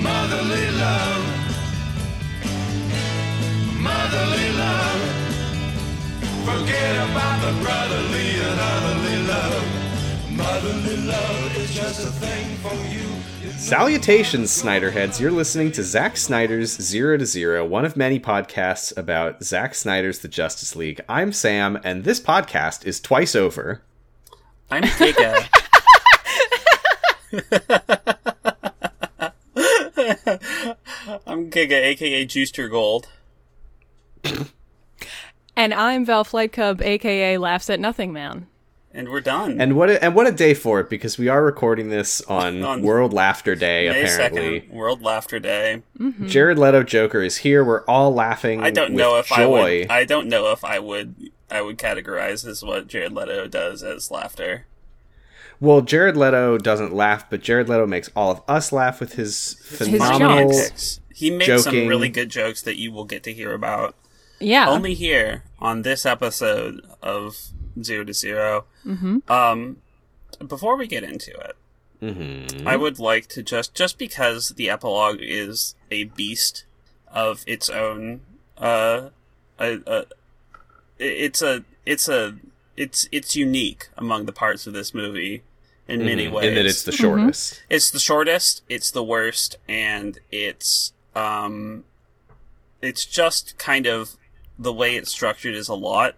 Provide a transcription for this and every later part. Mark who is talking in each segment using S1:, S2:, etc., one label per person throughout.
S1: Motherly love. Motherly love. Forget about the brotherly and otherly love. Motherly love is just a thing for you.
S2: Salutations, Snyderheads. You're listening to Zack Snyder's Zero to Zero, one of many podcasts about Zack Snyder's The Justice League. I'm Sam, and this podcast is twice over.
S3: I'm Giga. I'm Giga, aka Juicer Gold.
S4: And I'm Val Flight Cub, aka Laughs at Nothing Man.
S3: And we're done.
S2: And what a, and what a day for it because we are recording this on,
S3: On
S2: World Laughter Day.
S3: May
S2: apparently,
S3: 2nd, World Laughter Day.
S2: Jared Leto Joker is here. We're all laughing.
S3: I don't
S2: Mm, with
S3: know if I
S2: joy.
S3: would I don't know if I would I would categorize as what Jared Leto does as laughter.
S2: Well, Jared Leto doesn't laugh, but Jared Leto makes all of us laugh with his phenomenal.
S4: jokes.
S3: He makes
S2: Joking.
S3: some really good jokes that you will get to hear about
S4: Yeah.
S3: only here on this episode of Zero to 0 Um, before we get into it,
S2: Mm-hmm.
S3: I
S2: Hmm?
S3: would like to just just because the epilogue is a beast of its own. Uh, uh, uh, i- it's a it's a it's it's unique among the parts of this movie in many ways.
S2: Mm-hmm. in that it's the shortest.
S3: It's the shortest, it's the worst, and it's um it's just kind of the way it's structured is a lot.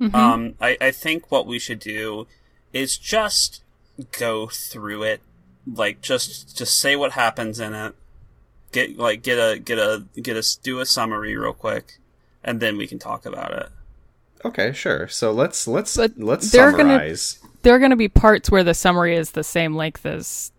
S4: Mm-hmm.
S3: Um I, I think what we should do is just go through it. Like just just say what happens in it. Get like get a get a get us do a summary real quick and then we can talk about it.
S2: Okay, sure. So let's let's
S4: But
S2: let's
S4: they're gonna-
S2: summarize.
S4: There are going to be parts where the summary is the same length as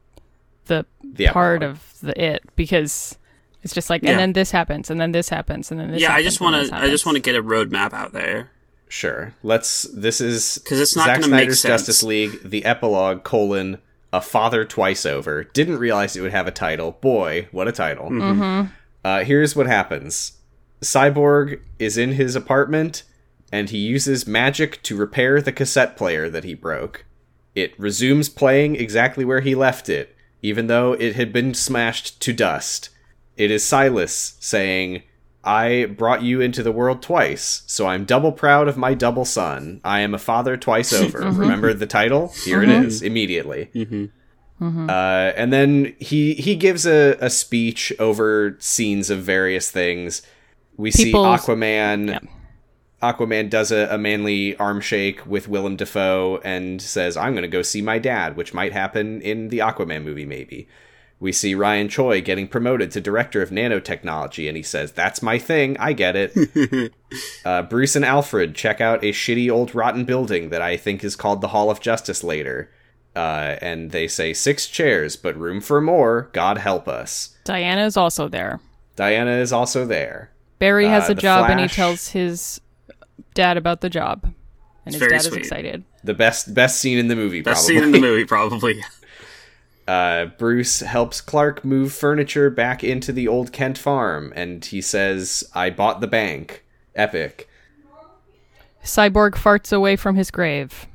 S4: the,
S2: The
S4: part
S2: epilogue.
S4: of the it because it's just like,
S3: Yeah.
S4: and then this happens, and then this happens, and then this.
S3: yeah, I
S4: happens,
S3: just
S4: and
S3: want
S4: this
S3: to I just
S4: happens.
S3: want to get a roadmap out there.
S2: Sure. Let's. This is
S3: 'Cause it's not
S2: Zack
S3: gonna make
S2: Snyder's
S3: sense.
S2: Justice League, the epilogue colon a father twice over. Didn't realize it would have a title. Boy, what a title!
S3: Hmm.
S4: Mm-hmm.
S2: Uh, here's what happens: Cyborg is in his apartment, and he uses magic to repair the cassette player that he broke. It resumes playing exactly where he left it, even though it had been smashed to dust. It is Silas saying, I brought you into the world twice, so I'm double proud of my double son. I am a father twice over. Remember the title? Here it is, immediately. Uh, and then he he gives a, a speech over scenes of various things. We
S4: People-
S2: see Aquaman. Aquaman does a, a manly arm shake with Willem Dafoe and says, I'm going to go see my dad, which might happen in the Aquaman movie, maybe. We see Ryan Choi getting promoted to director of nanotechnology, and he says, That's my thing. I get it. uh, Bruce and Alfred check out a shitty old rotten building that I think is called the Hall of Justice later. Uh, and they say, Six chairs, but room for more. God help us.
S4: Diana is also there.
S2: Diana is also there.
S4: Barry has
S2: Uh,
S4: a
S2: the
S4: job, and he
S2: Flash.
S4: tells his dad about the job, and his
S3: very
S4: dad
S3: sweet.
S4: is excited.
S2: The best best scene in the movie,
S3: Best
S2: probably.
S3: scene in the movie probably.
S2: Uh, Bruce helps Clark move furniture back into the old Kent farm, and he says, I bought the bank. Epic.
S4: Cyborg farts away from his grave.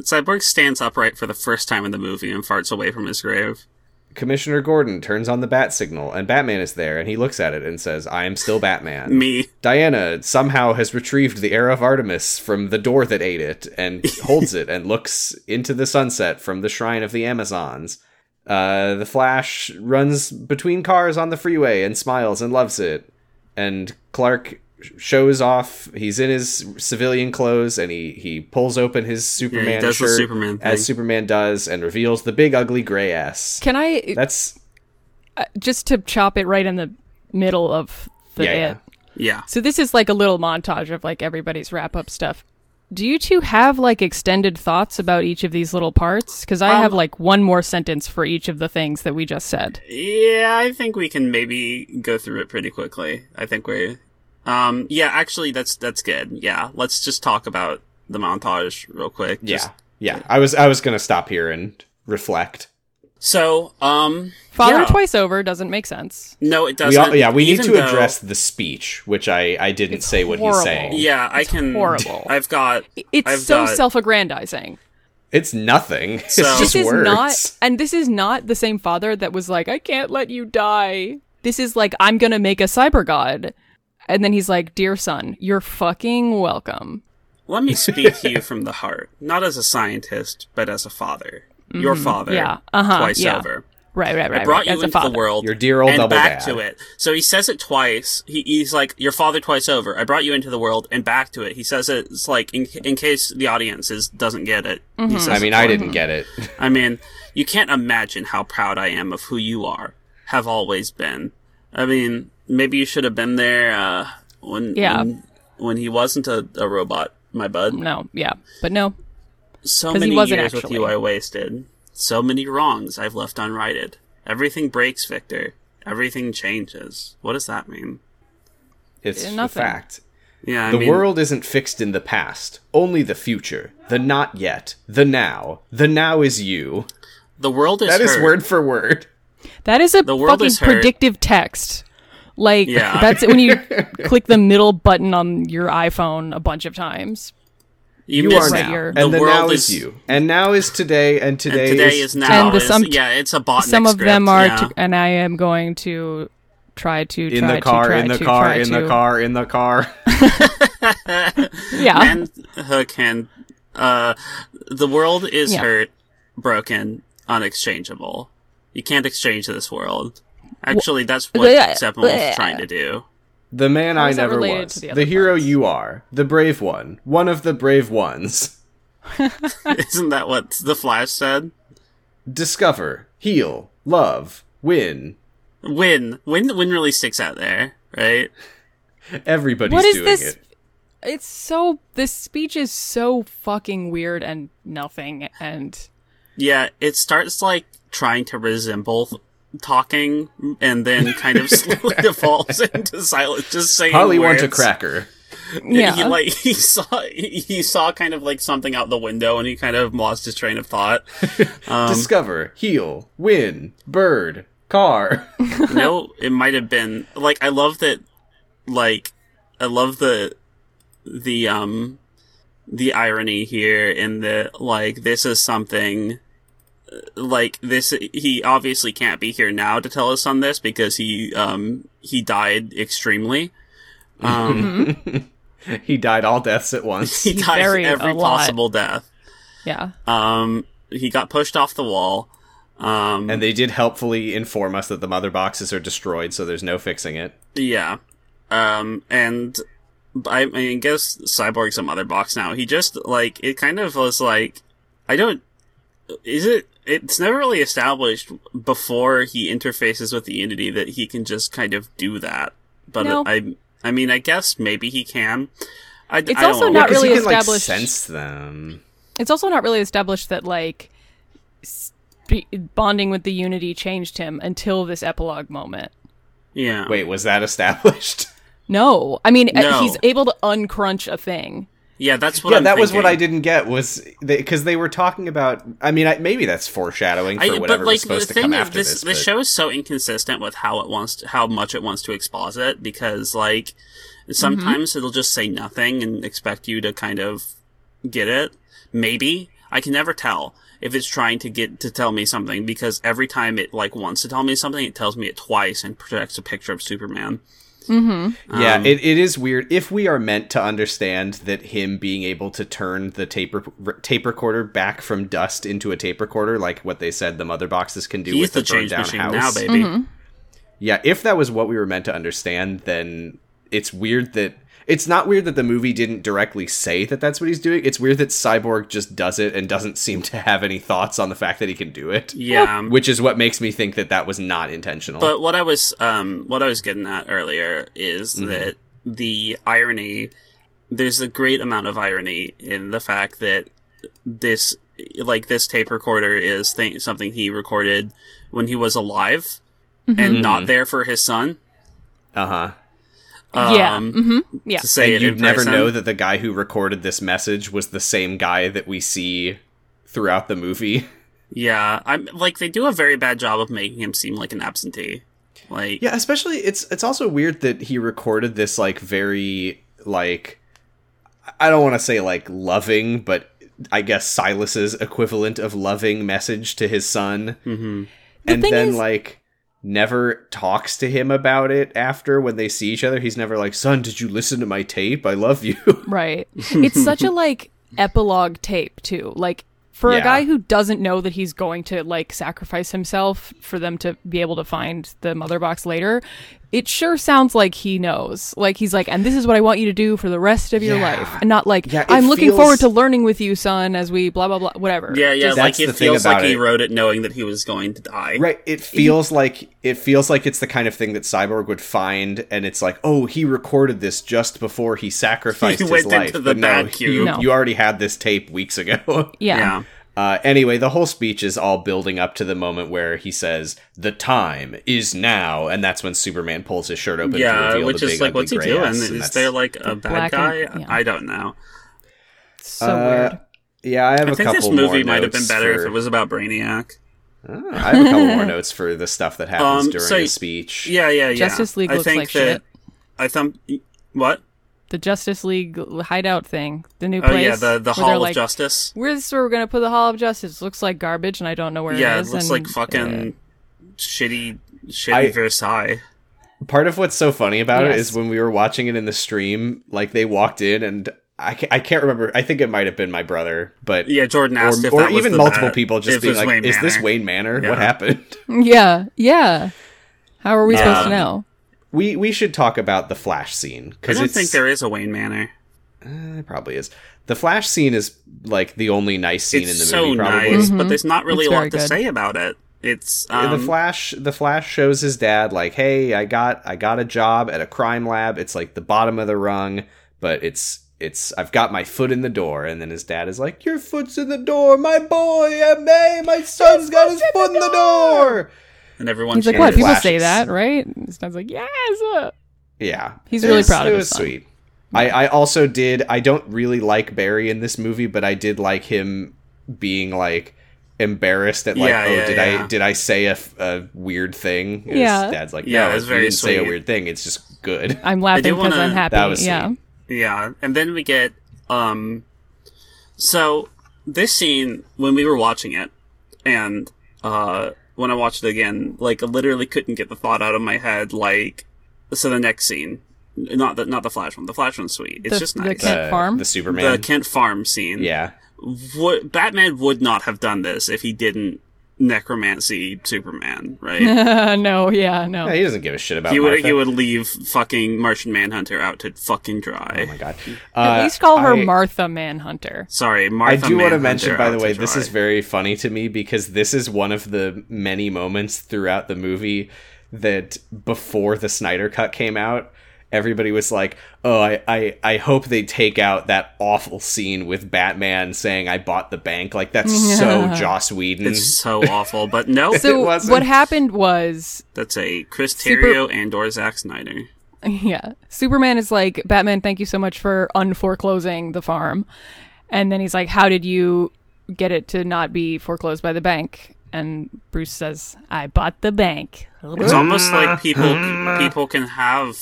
S3: Cyborg stands upright for the first time in the movie and farts away from his grave.
S2: Commissioner Gordon turns on the bat signal, and Batman is there, and he looks at it and says, I am still Batman.
S3: Me.
S2: Diana somehow has retrieved the arrow of Artemis from the door that ate it and holds it and looks into the sunset from the shrine of the Amazons. Uh, the Flash runs between cars on the freeway and smiles and loves it. And Clark sh- shows off. He's in his civilian clothes and he, he pulls open his Superman
S3: does the
S2: shirt
S3: Superman
S2: as
S3: thing.
S2: Superman does and reveals the big ugly gray ass.
S4: Can I
S2: That's
S4: just to chop it right in the middle of the
S2: Yeah,
S4: it?
S2: yeah.
S3: Yeah.
S4: So this is like a little montage of like everybody's wrap up stuff. Do you two have like extended thoughts about each of these little parts? Because I have like one more sentence for each of the things that we just said.
S3: Um, Yeah, I think we can maybe go through it pretty quickly. I think we um yeah, actually that's that's good. Yeah. Let's just talk about the montage real quick. Just-
S2: yeah. Yeah. I was I was going to stop here and reflect.
S3: So, um
S4: Father
S3: yeah.
S4: twice over doesn't make sense.
S3: No, it
S2: we
S3: doesn't.
S2: all, yeah, we need
S3: even
S2: to
S3: though-
S2: address the speech, which I I didn't
S4: It's
S2: say what he's
S4: horrible.
S2: saying.
S3: Yeah, I can
S4: horrible.
S3: I've got
S4: It's
S3: I've
S4: so
S3: got-
S4: self aggrandizing.
S2: It's nothing.
S3: So-
S2: it's
S4: this
S2: just
S4: is
S2: words.
S4: not and this is not the same father that was like i can't let you die this is like i'm gonna make a cyber god and then he's like dear son you're fucking welcome
S3: Let me speak to you from the heart, not as a scientist, but as a father. Your father,
S4: Yeah. Uh-huh.
S3: twice
S4: Yeah.
S3: over.
S4: right right right
S3: I brought
S4: right.
S3: you
S4: As a
S3: into the
S4: father.
S3: world.
S2: Your dear old
S3: and
S2: double
S3: back
S2: dad.
S3: to it. So he says it twice. He, he's like, "Your father twice over." I brought you into the world and back to it. He says it. It's like in, in case the audience is, doesn't get it.
S4: Mm-hmm.
S3: He says
S2: I mean,
S3: it
S2: I
S3: twice.
S2: didn't get it.
S3: I mean, you can't imagine how proud I am of who you are. Have always been. I mean, maybe you should have been there uh, when
S4: Yeah.
S3: when, when he wasn't a, a robot, my bud.
S4: no yeah but no
S3: So
S4: 'Cause he
S3: many
S4: wasn't
S3: years with
S4: actually.
S3: you I wasted. So many wrongs I've left unrighted. Everything breaks, Victor. Everything changes. What does that mean?
S2: It's a
S4: Nothing.
S2: fact.
S3: Yeah, I
S2: The
S3: mean,
S2: world isn't fixed in the past, only the future, the not yet, the now. The now is you.
S3: the world is
S2: That is
S3: hurt.
S2: word for word.
S4: that is a
S3: The world
S4: fucking
S3: is hurt.
S4: predictive text like
S3: Yeah.
S4: that's it when you click the middle button on your iphone a bunch of times
S2: You
S3: missed
S2: are
S4: right
S3: it.
S2: now,
S4: here.
S2: and the, now
S3: world
S2: is, you, and now is today, and
S3: And
S2: today,
S3: today is, now.
S4: And the
S3: is-
S4: some-
S3: yeah, it's a bot.
S4: some of them are
S3: Yeah.
S4: to, and i am going to try to
S2: in
S4: try
S2: the car,
S4: to try
S2: in the
S4: to,
S2: car,
S4: try
S2: in the
S4: to-
S2: car, in the car.
S4: yeah
S3: and Hook and uh, the world is
S4: Yeah.
S3: hurt, broken, unexchangeable. You can't exchange this world. Actually, that's what
S4: bleh,
S3: Steppenwolf
S4: bleh.
S3: was trying to do.
S2: The man I
S4: is that
S2: never
S4: related
S2: was,
S4: to the
S2: the,
S4: other
S2: hero
S4: parts?
S2: you are, the brave one, one of the brave ones.
S3: Isn't that what the Flash said?
S2: Discover, heal, love, win.
S3: Win, win, win really sticks out there, right?
S2: Everybody's
S4: What is
S2: doing
S4: this?
S2: it.
S4: It's so this speech is so fucking weird and nothing and
S3: Yeah, it starts like trying to resemble th- talking, and then kind of slowly devolves into silence, just saying.
S2: Polly wants a
S3: words.
S2: cracker.
S4: yeah.
S3: He like he saw he saw kind of like something out the window, and he kind of lost his train of thought.
S2: Discover, heal, win, bird, car.
S3: no, it might have been like I love that. Like I love the the um the irony here in the like this is something uh, like this he obviously can't be here now to tell us on this because he um he died extremely um
S2: he died all deaths at once.
S3: he died
S4: buried
S3: every
S4: a lot.
S3: possible death
S4: yeah.
S3: um he got pushed off the wall um
S2: and they did helpfully inform us that the mother boxes are destroyed, so there's no fixing it.
S3: Yeah. Um, and I mean, guess Cyborg's a mother box now. He just, like, it kind of was like, I don't, is it, it's never really established before he interfaces with the entity that he can just kind of do that. But
S4: No.
S3: I, I mean, I guess maybe he can. I,
S4: It's
S3: I don't
S4: also
S3: know.
S4: not
S2: 'Cause
S4: really
S2: he can, like,
S4: established-
S2: sense them.
S4: It's also not really established that like sp- bonding with the unity changed him until this epilogue moment.
S3: Yeah.
S2: Wait, was that established?
S4: No. I mean uh,
S3: No.
S4: he's able to uncrunch a thing.
S3: Yeah, that's what
S2: yeah,
S3: I'm
S2: that was what
S3: thinking.
S2: I didn't get was because they, were talking about. I mean, I, maybe that's foreshadowing for
S3: I-
S2: whatever was supposed to come
S3: is,
S2: after this.
S3: this
S2: but-
S3: show is so inconsistent with how it wants to, how much it wants to exposit because like
S2: Mm-hmm.
S3: sometimes it'll just say nothing and expect you to kind of get it. Maybe I can never tell if it's trying to get to tell me something because every time it like wants to tell me something, it tells me it twice and projects a picture of Superman.
S2: Yeah,
S3: um,
S2: it, it is weird. If we are meant to understand that him being able to turn the tape, re- tape recorder back from dust into a tape recorder, like what they said the mother boxes can do
S3: He's
S2: with
S3: the
S2: the burned
S3: change
S2: down
S3: machine
S2: house.
S3: now, baby.
S2: Yeah, if that was what we were meant to understand, then it's weird that it's not weird that the movie didn't directly say that that's what he's doing. It's weird that Cyborg just does it and doesn't seem to have any thoughts on the fact that he can do it.
S3: Yeah.
S2: Which is what makes me think that that was not intentional.
S3: But what I was um what I was getting at earlier is
S2: Mm-hmm.
S3: that the irony there's a great amount of irony in the fact that this like this tape recorder is th- something he recorded when he was alive
S4: Mm-hmm.
S3: and
S2: Mm-hmm.
S3: not there for his son.
S2: uh huh.
S4: yeah.
S3: Um,
S4: Mhm. Yeah.
S3: To say
S2: and
S3: it
S2: you'd
S3: in
S2: never
S3: person.
S2: know that the guy who recorded this message was the same guy that we see throughout the movie.
S3: Yeah, I'm like they do a very bad job of making him seem like an absentee. Like
S2: Yeah, especially it's it's also weird that he recorded this like very like I don't want to say like loving, but I guess Silas's equivalent of loving message to his son,
S3: Mm-hmm.
S2: and
S4: Hmm. thing
S2: then
S4: is-
S2: like never talks to him about it after when they see each other. He's never like, "Son, did you listen to my tape? I love you."
S4: Right. It's such a like epilogue tape too. Like for
S2: Yeah.
S4: a guy who doesn't know that he's going to like sacrifice himself for them to be able to find the mother box later, it sure sounds like he knows. Like he's like, and this is what I want you to do for the rest of your
S2: Yeah.
S4: life, and not like
S2: Yeah, it
S4: I'm looking
S2: feels-
S4: forward to learning with you, son, as we blah blah blah, whatever.
S3: Yeah, yeah.
S4: Just-
S3: like
S2: That's
S3: it
S2: the thing
S3: feels like
S2: about
S3: he
S2: it.
S3: wrote it knowing that he was going to die.
S2: Right. It feels like it feels like it's the kind of thing that Cyborg would find, and it's like, oh, he recorded this just before he sacrificed
S3: He
S2: his
S3: went
S2: life.
S3: into the
S2: but no,
S3: bad
S2: you,
S4: No.
S2: you already had this tape weeks ago.
S4: yeah.
S3: Yeah.
S2: Uh, anyway, the whole speech is all building up to the moment where he says, "The time is now,w," and that's when Superman pulls his shirt open to
S3: Yeah,
S2: reveal
S3: which
S2: the big
S3: is like,
S2: ugly
S3: what's he
S2: gray
S3: doing?
S2: ass, and
S3: Is
S2: that's-
S3: there like a bad
S4: black
S3: guy?
S4: and- yeah.
S3: I don't know.
S4: So
S2: Uh,
S4: weird.
S2: Yeah, I have a
S3: I think
S2: couple
S3: this
S2: more
S3: movie might have been
S2: notes
S3: better if
S2: for-
S3: it was about Brainiac.
S2: Oh, I have a couple more notes for the stuff that happens
S3: Um,
S2: during
S3: so-
S2: his speech.
S3: Yeah, yeah, yeah.
S4: Justice League
S3: I
S4: looks
S3: think
S4: like
S3: that
S4: shit.
S3: I thump. What?
S4: The Justice League hideout thing, the new
S3: Oh
S4: place.
S3: yeah, the the
S4: where they're
S3: Hall
S4: like,
S3: of Justice.
S4: Where's this is where we're gonna put the Hall of Justice? Looks like garbage, and I don't know where
S3: Yeah,
S4: it
S3: it
S4: is.
S3: looks
S4: and,
S3: like
S4: uh,
S3: fucking shitty, shitty
S2: I-
S3: Versailles.
S2: Part of what's so funny about it
S4: Yes.
S2: is when we were watching it in the stream, like they walked in and I can't, I can't remember. I think it might have been my brother, but
S3: Yeah, Jordan
S2: or,
S3: asked if
S2: or
S3: that was
S2: even
S3: the
S2: multiple
S3: bat-
S2: people
S3: if
S2: just
S3: it
S2: being
S3: was
S2: like,
S3: Wayne
S2: "Is this
S3: Manor."
S2: Wayne Manor?
S3: Yeah.
S2: What happened?"
S4: Yeah, yeah. How are we supposed
S3: Um,
S4: to know?
S2: We we should talk about the flash scene
S3: I
S2: because
S3: don't
S2: it's
S3: think there is a Wayne Manor.
S2: eh, it probably is. The flash scene is like the only nice scene
S3: It's
S2: in the
S3: so
S2: movie. Probably
S3: nice, but there's not really
S4: Mm-hmm. It's
S3: a lot
S4: very
S3: to
S4: good.
S3: say about it. It's
S2: Yeah,
S3: um,
S2: the flash the flash shows his dad like hey i got i got a job at a crime lab it's like the bottom of the rung but it's it's i've got my foot in the door and then his dad is like your foot's in the door my boy ma my son's got his foot in the door
S3: and everyone.
S4: He's like,
S3: cheers.
S4: what? People
S2: flashes.
S4: say that, right? And Stan's like, yes. uh."
S2: yeah
S4: He's
S2: It
S4: really
S2: was-
S4: proud of
S2: it
S4: his
S2: was
S4: son.
S2: sweet I, I also did i don't really like barry in this movie but i did like him being like embarrassed at like
S3: Yeah,
S2: oh
S3: yeah,
S2: did
S3: yeah.
S2: i did i say a, f- a weird thing And
S4: Yeah.
S2: his dad's like
S3: Yeah,
S2: no
S3: it was
S2: you
S3: very
S2: didn't say a
S3: sweet.
S2: weird thing it's just good
S4: I'm laughing because
S3: wanna-
S4: I'm happy.
S2: That was
S4: yeah.
S2: sweet.
S3: Yeah, and then we get um so this scene when we were watching it and uh when I watched it again, like I literally couldn't get the thought out of my head like so the next scene not the not the flash one. The flash one's sweet. It's
S4: The-
S3: just
S4: the
S3: nice.
S4: Kent
S2: the-
S4: Farm?
S2: the Superman.
S3: The Kent Farm scene.
S2: yeah,
S3: Would- Batman would not have done this if he didn't necromancy Superman, right?
S4: no, yeah, no.
S2: Yeah, he doesn't give a shit about.
S3: he would
S2: Martha.
S3: he would leave fucking Martian Manhunter out to fucking dry.
S2: Oh my god.
S4: At
S2: Uh,
S4: least call her
S2: I-
S4: Martha Manhunter.
S3: Sorry,
S2: I
S3: Martha
S2: do want to
S3: Manhunter
S2: mention, by the
S3: out
S2: way,
S3: to
S2: this
S3: dry.
S2: is very funny to me because this is one of the many moments throughout the movie that before the Snyder Cut came out, everybody was like, "Oh, I, I, I hope they take out that awful scene with Batman saying I bought the bank." Like that's so Joss Whedon.
S3: It's so awful, but no,
S4: So
S2: wasn't.
S4: what happened was
S3: that's a Chris
S4: Super-
S3: Terrio and or Zack Snyder.
S4: Yeah. Superman is like, Batman, thank you so much for unforeclosing the farm. And then he's like, How did you get it to not be foreclosed by the bank? And Bruce says, I bought the bank.
S3: It's almost like people people can have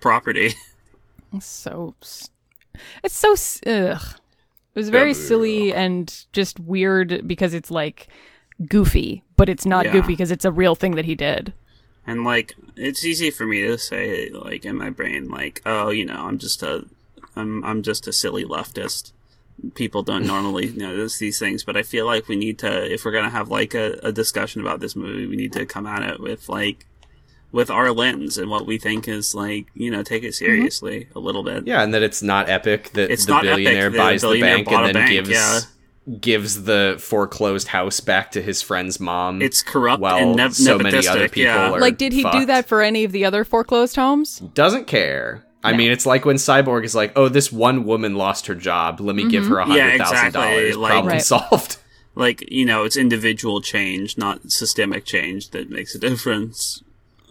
S3: property.
S4: so s- it's so s- ugh. It was very silly and just weird because it's like goofy, but it's not
S3: Yeah.
S4: goofy because it's a real thing that he did.
S3: And like it's easy for me to say like in my brain like, oh, you know, I'm just a I'm I'm just a silly leftist. People don't normally notice these things, but I feel like we need to if we're gonna have like a, a discussion about this movie, we need to come at it with like with our lens and what we think is like, you know, take it
S4: Mm-hmm.
S3: seriously a little bit.
S2: Yeah, and that it's not epic that
S3: It's
S2: the
S3: not epic
S2: billionaire
S3: that the
S2: buys the,
S3: billionaire
S2: bank
S3: bought a
S2: and then
S3: bank,
S2: gives
S3: yeah.
S2: gives the foreclosed house back to his friend's mom.
S3: It's corrupt
S2: Um, while
S3: and nev-
S2: so many other
S3: nepotistic,
S2: people
S3: yeah.
S2: are
S4: Like, did he do
S2: fucked.
S4: that for any of the other foreclosed homes?
S2: Doesn't care. I mean, it's like when Cyborg is like, "Oh, this one woman lost her job. Let me give her a
S3: Yeah,
S2: hundred thousand
S3: exactly,
S2: dollars.
S3: like-
S2: Problem
S4: Right.
S2: solved."
S3: like you know it's individual change not systemic change that makes a difference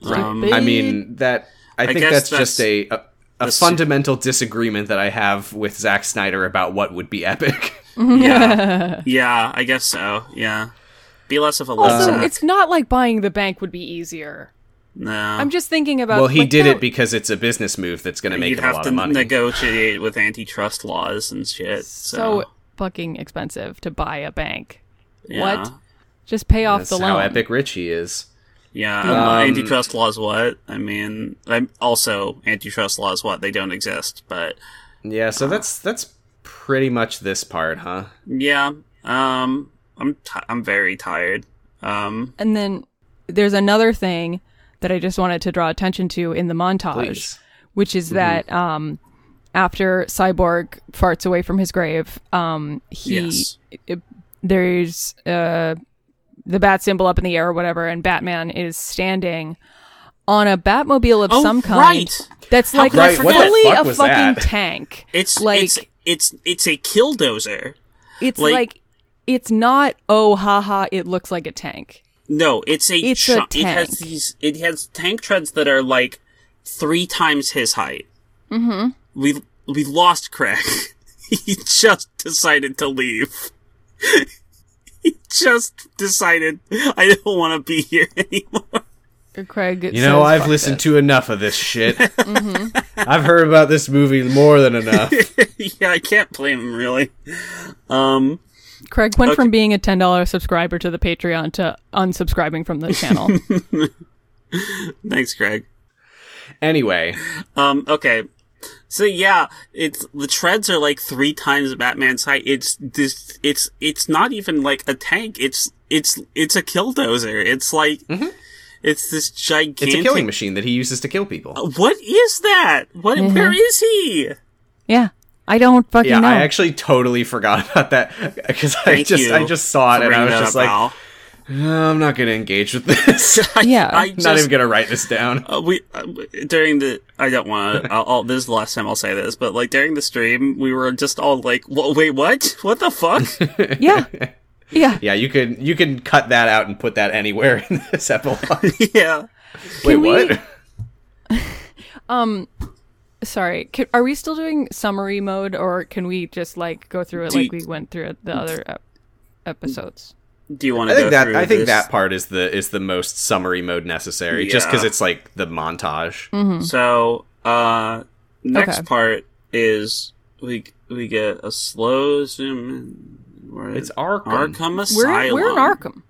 S3: um,
S4: Stupid.
S2: I mean, that I, think
S3: guess
S2: that's,
S3: that's
S2: just a a, a
S3: s-
S2: fundamental disagreement that I have with Zack Snyder about what would be epic.
S3: yeah yeah i guess so yeah be less of a
S4: Also,
S3: lizard.
S4: it's not like buying the bank would be easier.
S3: no
S4: I'm just thinking about.
S2: well, he
S4: Uh, like,
S2: did
S4: that-
S2: it because it's a business move that's going to make
S3: you'd
S2: him a
S3: have
S2: lot
S3: to
S2: of money.
S3: negotiate with antitrust laws and shit so,
S4: so fucking expensive to buy a bank.
S3: Yeah.
S4: What? Just pay off
S2: That's
S4: the loan.
S2: how epic rich he is.
S3: Yeah,
S4: um,
S3: Um, antitrust laws. What I mean, I'm also antitrust laws. What they don't exist, but
S2: Yeah, so that's that's pretty much this part, huh?
S3: yeah, um, I'm ti I'm very tired. Um,
S4: And then there's another thing that I just wanted to draw attention to in the montage,
S2: Please.
S4: which
S2: Mm-hmm.
S4: is that um, after Cyborg farts away from his grave, um, he
S3: Yes.
S4: it- there's uh, the bat symbol up in the air or whatever, and Batman is standing on a Batmobile of
S3: Oh,
S4: some kind
S3: right.
S4: that's like
S3: could I
S4: fully
S3: forget?
S2: What the
S4: a
S2: fuck was
S4: fucking
S2: that?
S4: tank.
S3: it's
S4: like
S3: it's it's it's a killdozer.
S4: it's
S3: like-
S4: like, it's not oh haha it looks like a tank.
S3: No, it's a
S4: It's
S3: chi-
S4: a
S3: It has
S4: tank.
S3: these. It has tank treads that are like three times his height. Mm-hmm. We we lost Craig. he just decided to leave. he just decided I don't want to be here anymore.
S4: Craig,
S2: You know, I've listened to enough of this shit.
S4: Mm-hmm.
S2: I've heard about this movie more than enough.
S3: yeah, I can't blame him really. Um,
S4: Craig went from being a ten dollar subscriber to the Patreon to unsubscribing from the channel.
S3: thanks, Craig.
S2: Anyway,
S3: Um, okay. So yeah, it's the treads are like three times Batman's height. It's this. It's it's not even like a tank. It's it's it's a killdozer. It's like it's this gigantic.
S2: Mm-hmm. it's a killing machine that he uses to kill people.
S3: What is that? What? where is he?
S4: yeah, I don't fucking
S2: yeah,
S4: know.
S2: I actually totally forgot about that because I
S3: Thank
S2: just
S3: you
S2: I just saw it
S3: for
S2: and I
S3: bringing
S2: was
S3: that
S2: just
S3: up,
S2: like,
S3: Al.
S2: "No, I'm not gonna engage with this. I'm
S4: yeah,
S3: I just,
S2: not even gonna write this down.
S3: Uh, we uh, during the I don't want to. I'll, I'll, this is the last time I'll say this, but like during the stream, we were just all like, "Wha- "Wait, what? What the fuck?"
S4: yeah, yeah.
S2: Yeah, you can you can cut that out and put that anywhere in this epilogue.
S3: yeah.
S2: Wait,
S4: Can we-
S2: what?
S4: Um, Sorry, can, are we still doing summary mode, or can we just like go through it
S3: Do
S4: like
S3: you-
S4: we went through it the other ep- episodes?
S3: Do you want
S2: I
S3: to?
S2: think that I think
S3: this?
S2: that part is the is the most summary mode necessary, just because
S3: Yeah.
S2: it's like the montage.
S4: Mm-hmm.
S3: So, uh, next
S4: Okay.
S3: part is we we get a slow zoom. In. We're
S2: It's
S3: at
S2: Arkham.
S3: Mm. Arkham
S4: We're
S3: Asylum.
S4: we're in Arkham,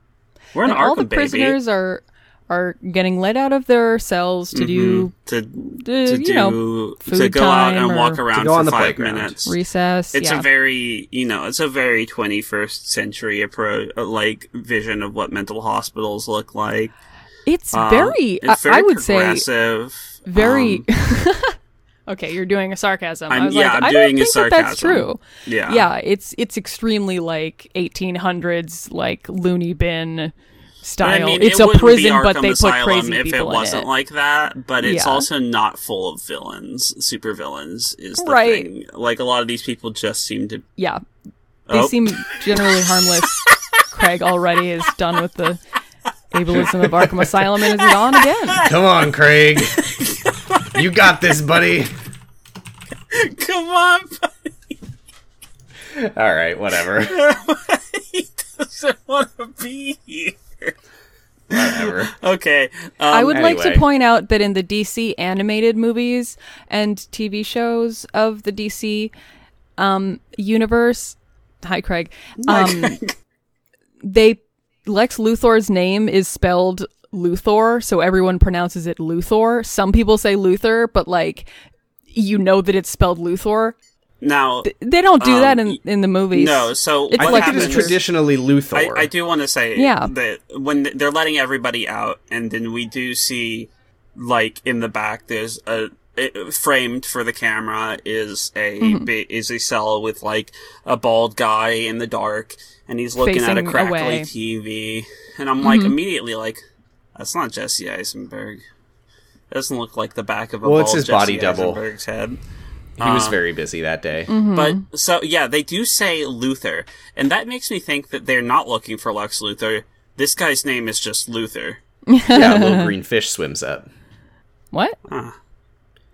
S3: We're in
S4: and all
S3: Arkham,
S4: the
S3: baby.
S4: prisoners are are getting let out of their cells to do
S3: Mm-hmm. to
S4: Uh,
S3: to
S4: you
S3: do
S4: know,
S3: to
S4: food
S3: go out
S4: time
S3: and
S4: or-
S3: walk
S4: To
S3: around
S2: go
S3: for
S2: on the
S3: five
S2: playground.
S3: minutes.
S4: recess.
S3: it's
S4: yeah.
S3: a very you know it's a very 21st century approach like vision of what mental hospitals look like.
S4: it's
S3: Um,
S4: very,
S3: it's
S4: I, I would say
S3: progressive.
S4: very
S3: um,
S4: okay you're doing a sarcasm i
S3: I'm-
S4: was
S3: yeah,
S4: like
S3: I'm
S4: i don't
S3: doing a
S4: think that that's
S3: sarcasm.
S4: true
S3: yeah.
S4: yeah it's it's extremely like 1800s like loony bin
S3: But,
S4: style
S3: I mean,
S4: it's
S3: it
S4: a
S3: wouldn't be
S4: prison but
S3: Arkham
S4: they put
S3: Asylum
S4: crazy
S3: if it
S4: people in
S3: wasn't
S4: it
S3: like that. But it's
S4: Yeah.
S3: also not full of villains, super villains is the
S4: Right.
S3: thing. Like a lot of these people just seem to.
S4: yeah they
S3: Oh.
S4: seem generally harmless craig already is done with the ableism of arkham asylum and is on again
S2: Come on, Craig. you got this, buddy.
S3: Come on,
S2: All right, whatever.
S3: he doesn't want to be here.
S2: whatever.
S3: Okay, um,
S4: I would like
S2: anyway.
S4: to point out that in the DC animated movies and TV shows of the DC um, universe, hi Craig, um, they Lex Luthor's name is spelled Luthor, so everyone pronounces it Luthor. Some people say Luther, but like you know that it's spelled Luthor.
S3: now
S4: They don't do
S3: Um,
S4: that in in the movies.
S3: no. So
S4: It's
S2: I
S3: what
S2: think it
S3: happens?
S2: is traditionally
S3: I,
S2: Luthor.
S3: I do want to say
S4: Yeah.
S3: that when th- they're letting everybody out, and then we do see, like in the back, there's a it, framed for the camera is a
S4: Mm-hmm.
S3: bi- is a cell with like a bald guy in the dark, and he's looking at a
S4: Facing
S3: crackly
S4: away. Mm-hmm.
S3: TV, and I'm like immediately like, that's not Jesse Eisenberg. doesn't look like the back of a
S2: Well, it's
S3: bald
S2: his
S3: Jesse
S2: body double.
S3: Eisenberg's head.
S2: he
S4: Ah.
S2: was very busy that day.
S4: Mm-hmm. Hmm.
S3: But so yeah, they do say Luther, and that makes me think that they're not looking for Lex Luthor. This guy's name is just Luther
S2: Yeah, a little green fish swims up.
S4: What?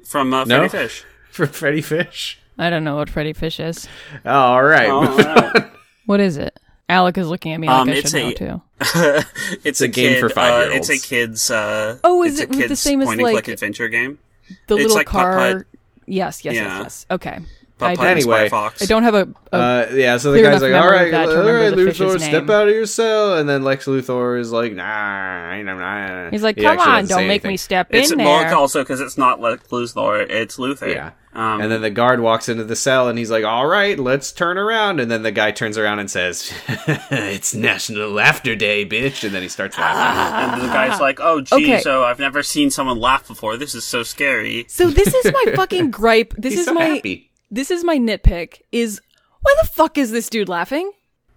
S3: from uh,
S2: No?
S3: Freddy Fish.
S2: For Freddy Fish?
S4: I don't know what Freddy Fish is.
S2: All right.
S3: Oh, wow.
S4: What is it? Alec is looking at me like
S3: Um,
S4: I
S3: it's
S4: should know
S3: a-
S4: too.
S3: it's, a,
S2: game
S3: kid,
S2: for
S3: uh,
S2: five-year-olds.
S3: it's a kid's. Uh,
S4: Oh, is
S3: it's
S4: it
S3: a
S4: the
S3: kid's
S4: same as,
S3: point and click
S4: like-
S3: adventure game?
S4: the
S3: It's
S4: little
S3: like
S4: car.
S3: Putt-Putt.
S4: Yes, yes,
S3: Yeah.
S4: yes, yes. Okay. I
S3: Putt Putt
S4: don't-
S3: and Spy
S2: Anyway,
S3: Fox.
S4: I don't have a. a
S2: Uh, yeah, so the
S4: clear
S2: guy's like,
S4: enough memory
S2: "All
S4: of
S2: right,
S4: that to
S2: all
S4: remember
S2: right,
S4: the
S2: Luthor,
S4: fish's
S2: step
S4: name."
S2: out of your cell." And then Lex Luthor is like, "Nah, I ain't- I'm not."
S4: he's like,
S2: He
S4: come
S2: actually
S4: on,
S2: doesn't say
S4: don't make
S2: anything.
S4: me step
S3: It's
S4: in
S3: well, it's
S4: there.
S3: also because it's not Le- Luthor, it's Luther.
S2: Yeah.
S3: Um,
S2: And then the guard walks into the cell and he's like, "All right, let's turn around." And then the guy turns around and says, "It's National Laughter Day, bitch!" And then he starts laughing.
S4: Ah,
S3: and the guy's like, "Oh, gee,
S4: Okay.
S3: so I've never seen someone laugh before. This is so scary."
S4: So this is my fucking gripe. This
S2: he's
S4: is
S2: so
S4: my
S2: happy.
S4: this is my nitpick is why the fuck is this dude laughing?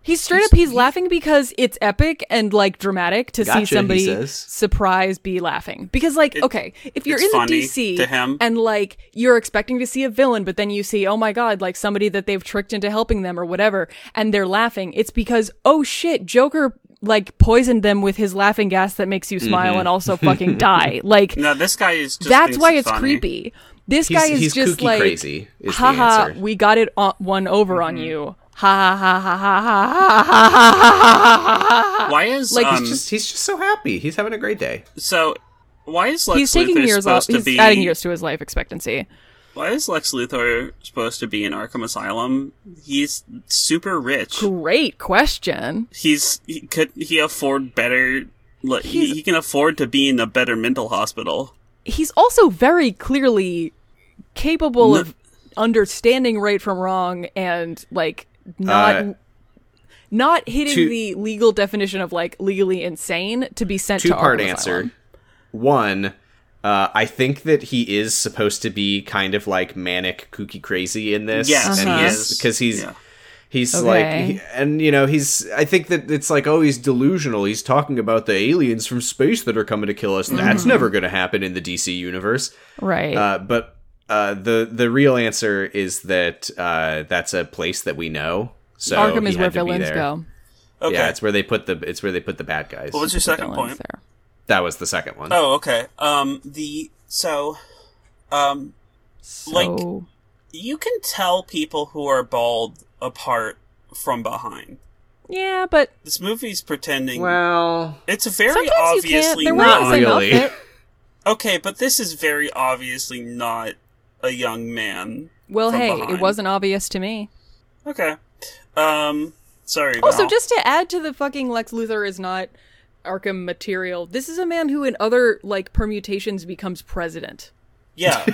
S4: He's straight up he's laughing because it's epic and like dramatic to
S2: Gotcha, he
S4: see somebody
S2: says.
S4: surprised be laughing. Because like okay, if you're
S3: it's
S4: in the
S3: funny
S4: DC
S3: to him.
S4: and like you're expecting to see a villain but then you see oh my god like somebody that they've tricked into helping them or whatever and they're laughing, it's because oh shit, Joker like poisoned them with his laughing gas that makes you smile and also fucking die. Like
S3: No, this guy is. Mm-hmm. Just
S4: that's
S3: thinks
S4: why it's
S3: funny.
S4: creepy. This
S2: He's,
S4: guy is
S2: he's
S4: just
S2: kooky
S4: like
S2: crazy. Is the
S4: haha,
S2: answer. Mm-hmm.
S4: we got it o- one over on you. Ha ha ha ha ha ha ha ha ha ha ha ha ha.
S3: Why is
S4: Like,
S3: um,
S4: he's
S2: He's just he's just so happy. He's having a great day.
S3: so? Why is Lex
S4: He's taking
S3: Luthor
S4: years off.
S3: supposed to
S4: He's
S3: be?
S4: adding years to his life expectancy.
S3: Why is Lex Luthor supposed to be in Arkham Asylum? He's super rich.
S4: Great question.
S3: He's he, could he afford better? Like, he,
S4: He's-
S3: he can afford to be in a better mental hospital.
S4: He's also very clearly capable of understanding right from wrong and like not
S2: Uh,
S4: not hitting
S2: two-
S4: the legal definition of like legally insane to be sent
S2: two
S4: to
S2: part
S4: Arkham
S2: answer. Uh,
S4: Asylum.
S2: One, uh, I think that he is supposed to be kind of like manic, kooky, crazy in this.
S3: Yes,
S2: and
S3: he
S2: he's-
S3: is.
S2: because he's
S3: Yeah.
S2: he's
S4: Okay.
S2: like, he- and you know, he's. I think that it's like, oh, he's delusional. He's talking about the aliens from space that are coming to kill
S3: Mm-hmm.
S2: us. That's never going to happen in the DC universe.
S4: Right.
S2: Uh, but uh, the the real answer is that uh, that's a place that we know. So
S4: Arkham
S2: he
S4: is
S2: had to
S4: where
S2: be
S4: villains
S2: there.
S4: go.
S3: Okay.
S2: Yeah, it's where they put the it's where they put the bad guys.
S3: what was your second
S4: Villains
S3: point?
S4: there.
S2: that was the second one.
S3: Oh, okay. Um, the so, um, Like-
S4: So-
S3: you can tell people who are bald apart from behind.
S4: yeah, but
S3: This movie's pretending.
S2: Well,
S3: it's very
S4: Sometimes you can't.
S3: obviously
S4: They're
S2: not
S4: wearing
S3: not.
S4: the same
S2: really.
S4: outfit.
S3: Okay, but this is very obviously not a young man.
S4: Well,
S3: from
S4: hey, it
S3: behind.
S4: wasn't obvious to me.
S3: Okay. Um, sorry.
S4: Also,
S3: Val.
S4: just to add to the fucking Lex Luthor is not Arkham material. This is a man who, in other like permutations, becomes president.
S3: yeah.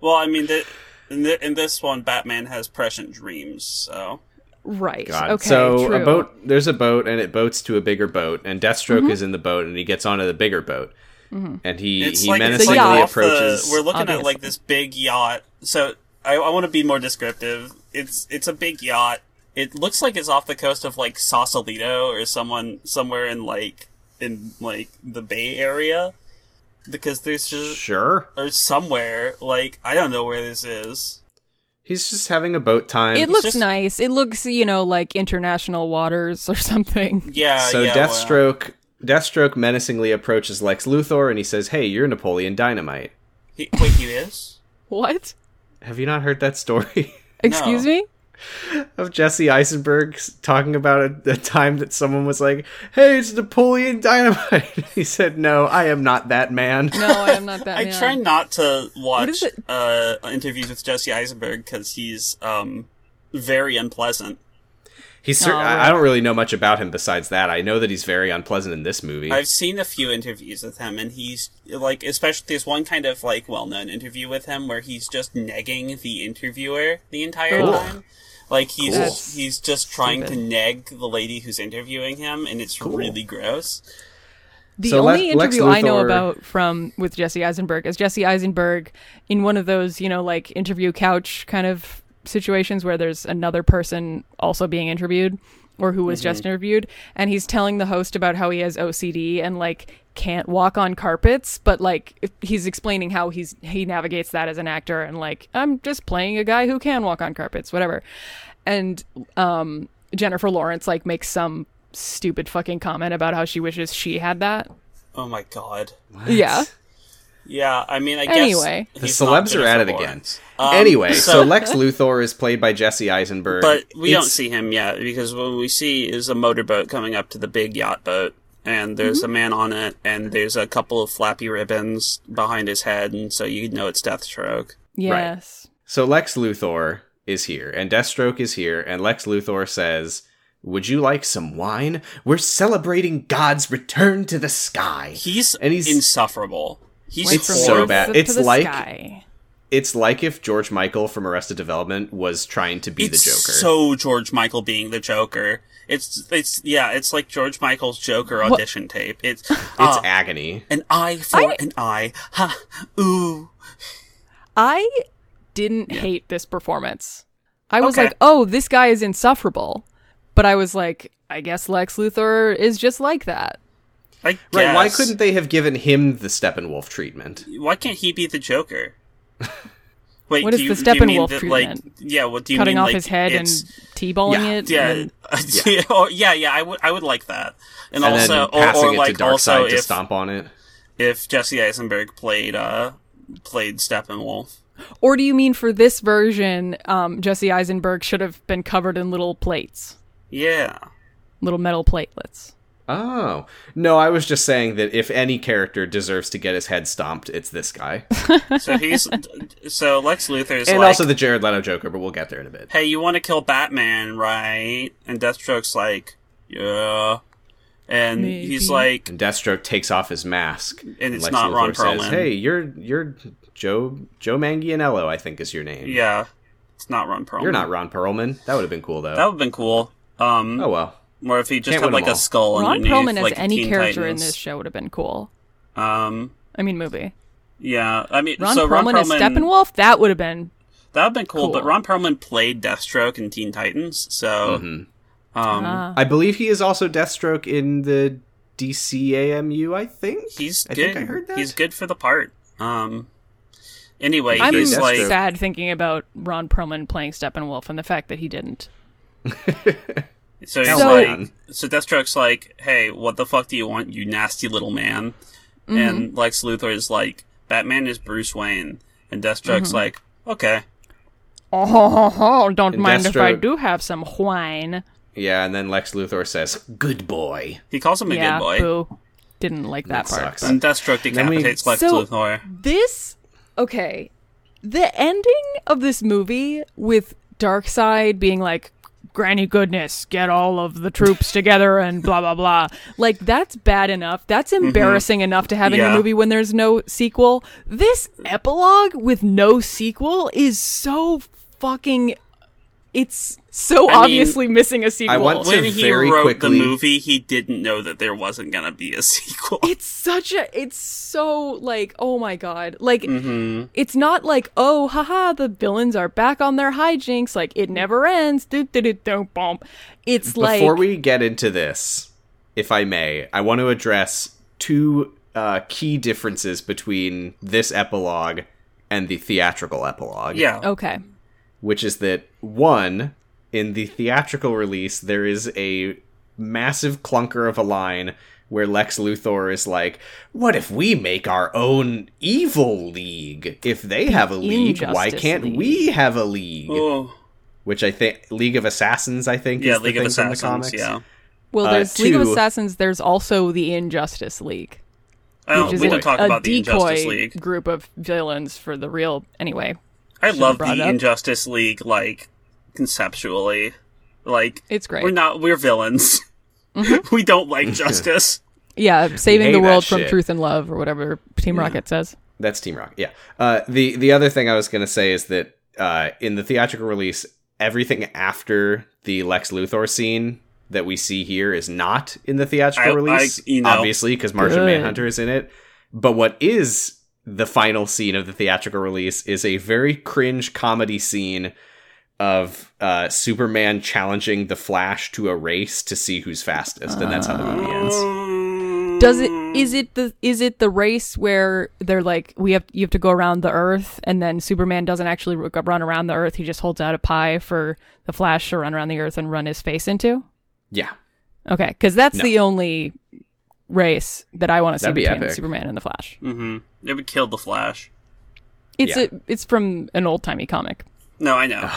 S3: well, I mean, the, in, the, in this one, Batman has prescient dreams. So
S4: Right.
S2: God.
S4: Okay.
S2: so
S4: true.
S2: a boat, there's a boat, and it boats to a bigger boat, and Deathstroke
S4: Mm-hmm.
S2: is in the boat, and he gets onto the bigger boat, and he
S3: it's
S2: he
S3: like it's
S2: menacingly
S3: like off
S2: approaches.
S3: The, we're looking at
S4: obviously.
S3: like this big yacht. So I, I want to be more descriptive. It's it's a big yacht. It looks like it's off the coast of like Sausalito or someone somewhere in like in like the Bay Area, because there's just
S2: sure,
S3: or somewhere like I don't know where this is.
S2: he's just having a boat time.
S4: It looks
S3: just-
S4: nice. It looks, you know, like international waters or something.
S3: Yeah.
S2: so
S3: Uh, yeah, well.
S2: Deathstroke, Deathstroke menacingly approaches Lex Luthor, and he says, "Hey, you're Napoleon Dynamite.
S3: He, wait, he is.
S4: What?
S2: Have you not heard that story?"
S4: Excuse me?
S2: Of Jesse Eisenberg s- talking about a, a time that someone was like, "Hey, it's Napoleon Dynamite." he said, "No, I am not that man."
S4: No, I am not that
S3: I
S4: man.
S3: try not to watch
S4: is it?
S3: uh, interviews with Jesse Eisenberg because he's um, very unpleasant.
S2: He's cer-
S4: Oh,
S2: I, I don't really know much about him besides that. I know that he's very unpleasant in this movie.
S3: I've seen a few interviews with him, and he's like, especially there's one kind of like well-known interview with him where he's just negging the interviewer the entire
S2: Cool.
S3: time. Like he's
S2: Cool.
S4: That's
S3: he's just trying to
S4: stupid.
S3: neg the lady who's interviewing him, and it's really gross.
S4: The
S2: So Le-
S4: only
S2: Lex
S4: interview I know
S2: Luthor-
S4: about from with Jesse Eisenberg is Jesse Eisenberg in one of those, you know, like interview couch kind of situations where there's another person also being interviewed or who was
S2: Mm-hmm.
S4: just interviewed and he's telling the host about how he has OCD and like can't walk on carpets but like if- he's explaining how he's he navigates that as an actor and like I'm just playing a guy who can walk on carpets whatever and um Jennifer Lawrence like makes some stupid fucking comment about how she wishes she had that
S3: Oh my god.
S4: yeah.
S3: Yeah, I mean, I
S4: Anyway.
S3: guess
S2: the
S3: he's not
S2: celebs are at it
S3: Jennifer
S2: again.
S3: Lawrence.
S2: anyway, so
S3: so-
S2: Lex Luthor is played by Jesse Eisenberg,
S3: But we don't
S2: It's-
S3: see him yet because what we see is a motorboat coming up to the big yacht boat, and there's
S4: Mm-hmm.
S3: a man on it, and there's a couple of flappy ribbons behind his head, and so you know it's Deathstroke.
S4: Yes.
S2: So Lex Luthor is here, and Deathstroke is here, and Lex Luthor says, Would you like some wine? We're celebrating God's return to the sky.
S3: He's,
S2: And he's-
S3: insufferable. He's
S2: It's
S3: horrible.
S2: so bad.
S4: To
S2: It's
S4: the
S2: like-
S4: sky.
S2: It's like if George Michael from Arrested Development was trying to be
S3: It's
S2: the Joker.
S3: so George Michael being the Joker. It's it's yeah. It's like George Michael's Joker audition tape. It's
S2: it's
S3: ah,
S2: agony.
S3: an eye for
S4: I-
S3: an eye. Ha ooh.
S4: I didn't hate this performance. I was
S3: Okay.
S4: like, oh, this guy is insufferable. But I was like, I guess Lex Luthor is just like that.
S3: I guess.
S2: Right, why couldn't they have given him the Steppenwolf treatment?
S3: Why can't he be the Joker? Wait,
S4: What
S3: do
S4: is
S3: you,
S4: the
S3: do you mean
S4: Steppenwolf
S3: that,
S4: treatment?
S3: Like, yeah, what do you
S4: Cutting
S3: mean?
S4: off
S3: like,
S4: his head and
S3: it's-
S4: T balling
S2: Yeah,
S4: it.
S3: yeah,
S4: and-
S3: yeah, oh, yeah, yeah. I would, I would like that, and,
S2: And
S3: also,
S2: then passing
S3: or, or
S2: it
S3: like
S2: to Darkseid
S3: also
S2: to
S3: if
S2: stomp on it.
S3: if Jesse Eisenberg played uh played Steppenwolf.
S4: Or do you mean for this version, um, Jesse Eisenberg should have been covered in little plates,
S3: Yeah,
S4: little metal platelets?
S2: Oh. No, I was just saying that if any character deserves to get his head stomped, it's this guy.
S3: so he's so Lex Luthor's
S2: and
S3: like,
S2: also the Jared Leto Joker, but we'll get there in a bit.
S3: hey, you want to kill Batman, right? And Deathstroke's like, yeah, and he's
S4: Maybe.
S3: like,
S2: And Deathstroke takes off his mask, and,
S3: it's not Ron Perlman.
S2: "Hey, you're you're Joe Joe Manganiello, I think is your name.
S3: yeah, it's not Ron Perlman.
S2: you're not Ron Perlman. That would have been cool though.
S3: That would have been cool. Um,
S2: oh well,
S3: or if he just
S2: Can't
S3: had
S2: win
S3: like
S2: 'em all.
S3: a skull
S4: Ron
S3: underneath,
S4: Perlman as
S3: like
S4: any
S3: Teen
S4: character
S3: Titans.
S4: in this show would have been cool.
S3: Um,
S4: I mean, movie.
S3: yeah, I mean,
S4: Ron
S3: so Ron
S4: Perlman
S3: Perlman
S4: as Steppenwolf, that would have been.
S3: That would have been cool,
S4: Cool.
S3: but Ron Perlman played Deathstroke in Teen Titans, so
S2: Mm-hmm.
S3: um,
S4: ah.
S2: I believe he is also Deathstroke in the DCAMU. I think
S3: he's
S2: I
S3: good.
S2: think I heard that.
S3: He's good for the part. Um, anyway,
S4: I'm
S3: he's
S2: Deathstroke.
S3: like
S4: sad thinking about Ron Perlman playing Steppenwolf and the fact that he didn't.
S3: so he's
S4: So-
S3: like so Deathstroke's like, hey, what the fuck do you want, you nasty little man?
S4: Mm-hmm.
S3: And Lex Luthor is like, Batman is Bruce Wayne, and Deathstroke's
S4: Mm-hmm.
S3: like, okay,
S4: Oh, ho, ho, ho, don't
S2: And
S4: mind if I
S2: Deathstroke-
S4: do have some wine.
S2: Yeah, and then Lex Luthor says, "Good boy."
S3: he calls him a
S4: yeah,
S3: good boy,
S4: boo. Didn't like that
S2: That
S4: part.
S2: sucks.
S3: and Deathstroke
S2: then we-
S3: decapitates Lex
S4: So-
S3: Luthor.
S4: This okay. The ending of this movie with Darkseid being like Granny goodness, get all of the troops together and blah blah blah. Like that's bad enough. That's embarrassing enough to have in your
S3: Mm-hmm. Yeah.
S4: movie when there's no sequel. This epilogue with no sequel is so fucking it's so
S3: mean,
S4: obviously missing a sequel.
S2: want to-
S3: When he
S2: very
S3: wrote
S2: quickly-
S3: the movie, he didn't know that there wasn't gonna be a sequel.
S4: it's such a it's so like oh my god like
S3: Mm-hmm.
S4: it's not like oh haha the villains are back on their hijinks like it never ends do do do do bomb it's like
S2: Before we get into this, if I may, I want to address two uh, key differences between this epilogue and the theatrical epilogue.
S3: yeah.
S4: okay
S2: Which is that, one, in the theatrical release, there is a massive clunker of a line where Lex Luthor is like, What if we make our own evil league? If they have a league, why
S4: Injustice
S2: can't
S4: League."
S2: we have a league?
S3: Oh.
S2: Which I think League of Assassins, I think,
S3: Yeah,
S2: is the
S3: League
S2: thing
S3: of
S2: from the comics.
S3: Assassins. Yeah.
S4: well
S2: Uh,
S4: there's league of
S2: two-
S4: assassins there's also the injustice league
S3: Oh,
S4: which is
S3: we
S4: a,
S3: don't talk
S4: a
S3: about the Injustice
S4: decoy
S3: League.
S4: group of villains for the real anyway
S3: I
S4: should've
S3: love
S4: brought
S3: the
S4: up.
S3: Injustice League, like conceptually, like
S4: It's great.
S3: We're not we're villains.
S4: Mm-hmm.
S3: we don't like justice.
S4: yeah saving
S2: hate
S4: the world
S2: that
S4: from
S2: shit.
S4: truth and love or whatever team rocket says
S2: That's Team Rocket. Yeah. Uh, the the other thing I was gonna say is that uh, in the theatrical release, everything after the Lex Luthor scene that we see here is not in the theatrical
S3: I- I-
S2: release,
S3: you know.
S2: obviously, because Martian
S4: Good.
S2: Manhunter is in it. But what is the final scene of the theatrical release is a very cringe comedy scene of uh, Superman challenging the Flash to a race to see who's fastest, and that's how the movie
S3: Oh.
S2: ends.
S4: Does it
S2: Mm-hmm.
S4: is it the is it the race where they're like we have you have to go around the Earth and then Superman doesn't actually ru- run around the Earth he just holds out a pie for the Flash to run around the Earth and run his face into?
S2: Yeah.
S4: Okay, because that's
S2: No.
S4: the only race that I want to see
S2: That'd be
S4: between
S2: epic.
S4: Superman and the Flash.
S3: Mm-hmm. It would kill the Flash.
S4: It's
S2: Yeah.
S4: a, it's from an old timey comic.
S3: No, I know.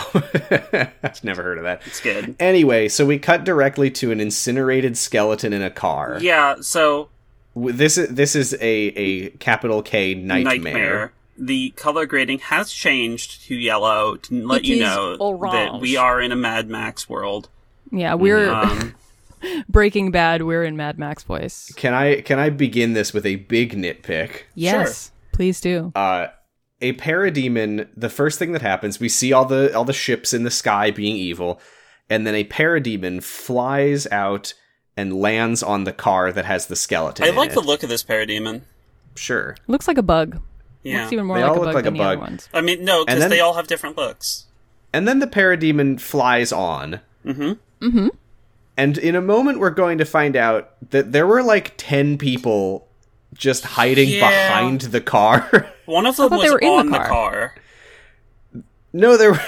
S2: I've never heard of that.
S3: It's good.
S2: Anyway, so we cut directly to an incinerated skeleton in a car.
S3: Yeah. So
S2: W- This is this is a a capital K nightmare.
S3: nightmare. the color grading has changed to yellow to let
S4: It
S3: you
S4: is
S3: know that
S4: orange.
S3: we are in a Mad Max world.
S4: Yeah, we're
S2: Mm-hmm.
S3: Um,
S4: Breaking Bad. We're in Mad Max voice.
S2: Can I can I begin this with a big nitpick?
S4: Yes, please do.
S2: Uh a parademon, the first thing that happens, we see all the all the ships in the sky being evil, and then a parademon flies out and lands on the car that has the skeleton.
S3: I
S2: in
S3: like
S2: it.
S3: the look of this parademon.
S2: sure.
S4: Looks like a bug.
S3: Yeah,
S4: Looks even more
S2: They
S4: like
S2: all
S4: a
S2: look
S4: bug
S2: like
S4: than
S2: a
S4: the other
S2: bug.
S4: ones.
S3: I mean no, because
S2: And then-
S3: they all have different looks.
S2: And then the parademon flies on. Mm-hmm. Mm-hmm. And in a moment we're going to find out that there were like ten people just hiding
S3: Yeah.
S2: behind the car.
S3: One of them
S4: thought
S3: was
S4: they were in the
S3: on
S4: car.
S2: No, there. Were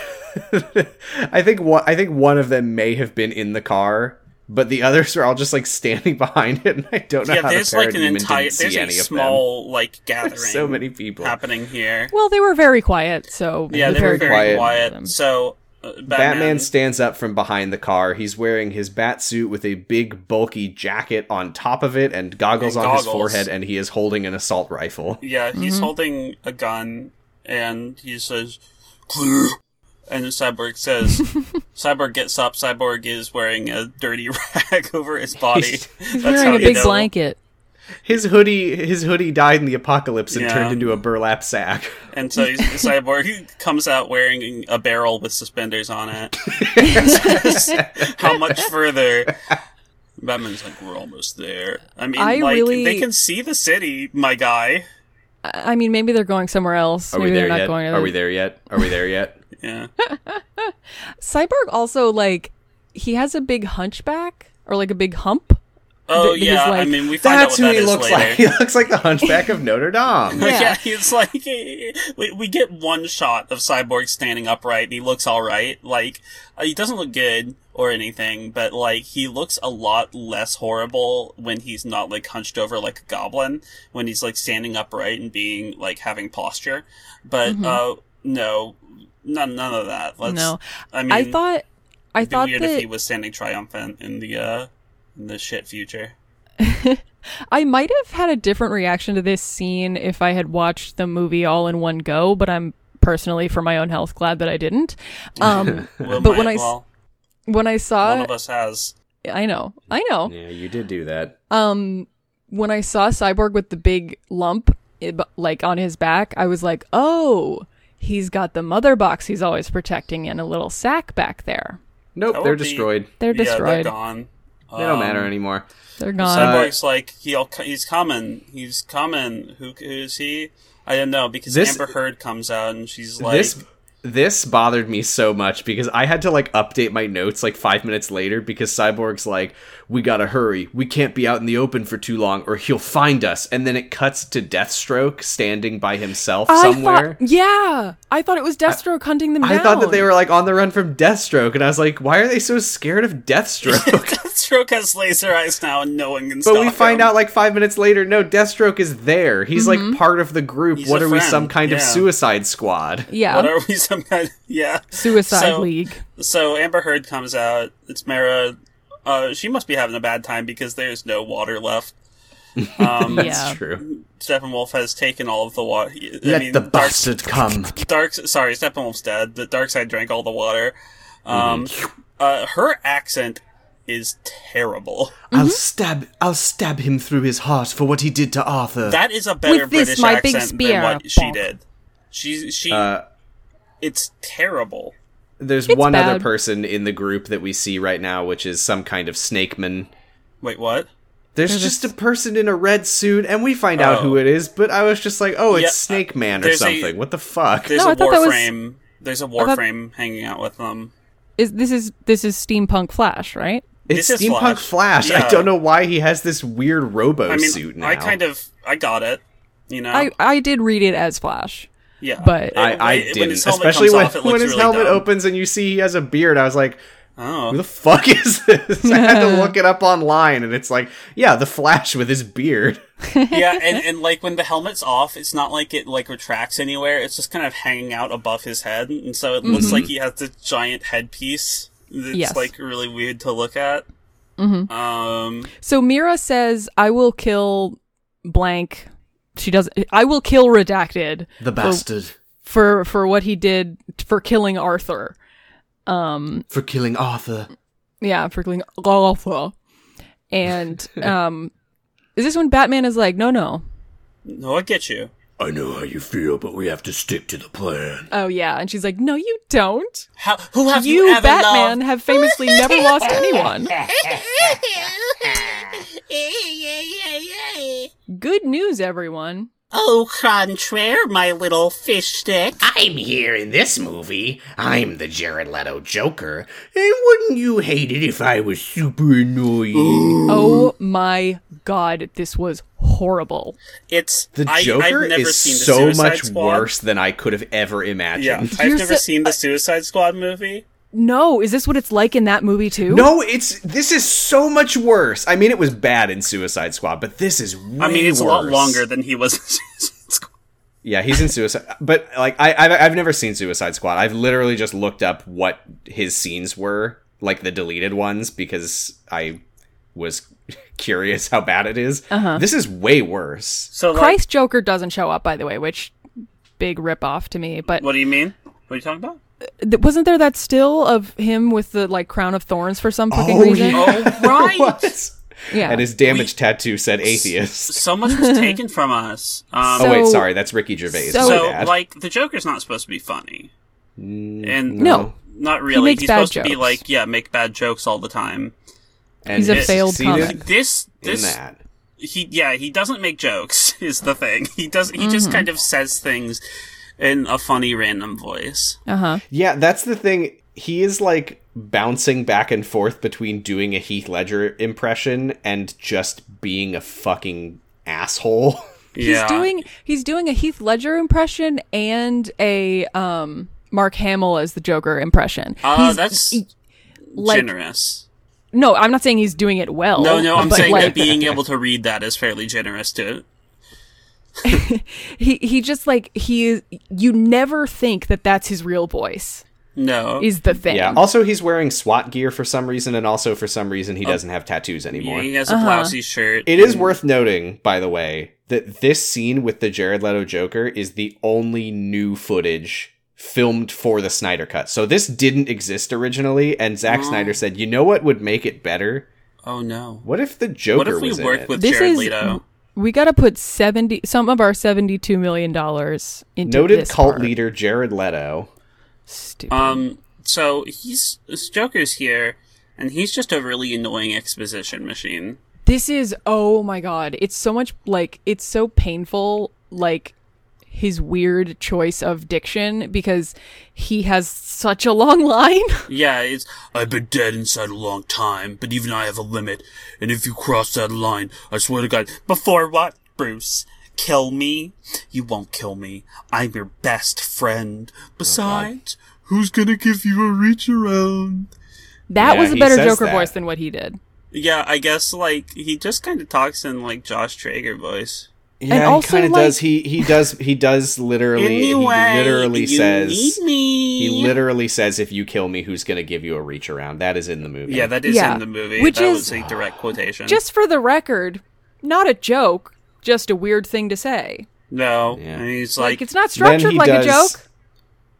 S2: I think one. I think one of them may have been in the car, but the others were all just like standing behind it, and I don't know
S3: Yeah,
S2: how the
S3: there's like an
S2: parademon
S3: entire
S2: didn't see
S3: there's a
S2: any of
S3: small like gathering.
S2: them. So many people.
S3: happening here.
S4: Well, they were very quiet, so
S3: Yeah,
S4: the
S3: they were
S4: parody-
S3: very
S2: quiet.
S3: quiet.
S4: Them.
S3: So uh, Batman,
S2: Batman stands up from behind the car. He's wearing his bat suit with a big, bulky jacket on top of it and goggles
S3: And
S2: on his
S3: goggles.
S2: forehead, and he is holding an assault rifle.
S3: yeah, he's holding a gun and he says, "Clear." And Cyborg says, Cyborg gets up. Cyborg is wearing a dirty rag over his body.
S2: He's-
S4: He's
S3: That's
S4: wearing
S3: how
S4: a
S3: you
S4: big
S3: know.
S4: blanket.
S2: His hoodie, his hoodie died in the apocalypse and
S3: Yeah.
S2: turned into a burlap sack.
S3: And so he's, Cyborg comes out wearing a barrel with suspenders on it. How much further? Batman's like, we're almost there. I mean,
S4: I
S3: like,
S4: really-
S3: they can see the city, my guy.
S4: I I mean, maybe they're going somewhere else.
S2: Are
S4: maybe
S2: we
S4: they're
S2: there
S4: not
S2: yet?
S4: going. To
S2: Are we there yet? Are we there yet?
S3: Yeah.
S4: Cyborg also like he has a big hunchback or like a big hump.
S3: Oh,
S4: Th- because,
S3: yeah. I
S4: like,
S3: mean, we find
S2: That's
S3: out
S2: who
S3: what that
S2: he
S3: is
S2: looks
S3: later.
S2: like. He looks like the Hunchback of Notre Dame.
S4: Yeah.
S3: Yeah. he's like we, we get one shot of Cyborg standing upright, and he looks all right. Like uh, he doesn't look good or anything, but like he looks a lot less horrible when he's not like hunched over like a goblin. When he's like standing upright and being like having posture, but uh, no, none none of that. Let's,
S4: Mm-hmm. No.
S3: I mean,
S4: I thought. I
S3: it'd be
S4: thought
S3: weird
S4: that
S3: if he was standing triumphant in the uh in the shit future.
S4: I might have had a different reaction to this scene if I had watched the movie all in one go, but I'm personally, for my own health, glad that I didn't. Um,
S3: Well,
S4: But
S3: my-
S4: when I s-
S3: well,
S4: when I
S3: one
S4: saw,
S3: of us has
S4: I know, I know.
S2: Yeah, you did do that.
S4: Um, when I saw Cyborg with the big lump, it, like on his back, I was like, oh, he's got the mother box he's always protecting in a little sack back there.
S2: Nope,
S3: That
S2: they're
S3: would be-
S2: destroyed.
S4: They're
S3: Yeah, they're
S4: destroyed.
S3: gone.
S2: They don't
S3: Um,
S2: matter anymore.
S4: they're gone.
S3: Cyborg's like he all, he's coming. He's coming. Who who is he? I don't know because
S2: This-
S3: Amber Heard comes out and she's like,
S2: this this bothered me so much because I had to like update my notes like five minutes later because Cyborg's like, "We gotta hurry. We can't be out in the open for too long, or he'll find us." And then it cuts to Deathstroke standing by himself somewhere.
S4: I thought, yeah, I thought it was Deathstroke hunting them
S2: I
S4: down.
S2: thought that they were like on the run from Deathstroke, and I was like, "Why are they so scared of Deathstroke?"
S3: Stroke has laser eyes now and no one can stop
S2: But we find
S3: him.
S2: out like five minutes later, no, Deathstroke is there. He's
S4: Mm-hmm.
S2: like part of the group.
S3: He's
S2: what
S3: a
S2: are we,
S3: friend,
S2: some kind of
S3: yeah.
S2: suicide squad?
S4: Yeah,
S3: What are we? Some kind yeah.
S4: Suicide
S3: So-
S4: League.
S3: So Amber Heard comes out. It's Mara. Uh, she must be having a bad time because there's no water left. Um,
S4: Yeah.
S2: That's true.
S3: Steppenwolf has taken all of the water.
S2: Let the bastard come.
S3: Dark, sorry, Steppenwolf's dead. The Dark Side drank all the water. Um,
S2: Mm-hmm.
S3: uh, her accent is terrible.
S4: Mm-hmm.
S2: I'll stab I'll stab him through his heart for what he did to Arthur.
S3: That is a better
S4: With this,
S3: British
S4: my big
S3: accent
S4: spear,
S3: than what she
S4: bonk.
S3: did. She she.
S2: Uh,
S3: it's terrible.
S2: There's
S4: It's
S2: one other
S4: bad.
S2: person in the group that we see right now, which is some kind of snakeman.
S3: Wait, what?
S2: There's just a person in a red suit, and we find out
S3: Oh.
S2: who it is, but I was just like, oh, it's
S3: Yeah, uh,
S2: Snake Man or
S3: there's a-
S2: something. what the fuck?
S3: There's
S4: No, I
S3: a
S4: thought that was-
S3: warframe. There's a
S4: thought-
S3: warframe hanging out with them.
S4: Is this is this is steampunk Flash, right?
S2: It's
S3: this is
S2: Steampunk Flash.
S3: Flash.
S2: I
S3: Yeah.
S2: don't know why he has this weird robo
S3: I mean,
S2: suit now.
S3: I kind of I got it. You know,
S4: I I did read it as Flash.
S3: yeah,
S4: but-
S2: I, I
S3: When-
S2: didn't,
S3: when his helmet
S2: especially
S3: comes
S2: when,
S3: off, it
S2: when
S3: looks
S2: his
S3: really
S2: helmet
S3: dumb.
S2: opens and you see he has a beard. I was like,
S3: Oh.
S2: who the fuck is this? I had to look it up online, and it's like, yeah, the Flash with his beard.
S3: yeah, and, and like when the helmet's off, it's not like it like retracts anywhere. It's just kind of hanging out above his head, and so it looks like he has this giant headpiece that's
S4: Mm-hmm. Yes. Mm-hmm.
S3: like really weird to look at. Um,
S4: So Mira says, "I will kill blank she doesn't. I will kill Redacted
S5: The bastard.
S4: for for what he did for killing Arthur.
S5: For killing Arthur.
S4: Yeah, for killing Arthur. And um, is this when Batman is like, no, no,
S3: No, I get you.
S5: I know how you feel, but we have to stick to the plan.
S4: oh yeah, and she's like, no, you don't.
S3: How, who have you,
S4: You,
S3: ever
S4: Batman,
S3: loved?
S4: have famously never lost anyone. Good news, everyone.
S3: Au contraire, my little fish stick.
S6: I'm here in this movie. I'm the Jared Leto Joker. And wouldn't you hate it if I was super annoying?
S4: Oh my god, this was horrible.
S3: It's
S2: The
S3: I,
S2: Joker
S3: I've never
S2: is
S3: seen the
S2: so
S3: Suicide
S2: much
S3: Squad.
S2: worse than I could have ever imagined.
S3: Yeah, I've
S4: You're
S3: never
S4: so-
S3: seen the Suicide Squad movie.
S4: No, is this what it's like in that movie too?
S2: No, it's this is so much worse. I mean, it was bad in Suicide Squad, but this is way
S3: I mean, it's a
S2: worse.
S3: lot longer than he was. in Suicide Squad.
S2: Yeah, he's in Suicide, but like I, I've, I've never seen Suicide Squad. I've literally just looked up what his scenes were, like the deleted ones, because I was curious how bad it is.
S4: Uh-huh.
S2: This is way worse.
S3: So, like,
S4: Christ Joker doesn't show up, by the way, which big rip off to me. But
S3: what do you mean? What are you talking about?
S4: th- wasn't there that still of him with the like crown of thorns for some fucking
S2: Oh,
S4: reason?
S2: yeah.
S3: Oh, right.
S4: Yeah.
S2: And his damaged tattoo said atheist.
S3: so much was taken from us. Um,
S2: oh wait,
S4: So-
S2: sorry, that's Ricky Gervais. my
S4: so-
S3: so,
S2: bad. Mm,
S3: like, the Joker's not supposed to be funny, and
S2: Uh-huh.
S4: no.
S3: not really.
S4: makes
S3: He's
S4: bad
S3: supposed to be
S4: jokes.
S3: like, yeah, make bad jokes all the time.
S2: and
S4: he's a
S2: it
S4: failed
S2: succeeded
S4: comic.
S3: This,
S2: In
S3: this,
S2: that.
S3: he yeah he doesn't make jokes is the thing he does he
S4: Mm-hmm.
S3: just kind of says things in a funny random voice
S4: Uh huh.
S2: Yeah, that's the thing. He is like bouncing back and forth between doing a Heath Ledger impression and just being a fucking asshole.
S3: yeah
S4: He's doing he's doing a Heath Ledger impression and a um Mark Hamill as the Joker impression.
S3: uh,
S4: he's e,
S3: that's
S4: like
S3: generous
S4: no, I'm not saying he's doing it well.
S3: no no i'm
S4: but,
S3: saying
S4: like,
S3: that being able to read that is fairly generous to
S4: he he just like he is you never think that that's his real voice
S3: no
S4: is the thing.
S2: Yeah. Also, he's wearing SWAT gear for some reason, and also for some reason he doesn't have tattoos anymore.
S3: he
S4: Uh-huh.
S3: has a blousy shirt
S2: It is worth noting, by the way, that this scene with the Jared Leto Joker is the only new footage filmed for the Snyder Cut. So this didn't exist originally, and Zack Snyder said, "You know what would make it better?
S3: oh no
S2: What if the Joker
S3: what if we
S2: was in
S3: work
S2: it?"
S3: with
S4: This
S3: jared
S4: is-
S3: leto
S4: We got to put 70 some of our 72 million dollars into
S2: Noted
S4: this
S2: cult
S4: part.
S2: leader Jared Leto.
S4: Stupid.
S3: um so he's this joker's here and he's just a really annoying exposition machine
S4: This is oh my god, it's so much like it's so painful like his weird choice of diction because he has such a long line.
S3: Yeah, it's I've been dead inside a long time, but even I have a limit. And if you cross that line, I swear to God. Before what, Bruce? Kill me? You won't kill me. I'm your best friend. Besides, who's gonna give you a reach around?
S4: That
S2: Yeah,
S4: was a
S2: he
S4: better
S2: says
S4: Joker
S2: that.
S4: voice than what he did.
S3: Yeah, I guess like he just kind of talks in like Josh Traeger voice.
S2: Yeah,
S4: also,
S2: he kind of
S4: like-
S2: does. He he does he does literally.
S3: anyway,
S2: he literally
S3: you
S2: says
S3: need me.
S2: he literally says, "If you kill me, who's going to give you a reach around?" That is in the movie.
S3: yeah, that is
S4: Yeah,
S3: in the movie.
S4: which
S3: that
S4: is-
S3: was a direct quotation.
S4: Just for the record, not a joke, just a weird thing to say.
S3: no,
S2: Yeah.
S3: and he's
S4: Like,
S3: like,
S4: it's not
S2: Then
S4: structured
S2: he
S4: like a
S2: does-
S4: joke.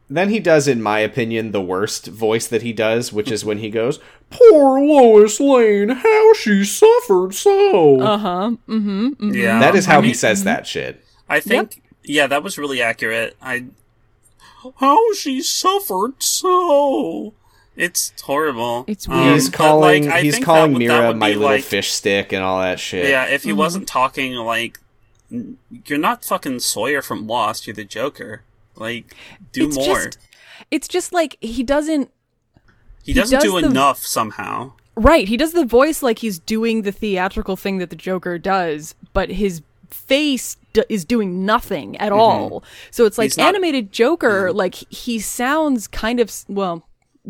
S2: Then he does, in my opinion, the worst voice that he does, which is when he goes, "Poor Lois Lane, how she suffered so."
S3: Uh,
S4: Uh-huh. Mhm. mhm.
S3: yeah,
S2: that is how
S3: I mean-
S2: he says that shit.
S3: I think yeah, that was really accurate. I how she suffered so it's horrible.
S4: It's
S3: Um,
S4: weird.
S2: He's
S3: but,
S2: calling
S3: like, I
S2: he's
S3: think
S2: calling
S3: that would- that
S2: Mira
S3: would
S2: my
S3: be,
S2: little
S3: like-
S2: fish stick and all that shit.
S3: Yeah, if he
S4: Mm-hmm.
S3: wasn't talking like n- you're not fucking Sawyer from Lost, you're the Joker. Like do
S4: It's
S3: more.
S4: just it's just like he doesn't
S3: he doesn't
S4: does
S3: do
S4: the-
S3: enough somehow.
S4: Right, he does the voice like he's doing the theatrical thing that the Joker does, but his face d- is doing nothing at all. So it's like
S3: Mm-hmm. He's not- Mm-hmm.
S4: animated Joker, like he sounds kind of s- well,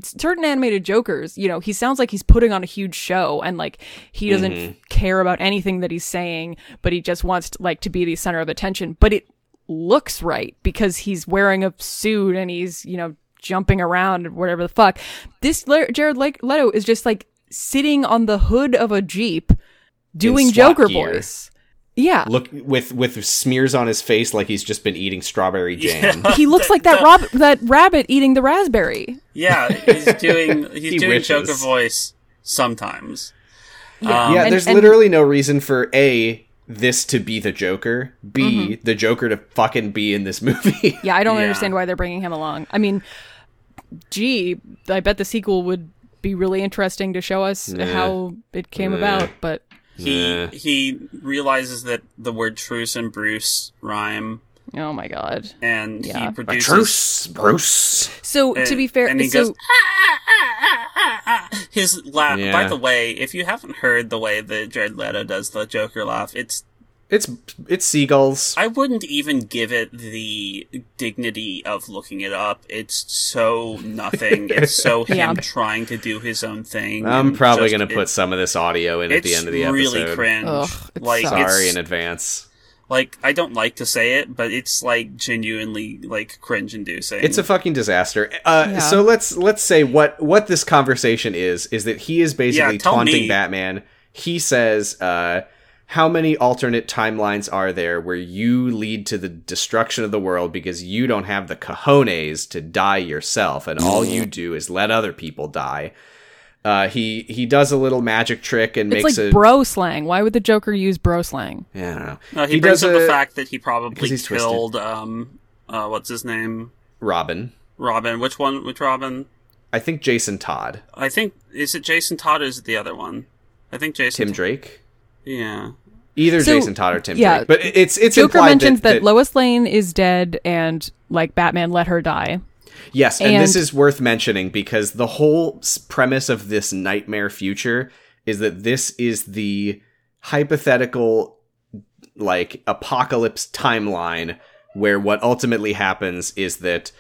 S4: certain animated Jokers, you know, he sounds like he's putting on a huge show and like he doesn't
S3: Mm-hmm.
S4: care about anything that he's saying, but he just wants to, like to be the center of attention, but it looks right because he's wearing a suit and he's, you know, jumping around and whatever the fuck. This Le- Jared Le- Leto is just like sitting on the hood of a Jeep doing
S2: SWAT
S4: Joker
S2: gear.
S4: voice. Yeah.
S2: Look with with smears on his face like he's just been eating strawberry jam.
S4: he looks like that rob- that rabbit eating the raspberry.
S3: Yeah, he's doing he's
S2: He
S3: doing
S2: wishes.
S3: Joker voice sometimes. Um,
S2: yeah,
S4: And-
S2: there's
S4: and-
S2: literally no reason for A this to be the Joker, B
S3: Mm-hmm.
S2: the Joker to fucking be in this movie.
S4: Yeah, I don't
S3: Yeah.
S4: understand why they're bringing him along. I mean, gee, I bet the sequel would be really interesting to show us how it came about, but
S3: He
S2: Nah.
S3: he realizes that the word truce and Bruce rhyme,
S4: oh my god.
S3: and
S4: Yeah.
S3: he
S4: A
S3: produces
S6: Bruce, Bruce.
S4: So
S3: and-
S4: to be fair,
S3: and he
S4: so
S3: goes, "Ah, his laugh.
S2: Yeah.
S3: By the way, if you haven't heard the way that Jared Leto does the Joker laugh, it's
S2: It's it's seagulls.
S3: I wouldn't even give it the dignity of looking it up. It's so nothing. It's so him
S4: Yeah.
S3: trying to do his own thing.
S2: I'm
S3: and
S2: probably
S3: just-
S2: going to put
S3: it-
S2: some of this audio in at
S3: It's
S2: the end of the episode.
S3: really cringe.
S4: Ugh, it
S3: like
S4: sucks.
S2: Sorry
S3: it's
S2: in advance.
S3: like I don't like to say it, but it's like genuinely like cringe inducing.
S2: It's a fucking disaster. Uh,
S4: Yeah.
S2: So let's let's say what what this conversation is is that he is basically
S3: Yeah, tell
S2: taunting
S3: me.
S2: Batman. He says, uh, "How many alternate timelines are there where you lead to the destruction of the world because you don't have the cojones to die yourself, and all you do is let other people die?" Uh, he he does a little magic trick and
S4: it's
S2: makes
S4: like
S2: a
S4: bro slang. Why would the Joker use bro slang?
S2: I don't know.
S3: No, he, brings
S2: does
S3: up the
S2: a-
S3: fact that he
S2: because
S3: probably
S2: he's twisted.
S3: killed um uh what's his name
S2: Robin.
S3: Robin. Which one? Which Robin?
S2: I think Jason Todd,
S3: I think is it Jason Todd or is it the other one? I think Jason.
S2: Tim Drake,
S3: yeah.
S2: either
S4: So,
S2: Jason Todd or Tim
S4: yeah,
S2: Drake. But it- it's it's
S4: Joker
S2: implied
S4: mentions that,
S2: that
S4: Lois Lane is dead and like Batman let her die.
S2: Yes, and, this
S4: And-
S2: is worth mentioning because the whole s- premise of this nightmare future is that this is the hypothetical like apocalypse timeline where what ultimately happens is that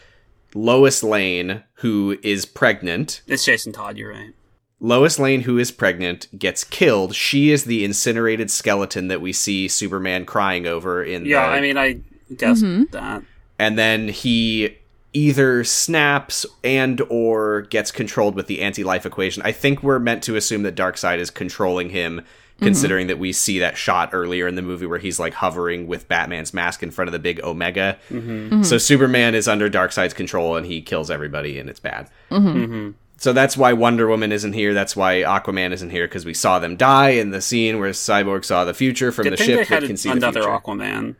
S2: Lois Lane, who is pregnant,
S3: It's Jason Todd. You're right.
S2: Lois Lane, who is pregnant, gets killed. She is the incinerated skeleton that we see Superman crying over in
S3: Yeah,
S2: the
S3: I mean, I guessed that.
S2: and then he either snaps and or gets controlled with the anti-life equation. I think we're meant to assume that Darkseid is controlling him
S3: Mm-hmm.
S2: considering that we see that shot earlier in the movie where he's like hovering with Batman's mask in front of the big omega.
S3: Mm-hmm.
S2: So Superman is under Darkseid's control and he kills everybody and it's bad.
S3: Mm-hmm.
S2: So that's why Wonder Woman isn't here. That's why Aquaman isn't here because we saw them die in the scene where Cyborg saw the future from
S3: Good
S2: the
S3: thing
S2: ship
S3: they had
S2: that can see
S3: another
S2: the future.
S3: Aquaman.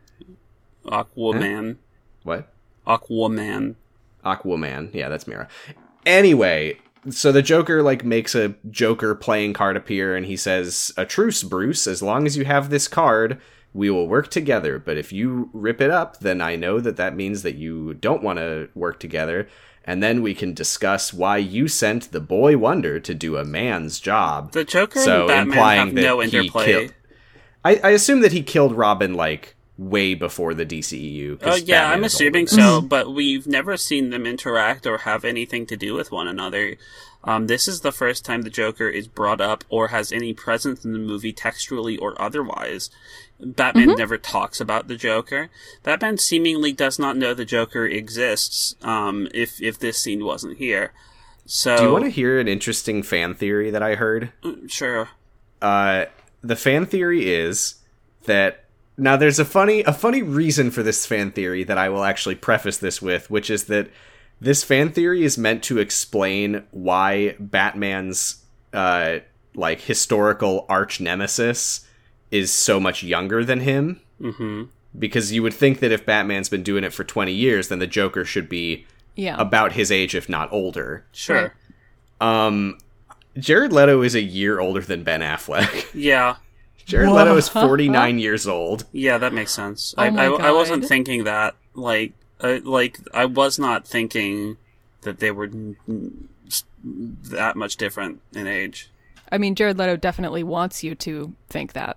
S3: Aquaman.
S2: what?
S3: Aquaman.
S2: Aquaman. Yeah, that's Mira. Anyway, so the Joker like makes a Joker playing card appear and he says, "A truce, Bruce. As long as you have this card, we will work together. But if you rip it up, then I know that that means that you don't want to work together." And then we can discuss why you sent the boy Wonder to do a man's job.
S3: The Joker
S2: So,
S3: and Batman
S2: implying
S3: have
S2: that
S3: no
S2: he
S3: interplay.
S2: killed- I, I assume that he killed Robin like way before the DCEU.
S3: Uh,
S2: 'cause
S3: yeah,
S2: Batman
S3: I'm
S2: is older
S3: assuming
S2: than
S3: so, but we've never seen them interact or have anything to do with one another. Um, this is the first time the Joker is brought up or has any presence in the movie textually or otherwise. Batman
S2: Mm-hmm.
S3: never talks about the Joker. Batman seemingly does not know the Joker exists. Um, if if this scene wasn't here, so
S2: Do
S3: Oh.
S2: you want to hear an interesting fan theory that I heard?
S3: sure.
S2: Uh, the fan theory is that now there's a funny a funny reason for this fan theory that I will actually preface this with, which is that this fan theory is meant to explain why Batman's uh, like historical arch nemesis is so much younger than him.
S3: hmm
S2: Because you would think that if Batman's been doing it for 20 years, then the Joker should be
S4: Yeah.
S2: about his age, if not older.
S3: Sure.
S4: Right.
S2: Um, Jared Leto is a year older than Ben Affleck.
S3: Yeah.
S2: Jared
S4: Wha-
S2: Leto is 49 years old.
S3: Yeah, that makes sense.
S4: Oh
S3: I,
S4: my
S3: I, I wasn't
S4: God.
S3: thinking that. Like, uh, like I was not thinking that they were n- n- s- that much different in age.
S4: I mean, Jared Leto definitely wants you to think that.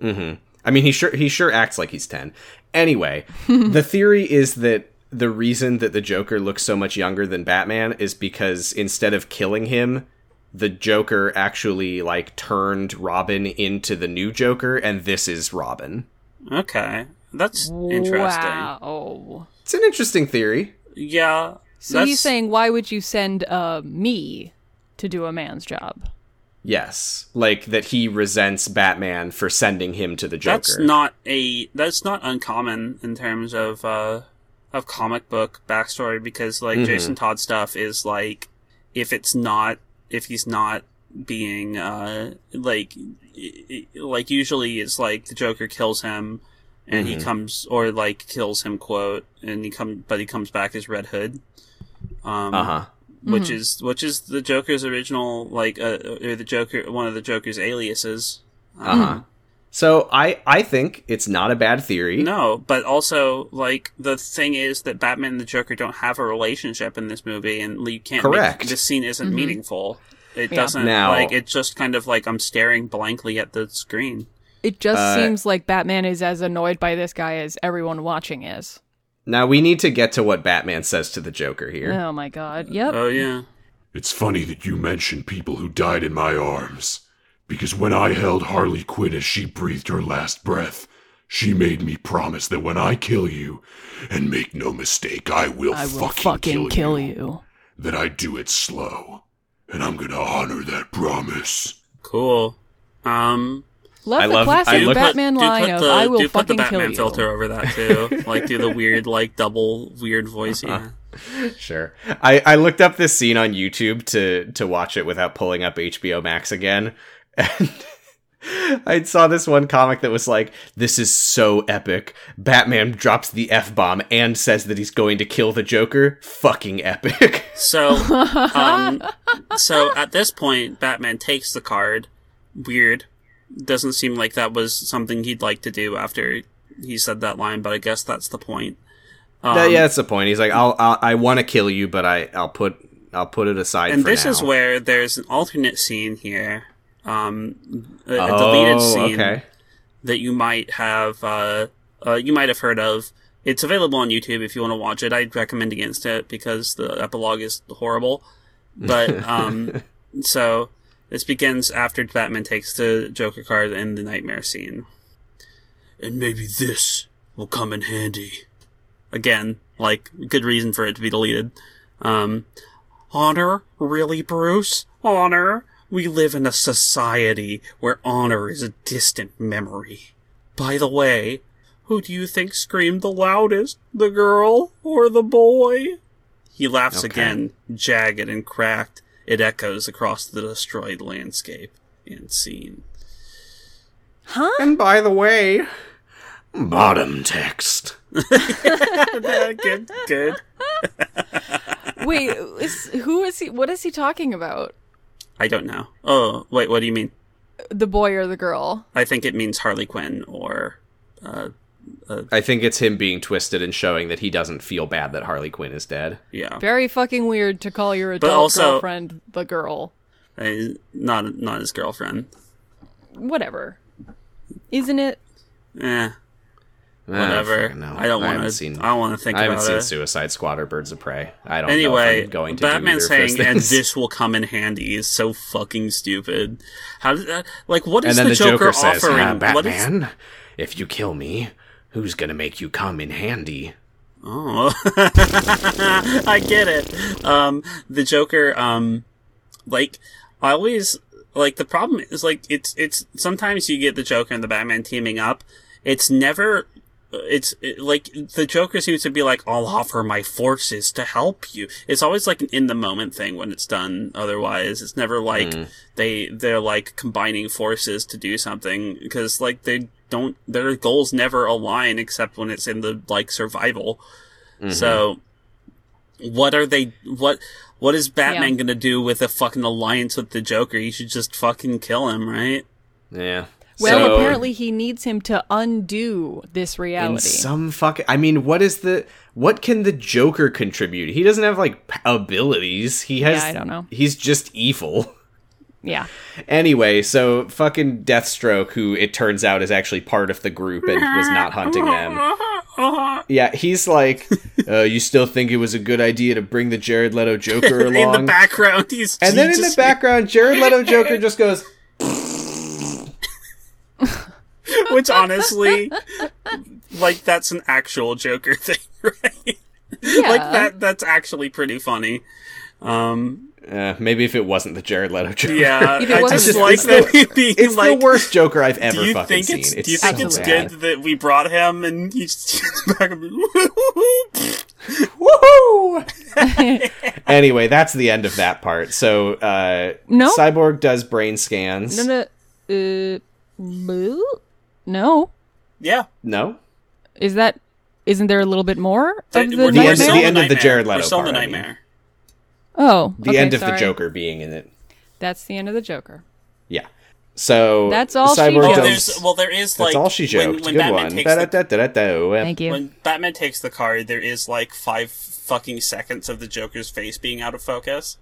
S2: hmm I mean, he sure he sure acts like he's 10. Anyway, the theory is that the reason that the Joker looks so much younger than Batman is because instead of killing him, the Joker actually like turned Robin into the new Joker, and this is Robin.
S3: Okay, that's interesting.
S4: Wow.
S2: It's an interesting theory.
S3: Yeah.
S4: So he's
S3: that's-
S4: saying, why would you send uh, me to do a man's job?
S2: Yes, like that he resents Batman for sending him to the Joker.
S3: That's not a that's not uncommon in terms of uh of comic book backstory because like Jason Todd stuff is like if it's not if he's not being uh like i- i- like usually it's like the Joker kills him and he comes or like kills him quote and he come but he comes back as Red Hood. Um
S2: Uh huh.
S3: which is which is the Joker's original like uh, or the Joker one of the Joker's aliases. Um,
S2: Uh huh. So I I think it's not a bad theory.
S3: No, but also like the thing is that Batman and the Joker don't have a relationship in this movie, and you can't. make-
S2: Correct.
S3: this scene isn't meaningful. It
S4: Mm-hmm. Yeah.
S3: doesn't
S2: Now-
S3: like it's just kind of like I'm staring blankly at the screen.
S4: It just
S2: Uh,
S4: seems like Batman is as annoyed by this guy as everyone watching is.
S2: Now we need to get to what Batman says to the Joker here.
S4: Oh my god. Yep.
S3: Oh yeah,
S5: It's funny that you mention people who died in my arms, because when I held Harley Quinn as she breathed her last breath, she made me promise that when I kill you, and make no mistake, I will,
S4: I will
S5: fucking, kill, you, that I do it slow, and I'm gonna honor that promise.
S3: cool. Um,
S4: Love
S2: I
S4: the
S2: love- I
S4: classic
S2: love-
S4: Batman
S3: do
S4: line
S3: put
S4: of
S3: the,
S4: "I will
S3: do put
S4: fucking
S3: the
S4: kill
S3: Batman
S4: you."
S3: filter over that too, like do the weird like double weird
S2: Uh-huh.
S3: voice. Yeah.
S2: Sure. I I looked up this scene on YouTube to to watch it without pulling up HBO Max again, and I saw this one comic that was like, "This is so epic! Batman drops the f bomb and says that he's going to kill the Joker. Fucking epic!"
S3: So, um, so at this point, Batman takes the card. Weird. Doesn't seem like that was something he'd like to do after he said that line, but I guess that's the point. Um,
S2: That- yeah, that's the point. He's like, "I'll, I'll I want to kill you, but I I'll put I'll put it aside."
S3: And
S2: for
S3: this
S2: now.
S3: is where there's an alternate scene here, um, a, a
S2: oh,
S3: deleted scene
S2: okay.
S3: that you might have uh, uh, you might have heard of. It's available on YouTube if you want to watch it. I'd recommend against it because the epilogue is horrible. But um, so this begins after Batman takes the Joker card in the nightmare scene, and maybe this will come in handy. Again, like good reason for it to be deleted. Um, honor, really, Bruce? Honor? We live in a society where honor is a distant memory. By the way, who do you think screamed the loudest, the girl or the boy? He laughs again, jagged and cracked. It echoes across the destroyed landscape and scene.
S2: And by the way,
S6: Bottom text.
S3: good, good.
S4: Wait, is, who is he? What is he talking about?
S3: I don't know. Oh, wait, what do you mean?
S4: The boy or the girl?
S3: I think it means Harley Quinn or. Uh,
S2: I think it's him being twisted and showing that he doesn't feel bad that Harley Quinn is dead.
S3: yeah.
S4: Very fucking weird to call your adult
S3: also-
S4: girlfriend the girl.
S3: Uh, Not, not his girlfriend.
S4: Whatever. Isn't it?
S3: Eh.
S2: I don't
S3: whatever.
S2: Ah, fucking know.
S3: I don't want
S2: haven't
S3: to.
S2: seen-
S3: I want to think
S2: I haven't
S3: about
S2: seen
S3: it.
S2: Suicide Squad or Birds of Prey. I don't know if
S3: Anyway,
S2: I'm going to
S3: Batman
S2: do either of
S3: saying,
S2: those
S3: "and
S2: things.
S3: this will come in handy" is so fucking stupid. How did that? Like, what
S2: and
S3: is
S2: then
S3: the, Joker,
S2: says,
S3: offering?
S2: "Ah,
S3: what is?
S2: Batman, if you kill me, who's gonna make you come in handy?
S3: Oh, I get it. Um, the Joker, um, like, I always, like, the problem is, like, it's, it's, sometimes you get the Joker and the Batman teaming up. It's never, it's, it- like, the Joker seems to be like, I'll offer my forces to help you. It's always like an in the moment thing when it's done otherwise. It's never like they, they're like combining forces to do something because, like, they, don't their goals never align except when it's in the like survival. So
S2: Mm-hmm.
S3: what are they what what is Batman
S4: Yeah.
S3: going to do with a fucking alliance with the Joker? You should just fucking kill him, right?
S2: Yeah.
S4: Well,
S2: So-
S4: apparently he needs him to undo this
S2: in
S4: reality.
S2: some fucking. I mean, what is the? What can the Joker contribute? He doesn't have like p- abilities. He has.
S4: I don't know.
S2: He's just evil.
S4: yeah.
S2: Anyway, so fucking Deathstroke, who it turns out is actually part of the group and was not hunting them. Yeah, he's like, uh, you still think it was a good idea to bring the Jared Leto Joker along?
S3: In the background, he's
S2: and then
S3: he
S2: in the
S3: just-
S2: background, Jared Leto Joker just goes,
S3: which honestly, like that's an actual Joker thing, right?
S4: Yeah.
S3: Like that that's actually pretty funny. Um,
S2: Uh, maybe if it wasn't the Jared Leto Joker.
S3: Yeah,
S4: If it
S3: I
S4: wasn't
S3: just
S4: the-
S3: like
S4: It's
S3: that. he'd be
S2: It's
S3: like,
S2: the worst Joker I've ever
S3: Do you
S2: fucking
S3: think
S2: seen.
S3: it's,
S2: It's
S3: do you
S2: so
S3: think it's
S2: bad.
S3: good that we brought him and he's back and
S2: Anyway, that's the end of that part. So uh,
S4: No.
S2: Cyborg does brain scans.
S4: No, no, uh, blue? no.
S3: yeah,
S2: No?
S4: Is that? Isn't there a little bit more of the,
S3: We're- we're
S2: nightmare?
S3: still
S2: The
S3: in
S4: nightmare?
S2: end of the
S3: nightmare.
S2: Jared Leto
S3: We're still in the
S2: part, I mean.
S3: nightmare.
S4: Oh,
S2: The
S4: okay,
S2: end of the
S4: sorry.
S2: Joker being in it.
S4: That's the end of the Joker.
S2: Yeah. So
S4: That's all she
S2: Cyborg
S4: joked.
S3: Oh,
S2: goes-
S3: there's well, there is
S2: That's
S3: like
S2: all she
S3: when-
S2: joked.
S3: When,
S2: Good
S3: Batman
S2: one.
S3: takes the,
S4: Thank you.
S3: when Batman takes the card, there is like five fucking seconds of the Joker's face being out of focus.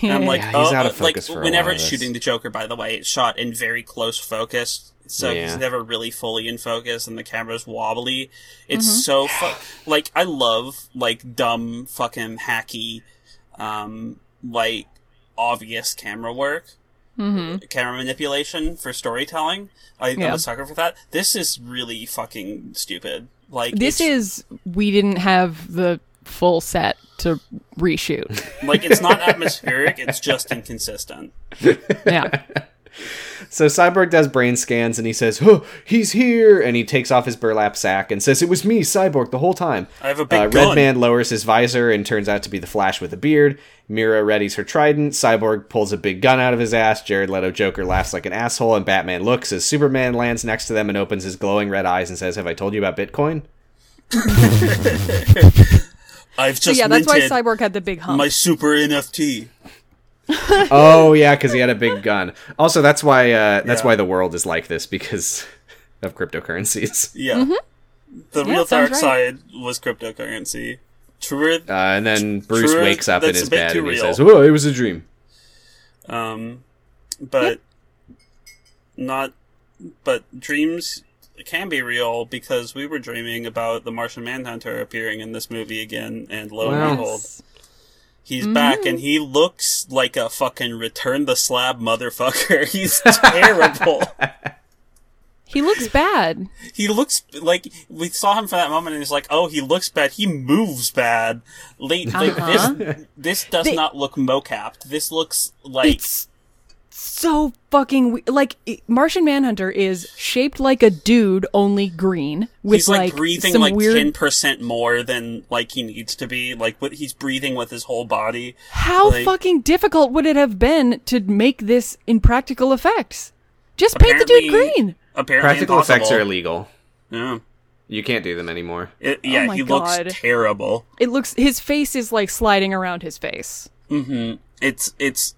S3: And I'm like,
S2: he's
S3: oh,
S2: out
S3: uh,
S2: of
S3: like
S2: focus for a
S3: whenever
S2: while,
S3: it's
S2: that's-
S3: shooting the Joker, by the way, it's shot in very close focus, so
S2: Yeah.
S3: he's never really fully in focus, and the camera's wobbly. It's so fu- like I love like dumb fucking hacky, um, like obvious camera work,
S4: Mm-hmm.
S3: camera manipulation for storytelling. I, I'm
S4: Yeah.
S3: a sucker for that. This is really fucking stupid. Like
S4: This
S3: it's-
S4: is we didn't have the full set to reshoot.
S3: like it's not atmospheric. it's just inconsistent.
S4: Yeah.
S2: So Cyborg does brain scans and he says, "Oh, he's here!" And he takes off his burlap sack and says, "It was me, Cyborg, the whole time."
S3: I have a big
S2: uh, Red
S3: gun.
S2: Man lowers his visor and turns out to be the Flash with a beard. Mira readies her trident. Cyborg pulls a big gun out of his ass. Jared Leto Joker laughs like an asshole, and Batman looks as Superman lands next to them and opens his glowing red eyes and says, "Have I told you about Bitcoin?"
S3: I've just
S4: So yeah, that's why
S3: minted
S4: Cyborg had the big hump.
S3: my super NFT.
S2: oh yeah, because he had a big gun. Also, that's why uh, that's
S3: Yeah.
S2: why the world is like this because of cryptocurrencies.
S3: Yeah. The
S4: Mm-hmm. Yeah,
S3: real dark
S4: sounds right.
S3: side was cryptocurrency. True.
S2: Uh, and then Bruce
S3: True,
S2: wakes up in
S3: that's
S2: his
S3: a bit
S2: bed
S3: too
S2: and he
S3: real.
S2: says, "Oh, it was a dream."
S3: um, but not. But dreams can be real because we were dreaming about the Martian Manhunter appearing in this movie again, and lo and
S2: Wow.
S3: behold, he's
S4: Mm-hmm.
S3: back, and he looks like a fucking return the slab motherfucker. He's terrible.
S4: He looks bad.
S3: he looks like we saw him for that moment, and he's like, "Oh, he looks bad. He moves bad." Late, like
S4: Uh-huh.
S3: this, this does
S4: They-
S3: not look mocapped. This looks like
S4: It's so fucking we- like it- Martian Manhunter is shaped like a dude, only green with
S3: he's like, breathing
S4: some
S3: like
S4: weird.
S3: ten percent more than like he needs to be. Like what he's breathing with his whole body.
S4: How
S3: like-
S4: fucking difficult would it have been to make this in practical effects? Just paint the dude
S3: Apparently-
S4: green.
S3: Apparently,
S2: Practical effects are
S3: impossible.
S2: illegal.
S3: Yeah,
S2: You can't do them anymore.
S3: It- yeah,
S4: Oh my
S3: he
S4: God.
S3: looks terrible.
S4: It looks his face is like sliding around his face.
S3: It's it's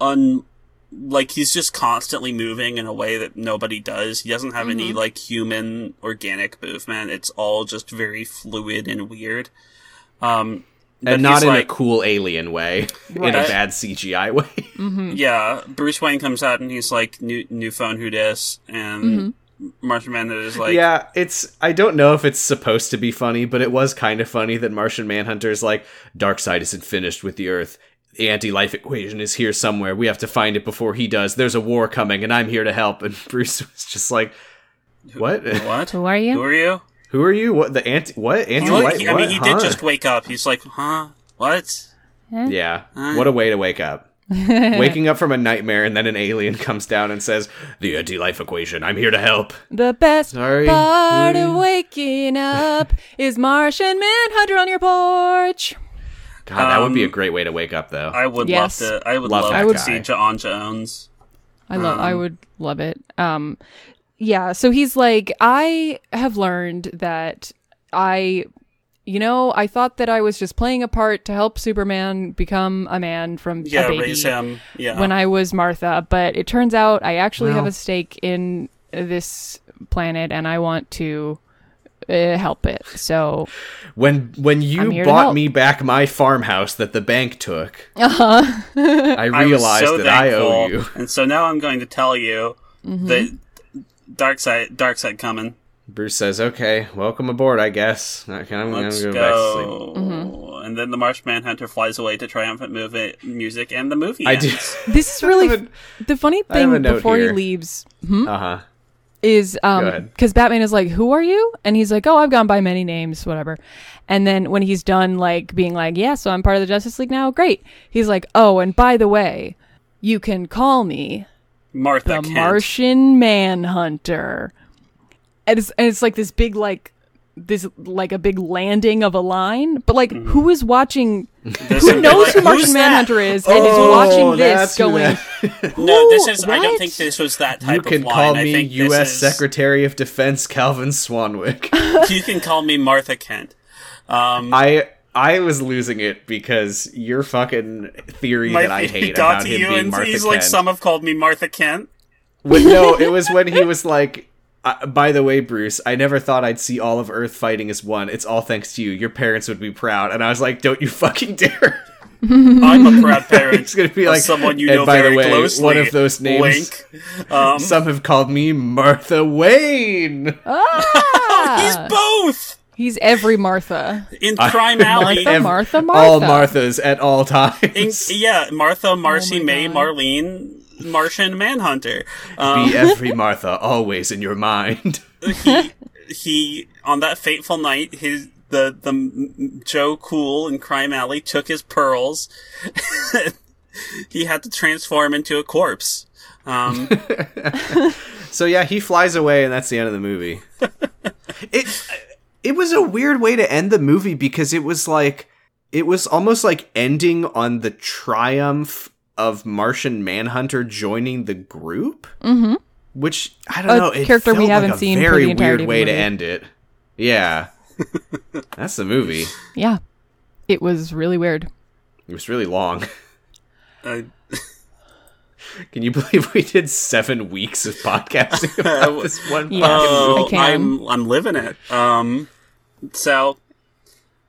S3: un like he's just constantly moving in a way that nobody does. He doesn't have
S4: Mm-hmm.
S3: any like human organic movement. It's all just very fluid and weird. Um but
S2: and not
S3: he's
S2: in
S3: like-
S2: a cool alien way, in a
S3: Right.
S2: bad CGI way.
S4: Hmm.
S3: Yeah, Bruce Wayne comes out and he's like new new phone who dis and
S4: Mm-hmm.
S3: Martian Manhunter is like
S2: yeah, it's. I don't know if it's supposed to be funny, but it was kind of funny that Martian Manhunter is like, "Dark Side isn't finished with the Earth. The anti-life equation is here somewhere. We have to find it before he does. There's a war coming, and I'm here to help." And Bruce was just like, "What?
S3: what?
S4: Who are you?
S3: Who are you?
S2: Who are you? What the anti? What
S3: He,
S2: anti-life?
S3: like- I mean,
S2: what?
S3: he
S2: Huh?"
S3: did just wake up. He's like, huh? What?
S2: Yeah. What a way to wake up. Waking up from a nightmare and then an alien comes down and says, "The anti-life equation. I'm here to help."
S4: The best
S2: Sorry.
S4: part of
S3: Mm.
S4: waking up is Martian Manhunter on your porch.
S2: God, that would be a
S3: Um,
S2: great way to wake up, though.
S3: I would
S4: Yes.
S3: love to. I would
S2: Love
S3: love,
S2: that
S3: to
S2: guy.
S3: see John Jones.
S4: I love. I would love it. Um, yeah. So he's like, I have learned that I, you know, I thought that I was just playing a part to help Superman become a man from
S3: Yeah,
S4: a baby
S3: raise him. Yeah.
S4: when I was Martha, but it turns out I actually have
S2: Well-
S4: a stake in this planet, and I want to uh, help it. So
S2: When when
S4: I'm
S2: you
S4: here to
S2: bought
S4: help.
S2: me back my farmhouse that the bank took,
S4: Uh-huh.
S2: I
S3: I was
S2: realized
S3: so
S2: that
S3: thankful,
S2: I owe you.
S3: And so now I'm going to tell you
S4: Mm-hmm.
S3: that dark side, dark side coming.
S2: Bruce says, "Okay, welcome aboard. I guess Okay, I'm, I'm
S3: Let's
S2: gonna go, back to sleep."
S3: go.
S4: Mm-hmm.
S3: And then the Marsh Manhunter flies away to triumphant movie, music, and the movie.
S2: I
S3: ends.
S2: do.
S4: this is really
S2: I have
S4: the funny
S2: I have a
S4: thing
S2: note
S4: before
S2: here.
S4: he leaves. hmm,
S2: Uh huh.
S4: is um
S2: ahead.
S4: because Batman is like, "Who are you?" and he's like, "Oh, I've gone by many names, whatever." And then when he's done like being like, "Yeah, so I'm part of the Justice League now," great. He's like, "Oh, and by the way, you can call me
S3: Martha
S4: the
S3: Kent.
S4: Martian Manhunter." And it's and it's like this big like this like a big landing of a line, but like who is watching?
S3: This
S4: Mm-hmm. Who
S3: is-
S4: knows
S3: like,
S4: who Martian
S3: who's that? Oh,
S4: Manhunter is and is
S2: Oh,
S4: watching this going?
S3: No, this
S4: Who?
S3: is. I don't
S4: What?
S3: think this was that type
S2: You can
S3: of line.
S2: call
S3: I
S2: me
S3: think this
S2: U.S.
S3: is-
S2: Secretary of Defense Calvin Swanwick.
S3: You can call me Martha Kent. Um,
S2: I I was losing it because your fucking theory that I
S3: he
S2: hate about him being
S3: and
S2: Martha
S3: he's
S2: Kent.
S3: like, some have called me Martha Kent.
S2: When- no, it was when he was like, "Uh, "By the way, Bruce, I never thought I'd see all of Earth fighting as one. It's all thanks to you. Your parents would be proud." And I was like, "Don't you fucking dare!"
S3: I'm a proud parent.
S2: He's gonna be
S3: of
S2: like,
S3: someone you
S2: "And
S3: know
S2: by the
S3: very
S2: way,
S3: closely.
S2: one of those names-
S3: Link. Um,
S2: Some have called me Martha Wayne.
S4: Oh,
S3: he's
S4: Ah!
S3: both
S4: he's every Martha.
S3: in Crime Alley.
S4: Martha, Martha,
S2: All
S4: Martha.
S2: Marthas at all
S3: In-
S2: times.
S3: yeah,
S2: Oh
S3: Martha, Marcy,
S4: my
S3: May,
S4: God.
S3: Marlene, Martian Manhunter. Um,
S2: be every Martha, always in your mind.
S3: he on that fateful night, his the the m- Joe Cool in Crime Alley took his pearls. he had to transform into a corpse. Um,
S2: So yeah, he flies away, and that's the end of the movie. it it was a weird way to end the movie because it was like it was almost like ending on the triumph of Martian Manhunter joining the group, mm-hmm. which I don't
S4: A
S2: know. It
S4: character we
S2: felt like
S4: haven't
S2: a
S4: seen for
S2: Very
S4: the entirety
S2: weird
S4: of the
S2: way to
S4: movie.
S2: end it. Yeah, that's the movie.
S4: Yeah, it was really weird.
S2: It was really long.
S3: uh,
S2: Can you believe we did seven weeks of podcasting about this one?
S4: Yeah.
S3: oh,
S4: I can.
S3: I'm I'm living it. Um, so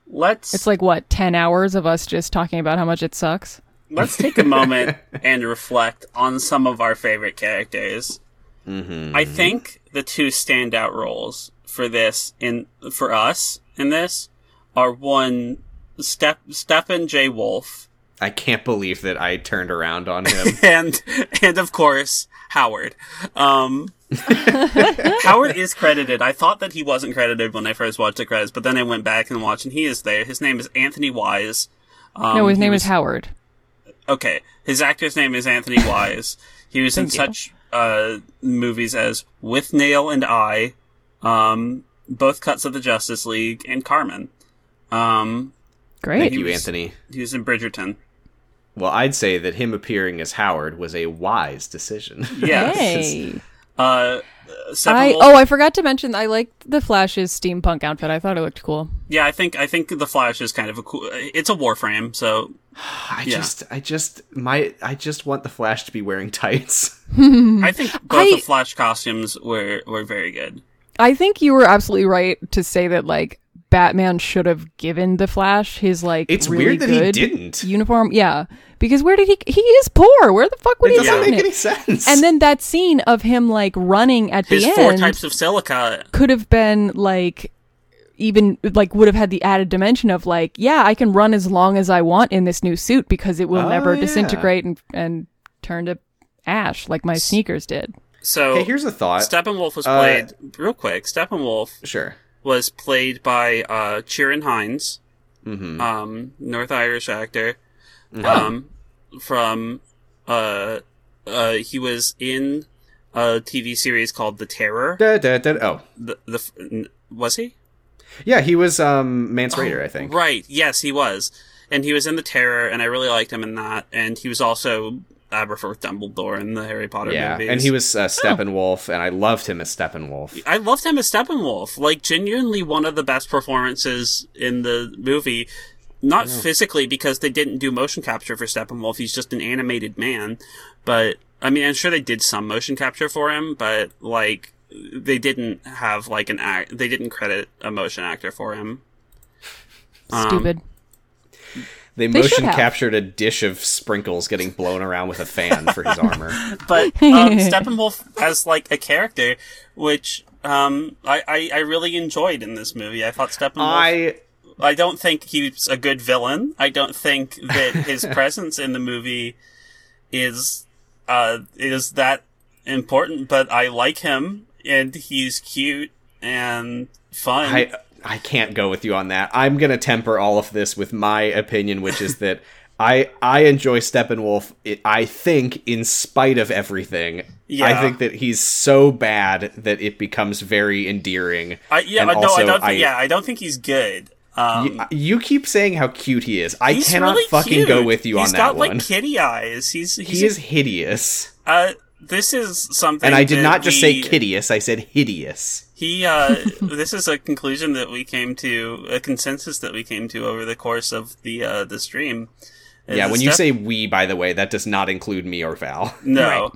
S3: let's
S4: It's like what ten hours of us just talking about how much it sucks.
S3: let's take a moment and reflect on some of our favorite characters. I think the two standout roles for this in for us in this are one Step Stephen J. Wolf
S2: I can't believe that I turned around on him.
S3: and and of course Howard. Um, Howard is credited. I thought that he wasn't credited when I first watched the credits, but then I went back and watched, and he is there. His name is Anthony Wise. Um,
S4: no, his
S3: he
S4: name
S3: was-
S4: is Howard.
S3: Okay, his actor's name is Anthony Wise. He was in
S4: Thank you.
S3: such uh, movies as With Nail and I, um, both cuts of the Justice League, and Carmen. Um,
S2: Thank
S4: Great.
S2: you,
S3: was-
S2: Anthony.
S3: he was in Bridgerton.
S2: Well, I'd say that him appearing as Howard was a wise decision.
S3: Yes.
S4: Hey.
S3: Uh,
S4: I
S3: Steppenwolf-
S4: oh I forgot to mention I liked the Flash's steampunk outfit. I thought it looked cool.
S3: Yeah, I think I think the Flash is kind of a cool. It's a Warframe, so
S2: I
S3: Yeah.
S2: just, I just, my, I just want the Flash to be wearing tights.
S3: I think both
S4: I-
S3: the Flash costumes were were very good.
S4: I think you were absolutely right to say that like Batman should have given the Flash his like
S2: It's
S4: really
S2: weird that he
S4: good
S2: didn't.
S4: uniform. Yeah, because where did he? He is poor. Where the fuck would
S2: It
S4: he
S2: doesn't
S4: have gotten
S2: make
S4: it?
S2: any sense.
S4: And then that scene of him like running at
S3: His
S4: the
S3: four
S4: end
S3: types of silica.
S4: could have been like even like would have had the added dimension of like yeah I can run as long as I want in this new suit because it will
S2: Oh,
S4: never
S2: yeah.
S4: disintegrate and and turn to ash like my sneakers did.
S3: So
S2: hey, here's a thought.
S3: Steppenwolf was
S2: Uh,
S3: played real quick. Steppenwolf
S2: Sure.
S3: was played by uh, Ciaran Hines,
S2: Mm-hmm.
S3: um, North Irish actor, um, from uh, uh, he was in a TV series called The Terror.
S2: Da, da, da, oh,
S3: The, the f- n- was he
S2: yeah, he was um, Mance Raider, I think.
S3: right? Yes, he was, and he was in The Terror, and I really liked him in that. And he was also Aberforth Dumbledore in the Harry Potter
S2: Yeah,
S3: movies.
S2: and he was uh, Steppenwolf, and I loved him as Steppenwolf.
S3: I loved him as Steppenwolf. Like, genuinely one of the best performances in the movie. Not physically, because they didn't do motion capture for Steppenwolf. He's just an animated man. But, I mean, I'm sure they did some motion capture for him, but, like, they didn't have, like, an act, they didn't credit a motion actor for him. Um,
S4: Stupid.
S2: They,
S4: They should
S2: motion
S4: have.
S2: captured a dish of sprinkles getting blown around with a fan for his armor.
S3: but um, Steppenwolf as like a character, which um, I, I I really enjoyed in this movie. I thought Steppenwolf.
S2: I
S3: I don't think he's a good villain. I don't think that his presence in the movie is uh is that important, but I like him and he's cute and fun.
S2: I I can't go with you on that. I'm gonna temper all of this with my opinion, which is that I I enjoy Steppenwolf. It, I think, in spite of everything, I
S3: Yeah.
S2: think that he's so bad that it becomes very endearing.
S3: I- yeah,
S2: And
S3: no, I
S2: also,
S3: don't. Think, yeah, I don't think he's good. Um,
S2: y- you keep saying how cute he is. I
S3: he's
S2: cannot
S3: really
S2: fucking
S3: cute.
S2: go with you
S3: He's
S2: on
S3: got
S2: that one.
S3: like kitty eyes. He's, he's
S2: he is hideous,
S3: Uh, this is something.
S2: and I did
S3: that
S2: not just say
S3: we-
S2: kittyous. I said hideous.
S3: He. Uh, this is a conclusion that we came to, a consensus that we came to over the course of the uh, the stream. Is
S2: Yeah,
S3: that
S2: when you
S3: Steph-
S2: say we, by the way, that does not include me or Val.
S3: no,
S4: Right.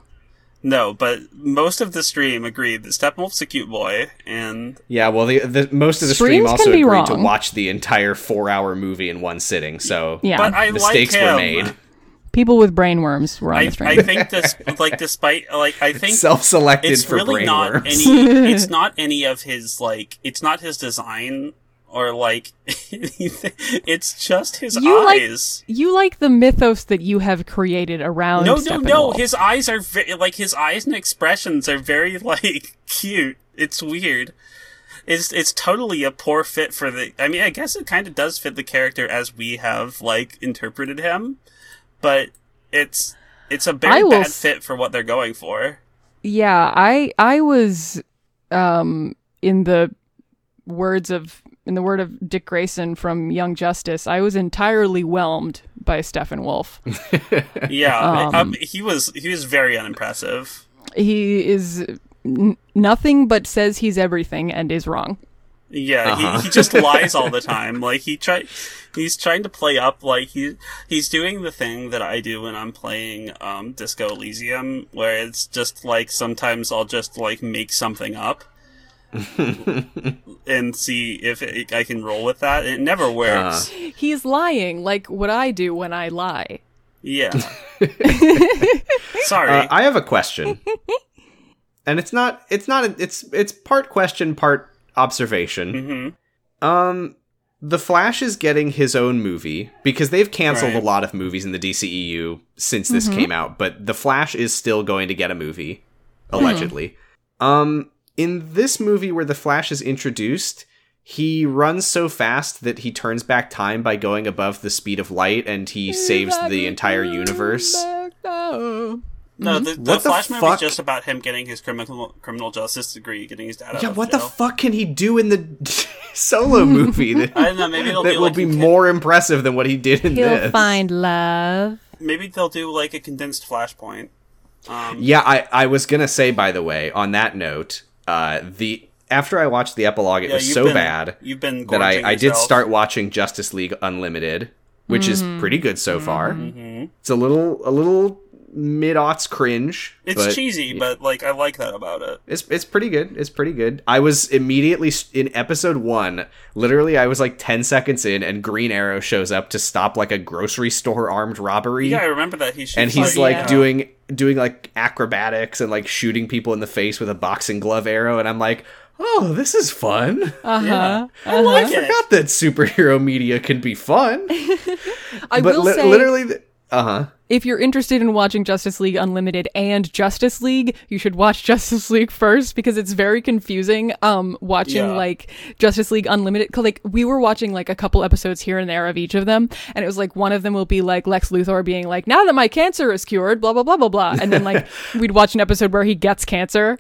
S3: no, but most of the stream agreed that Steppenwolf's a cute boy, and
S2: Yeah, well, the, the most of the stream
S4: Streams
S2: also
S4: can be
S2: agreed to
S4: wrong.
S2: watch the entire four-hour movie in one sitting. So
S4: Yeah.
S3: but I
S2: mistakes
S3: like him.
S2: were made.
S4: People with brainworms were on
S3: I,
S4: the stream.
S3: I think this, like, despite, like, I think
S2: Self-selected
S3: it's
S2: for
S3: really not
S2: brainworms.
S3: any it's not any of his like it's not his design or like anything. it's just his
S4: You like-
S3: eyes
S4: you like the mythos that you have created around.
S3: no no no
S4: Steppenwolf.
S3: his eyes are ve- like his eyes and expressions are very like cute it's weird it's it's totally a poor fit for the i mean i guess it kind of does fit the character as we have like interpreted him but it's it's a
S4: I
S3: very
S4: will
S3: bad
S4: s-
S3: fit for what they're going for
S4: Yeah, I I was um in the words of in the word of Dick Grayson from Young Justice, I was entirely whelmed by Stephen Wolf.
S3: yeah
S4: Um,
S3: um, he was he was very unimpressive
S4: he is n- nothing but says he's everything and is wrong.
S3: Yeah,
S2: Uh-huh.
S3: he, he just lies all the time. Like he try, he's trying to play up. Like he he's doing the thing that I do when I'm playing um, Disco Elysium, where it's just like sometimes I'll just like make something up and see if it, I can roll with that. It never works.
S2: Uh.
S4: He's lying like what I do when I lie.
S3: Yeah. Sorry.
S2: Uh, I have a question, and it's not it's not it's it's part question, part observation.
S3: hmm
S2: Um, the Flash is getting his own movie because they've canceled
S3: Right.
S2: a lot of movies in the DCEU since this came out, but the Flash is still going to get a movie allegedly. Um, in this movie where the Flash is introduced, he runs so fast that he turns back time by going above the speed of light, and he saves the entire universe.
S3: No, the, the
S2: Mm-hmm. What the
S3: Flash movie
S2: fuck?
S3: is just about him getting his criminal criminal justice degree, getting his dad out
S2: Yeah,
S3: of
S2: what the
S3: jail.
S2: fuck can he do in the solo movie that,
S3: I don't know. Maybe it'll
S2: that
S3: be
S2: will
S3: like
S2: be
S3: a kid-
S2: more impressive than what he did in this?
S4: love.
S3: Maybe they'll do like a condensed flashpoint. Um,
S2: Yeah, I, I was gonna say by the way, on that note, uh, the after I watched the epilogue, it
S3: yeah,
S2: was
S3: you've
S2: so
S3: been-
S2: bad
S3: You've been
S2: that I,
S3: gorging
S2: I did
S3: yourself.
S2: start watching Justice League Unlimited, which is pretty good so far.
S3: Mhm.
S2: It's a little a little mid aughts cringe.
S3: It's
S2: but
S3: cheesy, but like I like that about it.
S2: It's it's pretty good. It's pretty good. I was immediately s- in episode one. Literally, I was like ten seconds in, and Green Arrow shows up to stop like a grocery store armed robbery,
S3: Yeah, I remember that he shoots
S2: and he's
S4: Oh,
S2: like
S4: yeah.
S2: doing doing like acrobatics and like shooting people in the face with a boxing glove arrow, and I'm like. Oh, this is fun.
S4: Uh huh.
S3: I like
S2: I
S3: it.
S2: forgot that superhero media can be fun.
S4: I
S2: but
S4: will
S2: li-
S4: say,
S2: literally, uh huh.
S4: if you're interested in watching Justice League Unlimited and Justice League, you should watch Justice League first because it's very confusing. Um, watching
S3: Yeah.
S4: like Justice League Unlimited, 'cause, like we were watching like a couple episodes here and there of each of them, and it was like one of them will be like Lex Luthor being like, "Now that my cancer is cured, blah blah blah blah blah," and then like we'd watch an episode where he gets cancer.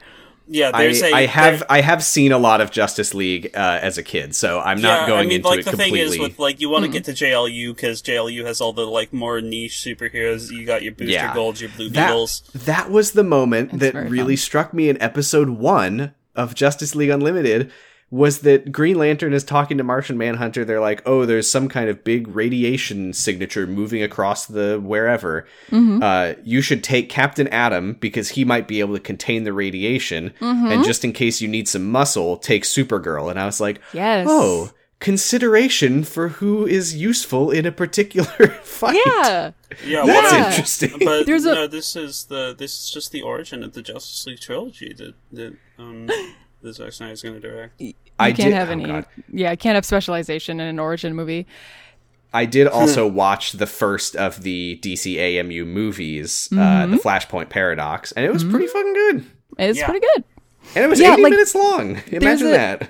S3: Yeah,
S2: I,
S3: there's a
S2: I have
S3: there-
S2: I have seen a lot of Justice League uh, as a kid, so I'm
S3: yeah,
S2: not going
S3: I mean,
S2: into
S3: like
S2: it
S3: the
S2: completely.
S3: thing is with like you want
S4: Mm-hmm.
S3: to get to JLU because JLU has all the like more niche superheroes. You got your Booster
S2: Yeah.
S3: Gold, your Blue
S2: that,
S3: Beetles.
S2: that was the moment
S4: That's
S2: that
S4: very
S2: really
S4: fun.
S2: struck me in episode one of Justice League Unlimited was that Green Lantern is talking to Martian Manhunter. They're like, oh, there's some kind of big radiation signature moving across the wherever.
S4: Mm-hmm.
S2: Uh, you should take Captain Atom because he might be able to contain the radiation.
S4: Mm-hmm.
S2: And just in case you need some muscle, take Supergirl. And I was like,
S4: Yes.
S2: oh, consideration for who is useful in a particular fight.
S4: Yeah.
S3: Yeah,
S2: That's
S3: well,
S2: interesting.
S3: But
S4: There's a-
S3: no, this is the this is just the origin of the Justice League trilogy that that um that Zack Snyder's going to direct.
S2: I
S4: You can't
S2: did-
S4: have
S2: oh,
S4: any.
S2: God.
S4: yeah, I can't have specialization in an origin movie.
S2: I
S4: Hmm.
S2: did also watch the first of the
S4: Mm-hmm.
S2: DCAMU movies, uh, The Flashpoint Paradox, and it was pretty fucking good.
S4: It's
S3: Yeah.
S4: pretty good.
S2: And it was
S4: Mm-hmm. Yeah,
S2: 80
S4: like,
S2: minutes long. Imagine
S4: a-
S2: that.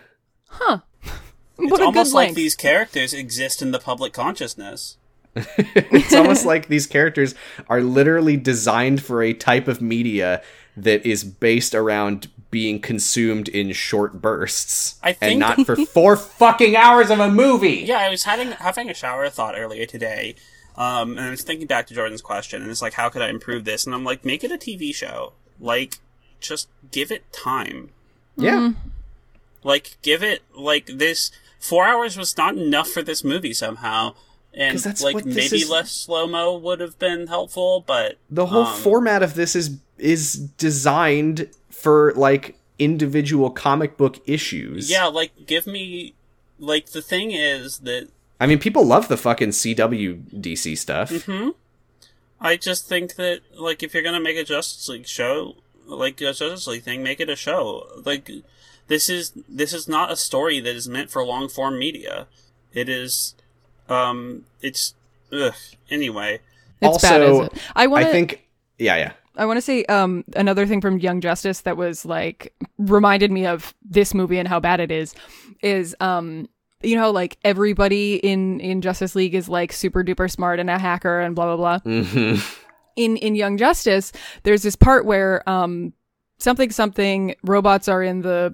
S4: what
S3: It's
S4: a good
S3: almost like
S4: length.
S3: these characters exist in the public consciousness.
S2: It's almost like these characters are literally designed for a type of media that is based around being consumed in short bursts
S3: I think-
S2: and not for four fucking hours of a movie.
S3: Yeah, I was having having a shower thought earlier today, um, and I was thinking back to Jordan's question, and it's like, how could I improve this? And I'm like, make it a TV show. Like, just give it time.
S2: Yeah.
S3: Like, give it like this. Four hours was not enough for this movie somehow, and
S2: 'Cause that's
S3: like
S2: what this
S3: maybe
S2: is-
S3: less slow mo would have been helpful, but
S2: the whole
S3: um,
S2: format of this is is designed for like individual comic book issues.
S3: Yeah, like give me like the thing is that
S2: I mean, people love the fucking CW DC stuff.
S3: I just think that like if you're gonna make a Justice League show, like a Justice League thing, make it a show. Like this is this is not a story that is meant for long form media. It is, um, it's ugh. anyway.
S4: It's bad,
S2: Also,
S4: is it? I want
S2: I
S4: to.
S2: think yeah, yeah.
S4: I want to say um, another thing from Young Justice that was like reminded me of this movie and how bad it is is um you know like everybody in in Justice League is like super duper smart and a hacker and blah blah blah.
S2: Mhm.
S4: in in Young Justice, there's this part where um something something robots are in the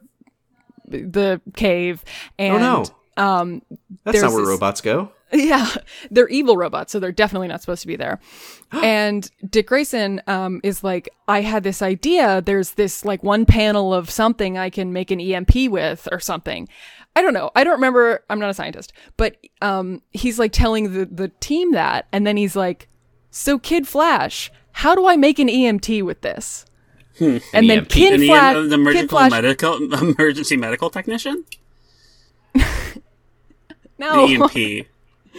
S4: the cave and
S2: Oh no.
S4: um
S2: That's
S4: there's
S2: not where
S4: this-
S2: robots go.
S4: yeah, they're evil robots, so they're definitely not supposed to be there. and Dick Grayson um, is like, I had this idea. There's this like one panel of something I can make an EMP with or something. I don't know. I don't remember. I'm not a scientist, but um, he's like telling the the team that, and then he's like, "So Kid Flash, how do I make an EMT with this?"
S2: Hmm.
S4: and
S3: E
S4: then
S2: EMT.
S4: Kid,
S3: And the,
S4: Fla-
S3: the
S4: Kid
S3: emergency
S4: Flash,
S3: medical emergency medical technician,
S4: no,
S3: the E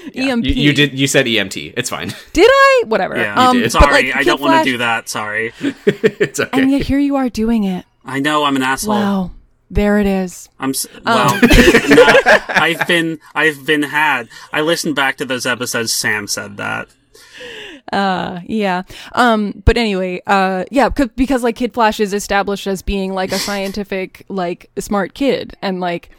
S3: EMP.
S4: EMP.
S2: You, you did you said EMT. It's fine.
S4: Did I? Whatever.
S3: Yeah,
S4: um, but,
S3: sorry,
S4: like,
S3: I
S4: Kid
S3: don't want
S4: Flash-
S3: to do that. Sorry,
S2: it's okay.
S4: And yet here you are doing it.
S3: I know I'm an asshole.
S4: Wow. Um. There it is.
S3: I'm s wow. No, I've been I've been had. I listened back to those episodes. Sam said that.
S4: Yeah. Um but anyway, uh yeah, c- because like Kid Flash is established as being like a scientific like smart kid and like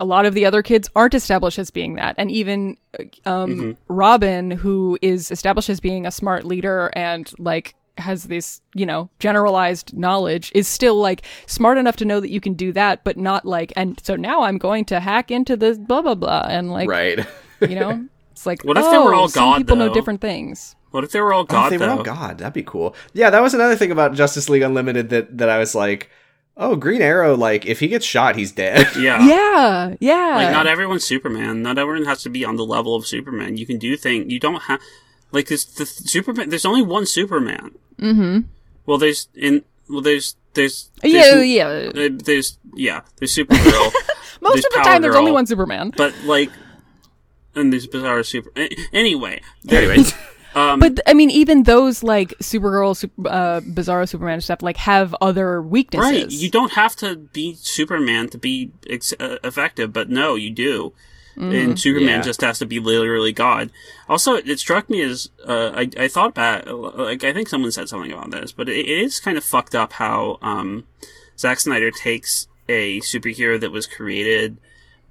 S4: a lot of the other kids aren't established as being that. And even um Robin who is established as being a smart leader and like has this, you know, generalized knowledge is still like smart enough to know that you can do that but not like and so now I'm going to hack into this blah blah blah and like
S2: Right.
S4: you know, it's like
S3: What if they were
S4: oh,
S3: all
S4: some
S3: God,
S4: people know
S3: though?
S4: different things.
S3: What if they were all
S2: Oh,
S3: God
S2: if they
S3: though?
S2: were all God. That'd be cool. Yeah, that was another thing about Justice League Unlimited that that I was like, oh, Green Arrow. Like, if he gets shot, he's dead.
S3: Yeah.
S4: Yeah, yeah.
S3: Like not everyone's Superman. Not everyone has to be on the level of Superman. You can do things. You don't have like this. The th- Superman. There's only one Superman. Mm-hmm. Well, there's in. Well, there's there's,
S4: yeah,
S3: there's
S4: yeah.
S3: uh, There's yeah. There's Supergirl.
S4: Most
S3: there's
S4: of the
S3: Power
S4: time, there's
S3: Girl,
S4: only one Superman.
S3: But like, and there's bizarre super. a- Anyway,
S2: Anyways,
S4: but I mean, even those like Supergirl, Sup- uh, Bizarro, Superman stuff like have other weaknesses.
S3: Right. You don't have to be Superman to be ex- uh, effective, but no, you do.
S4: Mm-hmm.
S3: And Superman
S2: Yeah.
S3: just has to be literally God. Also, it, it struck me as uh, I, I thought back, like I think someone said something about this, but it, it is kind of fucked up how um, Zack Snyder takes a superhero that was created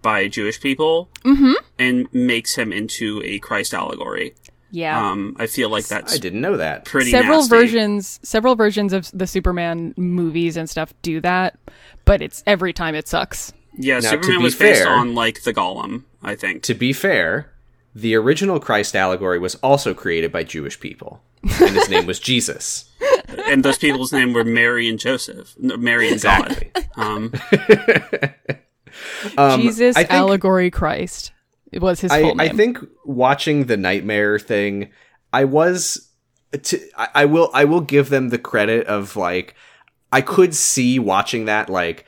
S3: by Jewish people
S4: Mm-hmm.
S3: and makes him into a Christ allegory.
S4: yeah.
S3: Um, I feel like that's
S2: I didn't know that.
S3: pretty
S4: several
S3: nasty.
S4: versions, several versions of the Superman movies and stuff do that, but it's every time it sucks.
S3: Yeah,
S2: Now, to
S3: Superman
S2: be
S3: was based
S2: fair-
S3: on like the Golem, I think.
S2: To be fair, the original Christ allegory was also created by Jewish people, and his name was Jesus.
S3: and those people's name were Mary and Joseph, No, Mary and
S2: Exactly.
S3: God. Um,
S4: Jesus,
S2: Um, I think-
S4: allegory, Christ. It was his
S2: I,
S4: full
S2: I
S4: name.
S2: think watching the nightmare thing, I was. To, I, I will. I will give them the credit of like. I could see watching that like,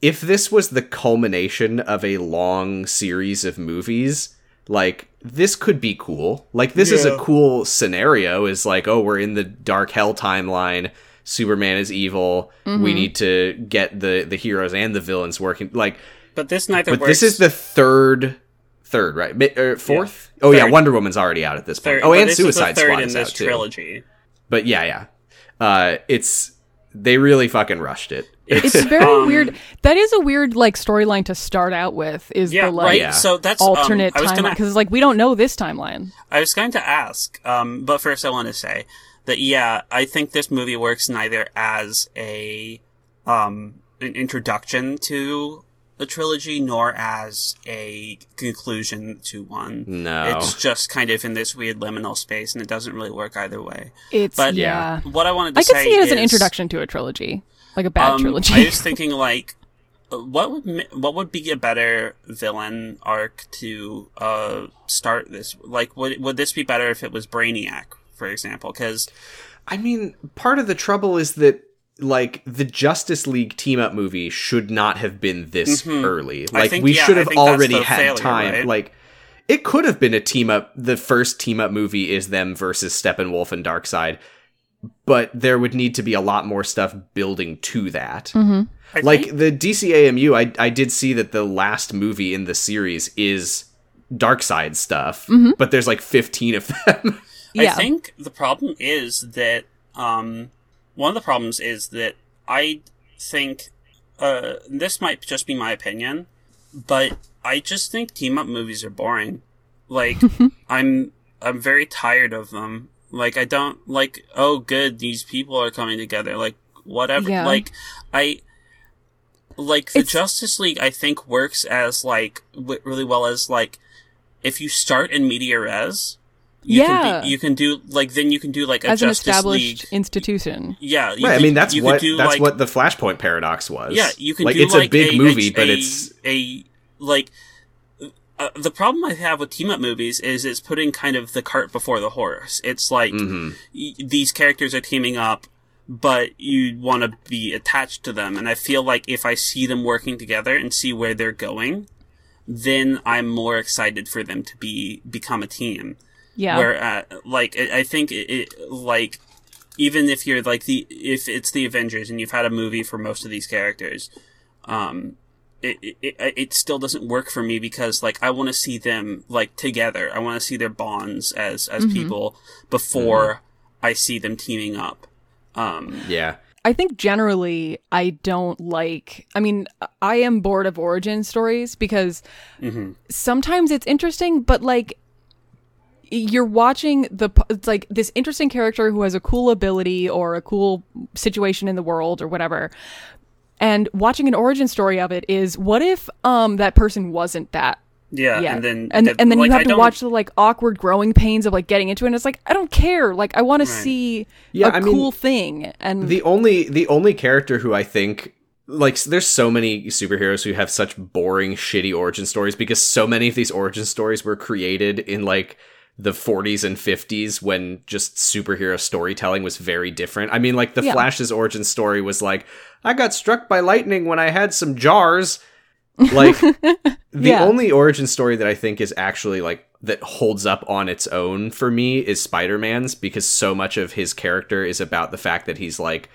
S2: if this was the culmination of a long series of movies, like this could be cool. Like this is a cool scenario. Is like, oh, we're in the dark hell timeline. Superman is evil.
S4: Mm-hmm.
S2: We need to get the the heroes and the villains working. Like
S3: but this neither
S2: but
S3: works.
S2: this is the third, third right? Mi- or fourth? Oh yeah,
S3: Third.
S2: Wonder Woman's already out at this point.
S3: third-
S2: oh,
S3: but
S2: and
S3: this is the
S2: Suicide
S3: third
S2: Squad
S3: in
S2: is out
S3: this
S2: too.
S3: trilogy.
S2: But yeah, yeah, uh, it's they really fucking rushed it.
S4: It's very
S3: um,
S4: weird. That is a weird like storyline to start out with. Is
S3: Yeah,
S4: the like
S3: right. So that's um,
S4: alternate
S3: I was
S4: timeline
S3: gonna
S4: because like we don't know this timeline.
S3: I was going to ask, um, but first I want to say that yeah, I think this movie works neither as a um, an introduction to the trilogy nor as a conclusion to one.
S2: No.
S3: it's just kind of in this weird liminal space, and it doesn't really work either way.
S4: It's
S3: But
S4: yeah.
S3: what I wanted to
S4: I could
S3: say
S4: see it as an
S3: is-
S4: introduction to a trilogy, like a bad
S3: um,
S4: trilogy.
S3: I was thinking like, what would ma- what would be a better villain arc to uh, start this? Like, would would this be better if it was Brainiac, for example? Because
S2: I mean, part of the trouble is that like the Justice League team up movie should not have been this early.
S3: Mm-hmm. I
S2: Like
S3: think-
S2: we
S3: yeah,
S2: should
S3: I
S2: have
S3: think that's
S2: already
S3: the
S2: had
S3: failure,
S2: time.
S3: right?
S2: Like it could have been a team up. The first team up movie is them versus Steppenwolf and Darkseid, but there would need to be a lot more stuff building to that.
S4: Mm. Mm-hmm.
S2: Like the DCAMU, I I did see that the last movie in the series is Darkseid stuff, but there's like 15 of them.
S4: yeah,
S3: I think the problem is that um, one of the problems is that I think uh, this might just be my opinion, but I just think team up movies are boring. Like I'm I'm very tired of them. Like I don't like oh good these people are coming together like whatever
S4: Yeah.
S3: like I like the
S4: It's-
S3: Justice League I think works as like w- really well as like if you start in media res you
S4: Yeah.
S3: can be, you can do like then you can do like a
S4: as an
S3: Justice
S4: established
S3: League
S4: institution.
S3: yeah you
S2: right. I
S3: could-
S2: mean, that's
S3: you could
S2: what
S3: do,
S2: that's
S3: like-
S2: what the Flashpoint paradox was.
S3: yeah you can
S2: like
S3: do
S2: it's
S3: like
S2: a big
S3: a-
S2: movie,
S3: a-
S2: but
S3: a-
S2: it's
S3: a like uh, the problem I have with team up movies is it's putting kind of the cart before the horse. It's like
S2: Mm-hmm.
S3: y- these characters are teaming up, but you want to be attached to them. And I feel like if I see them working together and see where they're going, then I'm more excited for them to be become a team
S4: Yeah,
S3: where uh, like I I think it, it like even if you're like the if it's the Avengers and you've had a movie for most of these characters, um, it it, it, it still doesn't work for me because like I want to see them like together. I want to see their bonds as as
S4: Mm-hmm.
S3: people before I see them teaming up. Um,
S2: yeah.
S4: I think generally I don't like. I mean, I am bored of origin stories because
S3: Mm-hmm.
S4: sometimes it's interesting, but like you're watching the p- it's like this interesting character who has a cool ability or a cool situation in the world or whatever. And watching an origin story of it is what if um that person wasn't that
S3: yeah,
S4: yeah.
S3: Uh, and then
S4: and, and then
S3: like,
S4: you have
S3: I
S4: to
S3: don't-
S4: watch the like awkward growing pains of like getting into it and it's like I don't care like I want to see
S2: Yeah,
S4: a
S2: I mean,
S4: cool thing and
S2: The only the only character who I think like s- there's so many superheroes who have such boring, shitty origin stories because so many of these origin stories were created in like the 40s and 50s when just superhero storytelling was very different. I mean, like the
S4: Yeah.
S2: Flash's origin story was like, I got struck by lightning when I had some jars. Like The
S4: Yeah.
S2: only origin story that I think is actually like that holds up on its own for me is Spider Man's because so much of his character is about the fact that he's like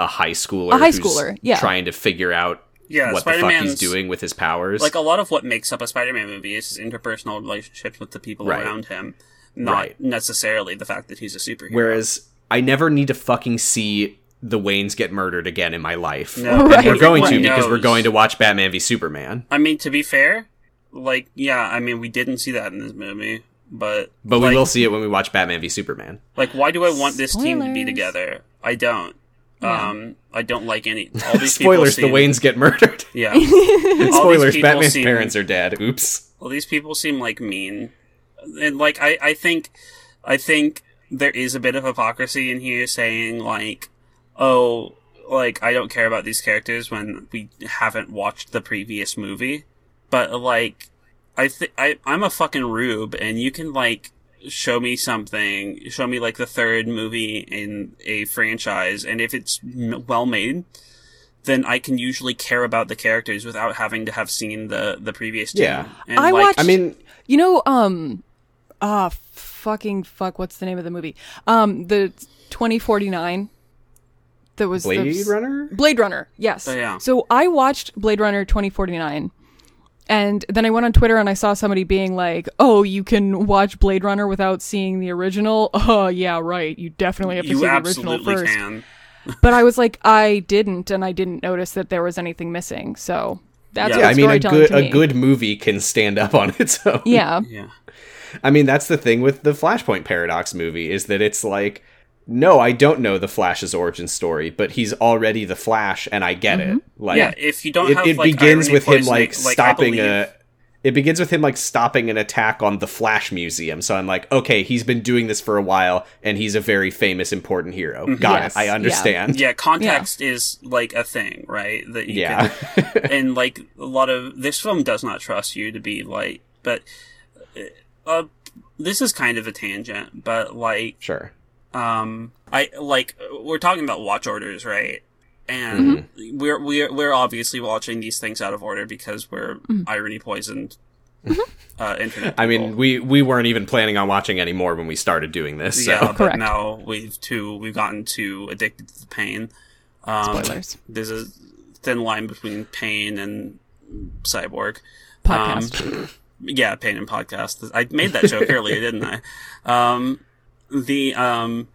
S2: a high schooler,
S4: A high
S2: who's
S4: schooler, yeah.
S2: trying to figure out
S3: Yeah,
S2: what the fuck he's
S3: Spider-Man's-
S2: doing with his powers.
S3: like a lot of what makes up a Spider-Man movie is his interpersonal relationships with the people
S2: Right.
S3: around him, not
S2: Right.
S3: necessarily the fact that he's a superhero.
S2: Whereas I never need to fucking see the Waynes get murdered again in my life.
S3: No.
S2: And
S4: Right.
S2: We're going to
S3: Everyone
S2: because we're
S3: knows.
S2: going to watch Batman v Superman,
S3: I mean, to be fair, like yeah, I mean, we didn't see that in this movie, but
S2: but
S3: like,
S2: we will see it when we watch Batman v Superman.
S3: Like, why do I want this team to be
S4: Spoilers.
S3: together? I don't. Um, I don't like any. All these
S2: Spoilers: the
S3: People seem,
S2: Waynes get murdered.
S3: Yeah. Spoilers.
S2: Spoilers: Batman's parents are dead. Oops.
S3: Well, these people seem like mean, and like I, I think, I think there is a bit of hypocrisy in here saying like, oh, like I don't care about these characters when we haven't watched the previous movie, but like, I think I I'm a fucking rube, and you can like show me something, show me like the third movie in a franchise, and if it's m- well made. Then I can usually care about the characters without having to have seen the the previous two.
S2: Yeah.
S3: And,
S4: I
S3: like,
S4: watched-
S2: I mean,
S4: You know, um, ah, fucking fuck. What's the name of the movie? Um, the twenty forty nine. That was the-
S2: Blade Runner.
S4: Blade Runner. Yes.
S3: Oh, yeah.
S4: So I watched Blade Runner twenty forty nine. And then I went on Twitter and I saw somebody being like, "Oh, you can watch Blade Runner without seeing the original." Oh, yeah, right. You definitely have to
S3: you
S4: see the original
S3: absolutely
S4: first.
S3: can.
S4: But I was like, I didn't, and I didn't notice that there was anything missing. So that's
S3: Yeah.
S4: what
S2: yeah, I mean, a
S4: storytelling
S2: good
S4: to
S2: a
S4: me.
S2: good movie can stand up on its own.
S4: yeah,
S3: Yeah.
S2: I mean, that's the thing with the Flashpoint Paradox movie is that it's like, no, I don't know the Flash's origin story, but he's already the Flash, and I get it.
S4: Mm-hmm.
S2: Like,
S3: Yeah, if you don't
S2: it,
S3: have,
S2: it
S3: like,
S2: begins
S3: irony
S2: with him
S3: poisoning,
S2: like
S3: like, I
S2: stopping
S3: believe-
S2: a. It begins with him like stopping an attack on the Flash Museum. So I'm like, okay, he's been doing this for a while, and he's a very famous, important hero. Got
S4: Yes,
S2: it. I
S4: yeah.
S2: understand.
S3: Yeah, context is like a thing, right? That you
S2: Yeah.
S3: can, and like a lot of this film does not trust you to be like, but uh, this is kind of a tangent, but like
S2: Sure.
S3: um i like we're talking about watch orders right and
S4: Mm-hmm.
S3: we're we're we're obviously watching these things out of order because we're
S4: Mm-hmm.
S3: irony poisoned uh internet
S2: I
S3: people.
S2: mean, we we weren't even planning on watching any more when we started doing this. So.
S3: yeah but
S4: Correct.
S3: now we've too we've gotten too addicted to the pain um
S4: Spoilers.
S3: there's a thin line between pain and cyborg um,
S4: podcast.
S3: yeah, pain and podcast. I made that joke earlier, didn't I? Um, the um,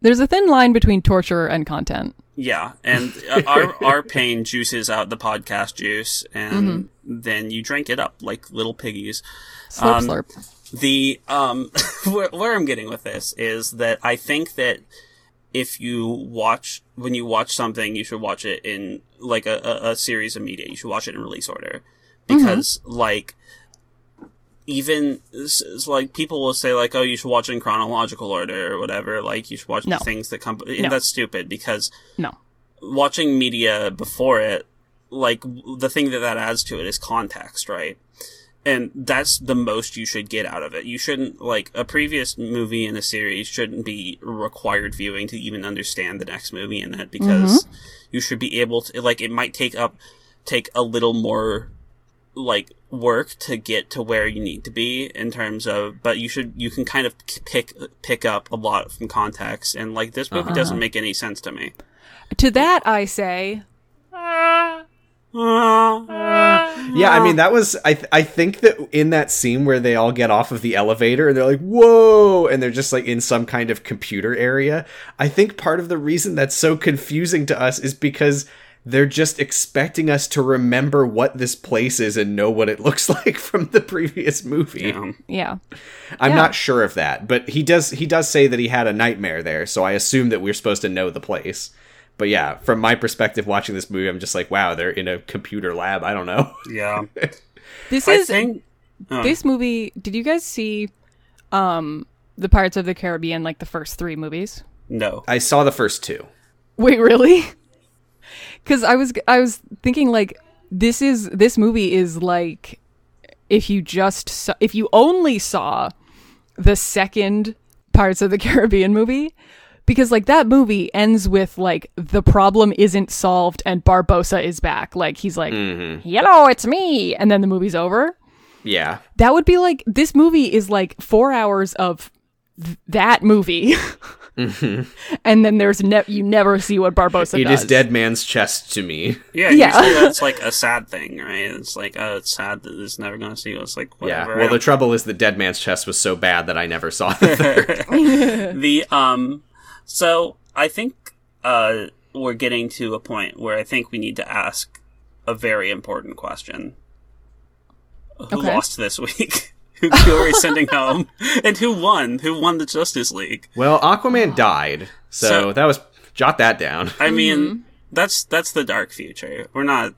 S4: There's a thin line between torture and content.
S3: Yeah, and uh, our our pain juices out the podcast juice, and then you drink it up like little piggies.
S4: Slurp,
S3: Um,
S4: slurp.
S3: The um, where, where I'm getting with this is that I think that if you watch when you watch something, you should watch it in like a, a, a series of media. You should watch it in release order because
S4: Mm-hmm.
S3: like even s- s- like people will say like oh you should watch it in chronological order or whatever like you should watch
S4: No.
S3: the things that come
S4: No.
S3: that's stupid because
S4: No.
S3: watching media before it, like w- the thing that that adds to it is context, right? And that's the most you should get out of it. You shouldn't like a previous movie in a series shouldn't be required viewing to even understand the next movie in it because you should be able to like it might take up take a little more like work to get to where you need to be in terms of but you should you can kind of k- pick pick up a lot from context and like this movie doesn't make any sense to me
S4: To that, I say,
S3: Uh,
S2: Yeah, I mean that was I th- I think that in that scene where they all get off of the elevator and they're like whoa and they're just like in some kind of computer area. I think part of the reason that's so confusing to us is because they're just expecting us to remember what this place is and know what it looks like from the previous movie.
S3: Um,
S4: yeah.
S2: I'm
S4: Yeah.
S2: not sure of that, but he does he does say that he had a nightmare there, so I assume that we're supposed to know the place. But yeah, from my perspective watching this movie, I'm just like, wow, they're in a computer lab. I don't know.
S3: yeah.
S4: This
S3: I
S4: is
S3: think uh,
S4: this movie. Did you guys see, um, the Pirates of the Caribbean, like the first three movies?
S3: no.
S2: I saw the first two.
S4: Wait, really? Because I was I was thinking like this is this movie is like if you just saw, if you only saw the second Pirates of the Caribbean movie because like that movie ends with like the problem isn't solved and Barbosa is back like he's like hello it's me and then the movie's over
S2: Yeah.
S4: that would be like this movie is like four hours of th- that movie
S2: Mm-hmm.
S4: and then there's ne- you never see what barbosa
S2: It
S4: does
S2: is dead man's chest to me.
S3: Yeah,
S4: Yeah.
S3: usually that's like a sad thing, right? It's like, oh, it's sad that it's never going to see us. Like, whatever.
S2: Yeah. Well, the trouble is that dead man's chest was so bad that I never saw the third.
S3: the um so i think uh we're getting to a point where i think we need to ask a very important question who
S4: Okay.
S3: lost this week who who are we sending home and who won who won the justice league
S2: well, Aquaman died, so,
S3: So-
S2: that was jot that down.
S3: i
S4: Mm-hmm.
S3: mean that's that's the dark future we're not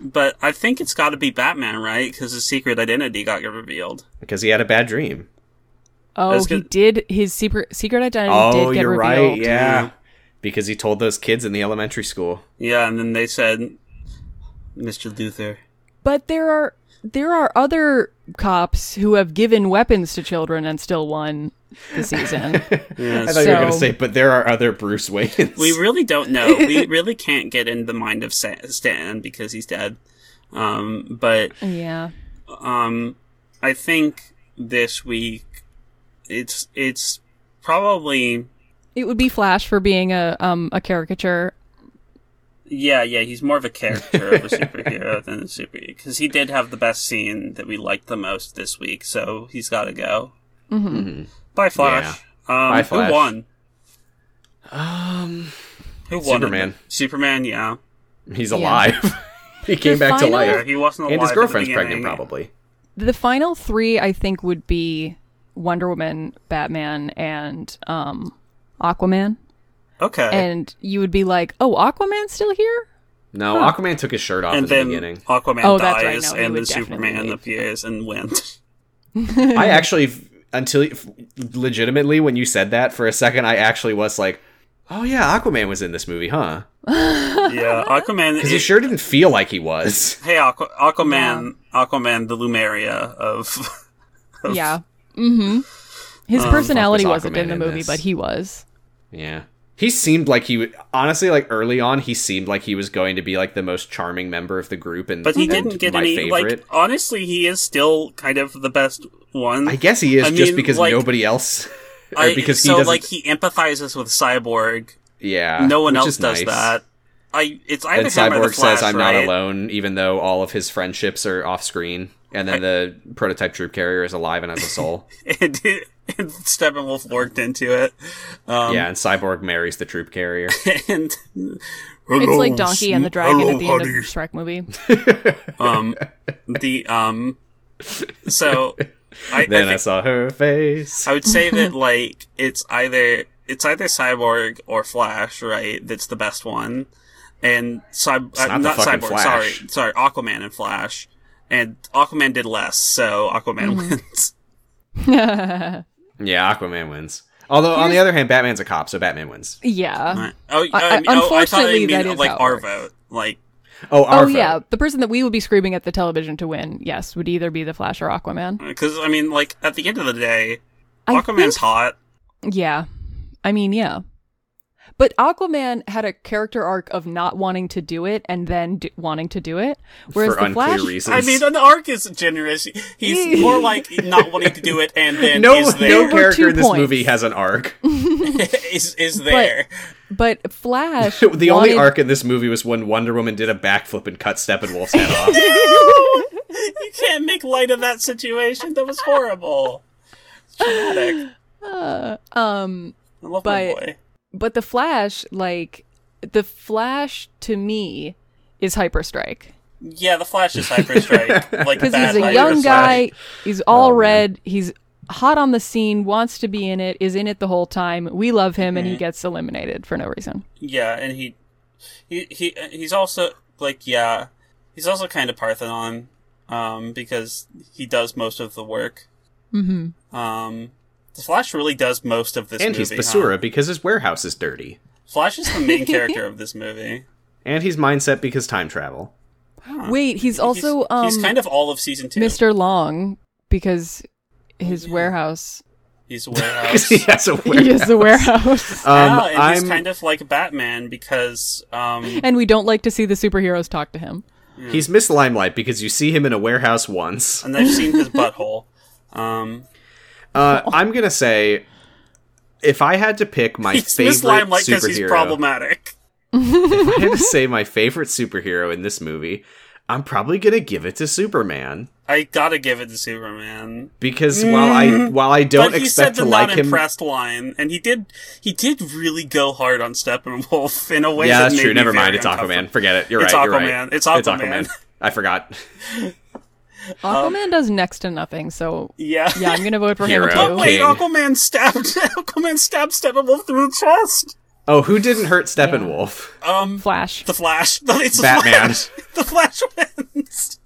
S3: but i think it's got to be batman right because his secret identity got revealed
S2: Because he had a bad dream.
S4: oh
S3: That's
S4: he
S3: good.
S4: did his secret secret identity
S2: Oh,
S4: did get
S2: you're
S4: revealed
S2: right. Yeah. Because he told those kids in the elementary school.
S3: yeah and then they said mr luther
S4: but there are there are other cops who have given weapons to children and still won the season
S3: yeah,
S2: I thought you were going to
S4: So-
S2: say, but there are other Bruce Waynes.
S3: We really don't know. we really can't get in the mind of Sa- Stan because he's dead. Um, but
S4: yeah
S3: um, I think this week it's it's probably
S4: it would be flash for being a um a caricature
S3: yeah yeah he's more of a character of a superhero than a super because he did have the best scene that we liked the most this week. So he's got to go.
S2: Mm-hmm.
S3: Mm-hmm. Bye Flash. Um,
S2: Bye, Flash.
S3: Who won?
S2: um,
S3: Who won it?
S2: Superman.
S3: Superman, yeah.
S2: He's
S4: Yeah.
S2: alive. he came back to
S4: final-
S3: Yeah,
S2: life.
S3: he wasn't alive.
S2: And his
S3: at the
S2: girlfriend's pregnant,
S3: beginning.
S2: probably.
S4: The final three, I think, would be Wonder Woman, Batman, and um, Aquaman.
S3: Okay. And,
S4: And you would be like, "Oh, Aquaman's still here."
S2: No, Aquaman took his shirt off in the
S3: then
S2: beginning.
S3: Aquaman
S4: Oh, that's right,
S3: dies,
S4: no, he
S3: and
S4: would
S3: then Superman
S4: definitely
S3: appears and wins.
S2: I actually, f- until f- legitimately, when you said that for a second, I actually was like, "Oh yeah, Aquaman was in this movie, huh?"
S3: yeah, Aquaman.
S2: Because he
S3: it-
S2: sure didn't feel like he was.
S3: Hey, Aqua, Aquaman, Aquaman, the Lumeria of. of
S4: Yeah. Mm-hmm. His personality
S2: Oh, Fuck, was
S4: wasn't in
S2: Aquaman
S4: the
S2: in
S4: movie,
S2: this?
S4: but he was.
S2: Yeah. He seemed like he would honestly like early on he seemed like he was going to be like the most charming member of the group and
S3: But he
S2: and
S3: didn't get
S2: my
S3: any.
S2: favorite.
S3: Like, honestly, he is still kind of the best one.
S2: I guess he is
S3: I
S2: just
S3: mean,
S2: because
S3: like,
S2: nobody else or
S3: I-
S2: because he
S3: so,
S2: doesn't
S3: like, he empathizes with Cyborg.
S2: yeah.
S3: no one
S2: which
S3: else
S2: is
S3: does
S2: nice.
S3: that. I. It's either
S2: And
S3: him or the
S2: Cyborg
S3: Flash,
S2: says I'm
S3: right?
S2: not alone even though all of his friendships are off screen and then the prototype troop carrier is alive and has a soul.
S3: and, and Steppenwolf worked into it. Um,
S2: yeah, and Cyborg marries the troop carrier.
S3: And
S4: It's
S2: Oh,
S4: like Donkey and the Dragon at the end of the Shrek movie.
S3: um, the um, so I, I,
S2: then I
S3: think-
S2: saw her face.
S3: I would say that like it's either it's either Cyborg or Flash, right? That's the best one, and Cyb- uh,
S2: not the
S3: not
S2: fucking
S3: Cyborg.
S2: Flash.
S3: Sorry, sorry, Aquaman and Flash, and Aquaman did less, so Aquaman
S4: Mm-hmm.
S3: wins.
S2: Yeah, Aquaman wins. Although on the other hand, Batman's a cop, so Batman wins.
S4: Yeah.
S3: Oh, I,
S4: Uh,
S3: mean,
S4: I-
S3: oh, I thought
S4: unfortunately,
S3: you
S4: that
S3: mean
S4: is
S3: like
S4: how it
S3: our
S4: works.
S3: vote, like
S2: Oh,
S4: Oh
S2: our vote.
S4: yeah, the person that we would be screaming at the television to win, yes, would either be the Flash or Aquaman.
S3: because I mean, like at the end of the day,
S4: I
S3: Aquaman's hot.
S4: Yeah. I mean, yeah. But Aquaman had a character arc of not wanting to do it and then d- wanting to do it, whereas
S2: for
S4: the
S2: unclear
S4: Flash
S2: reasons.
S3: I mean, an arc is generous. He's more like not wanting to do it, and then
S2: no,
S3: is
S2: no
S3: there.
S4: were two
S2: character in this
S4: points.
S2: movie has an arc.
S3: is is there?
S4: But Flash,
S2: The only
S4: wanted-
S2: arc in this movie was when Wonder Woman did a backflip and cut Steppenwolf's head off.
S3: you can't make light of that situation. That was horrible. It's Traumatic.
S4: um,
S3: I love my
S4: But-
S3: boy.
S4: but the Flash, like the Flash, to me, is Hyperstrike
S3: Yeah, the Flash is Hyperstrike. like
S4: because
S3: bad
S4: he's a
S3: Hyper
S4: young
S3: Strike.
S4: guy. He's
S2: Oh,
S4: all
S2: man.
S4: red. He's hot on the scene. Wants to be in it. Is in it the whole time. We love him, and he
S2: Mm-hmm.
S4: gets eliminated for no reason.
S3: Yeah, and he, he he he's also like yeah, he's also kind of Parthenon, um, because he does most of the work. Mm-hmm. Um, the Flash really does most of this.
S2: and
S3: movie,
S2: he's
S3: huh?
S2: Basura because his warehouse is dirty.
S3: Flash is the main character of this movie.
S2: And he's mindset because time travel.
S4: Wait, he's also
S3: he's,
S4: um,
S3: he's kind of all of season two.
S4: Mr. Long because his warehouse.
S3: He's a warehouse.
S2: he has a warehouse.
S4: He is the warehouse.
S2: Um,
S3: yeah, and
S2: I'm,
S3: he's Oh, kind of like Batman because um,
S4: and we don't like to see the superheroes talk to him.
S2: he's Miss Limelight because you see him in a warehouse once.
S3: and I've seen his butthole. Um,
S2: Uh, I'm gonna say, if I had to pick my
S3: he's
S2: favorite
S3: Miss Limelight because
S2: superhero,
S3: he's problematic.
S2: if I had to say my favorite superhero in this movie, I'm probably gonna give it to Superman.
S3: I gotta give it to Superman.
S2: because while I while I don't
S3: Mm, but he
S2: expect
S3: said
S2: to
S3: the
S2: like
S3: not
S2: him,
S3: impressed line, and he did he did really go hard on Steppenwolf in a way.
S2: yeah,
S3: that
S2: that's
S3: made
S2: true.
S3: me
S2: Never
S3: very
S2: mind. It's Aquaman.
S3: uncomfortable.
S2: Forget it. You're
S3: It's
S2: right. You're
S3: Aquaman.
S2: right.
S3: It's Aquaman.
S2: I forgot.
S4: Aquaman does next to nothing, so
S3: Yeah.
S4: yeah, I'm gonna vote for him
S2: Oh. Hero.
S3: But
S4: too.
S2: Okay.
S3: wait,
S2: King.
S3: Aquaman stabbed Aquaman stabbed Steppenwolf through the chest.
S2: Oh, who didn't hurt Steppenwolf?
S3: Um,
S4: Flash.
S3: the Flash. It's the
S2: Batman.
S3: Flash. The Flash wins.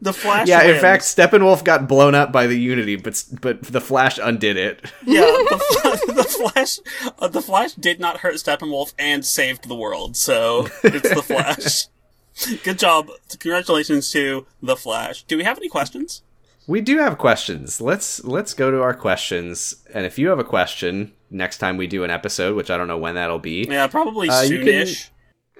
S3: The Flash.
S2: yeah, in
S3: wins.
S2: fact, Steppenwolf got blown up by the Unity, but s- but the Flash undid it.
S3: Yeah, the, Fla- the Flash, uh, the Flash did not hurt Steppenwolf and saved the world, so it's the Flash. Good job! Congratulations to the Flash. Do we have any questions?
S2: We do have questions. Let's let's go to our questions. And if you have a question next time we do an episode, which I don't know when that'll be,
S3: Yeah, probably
S2: Uh, you
S3: soonish.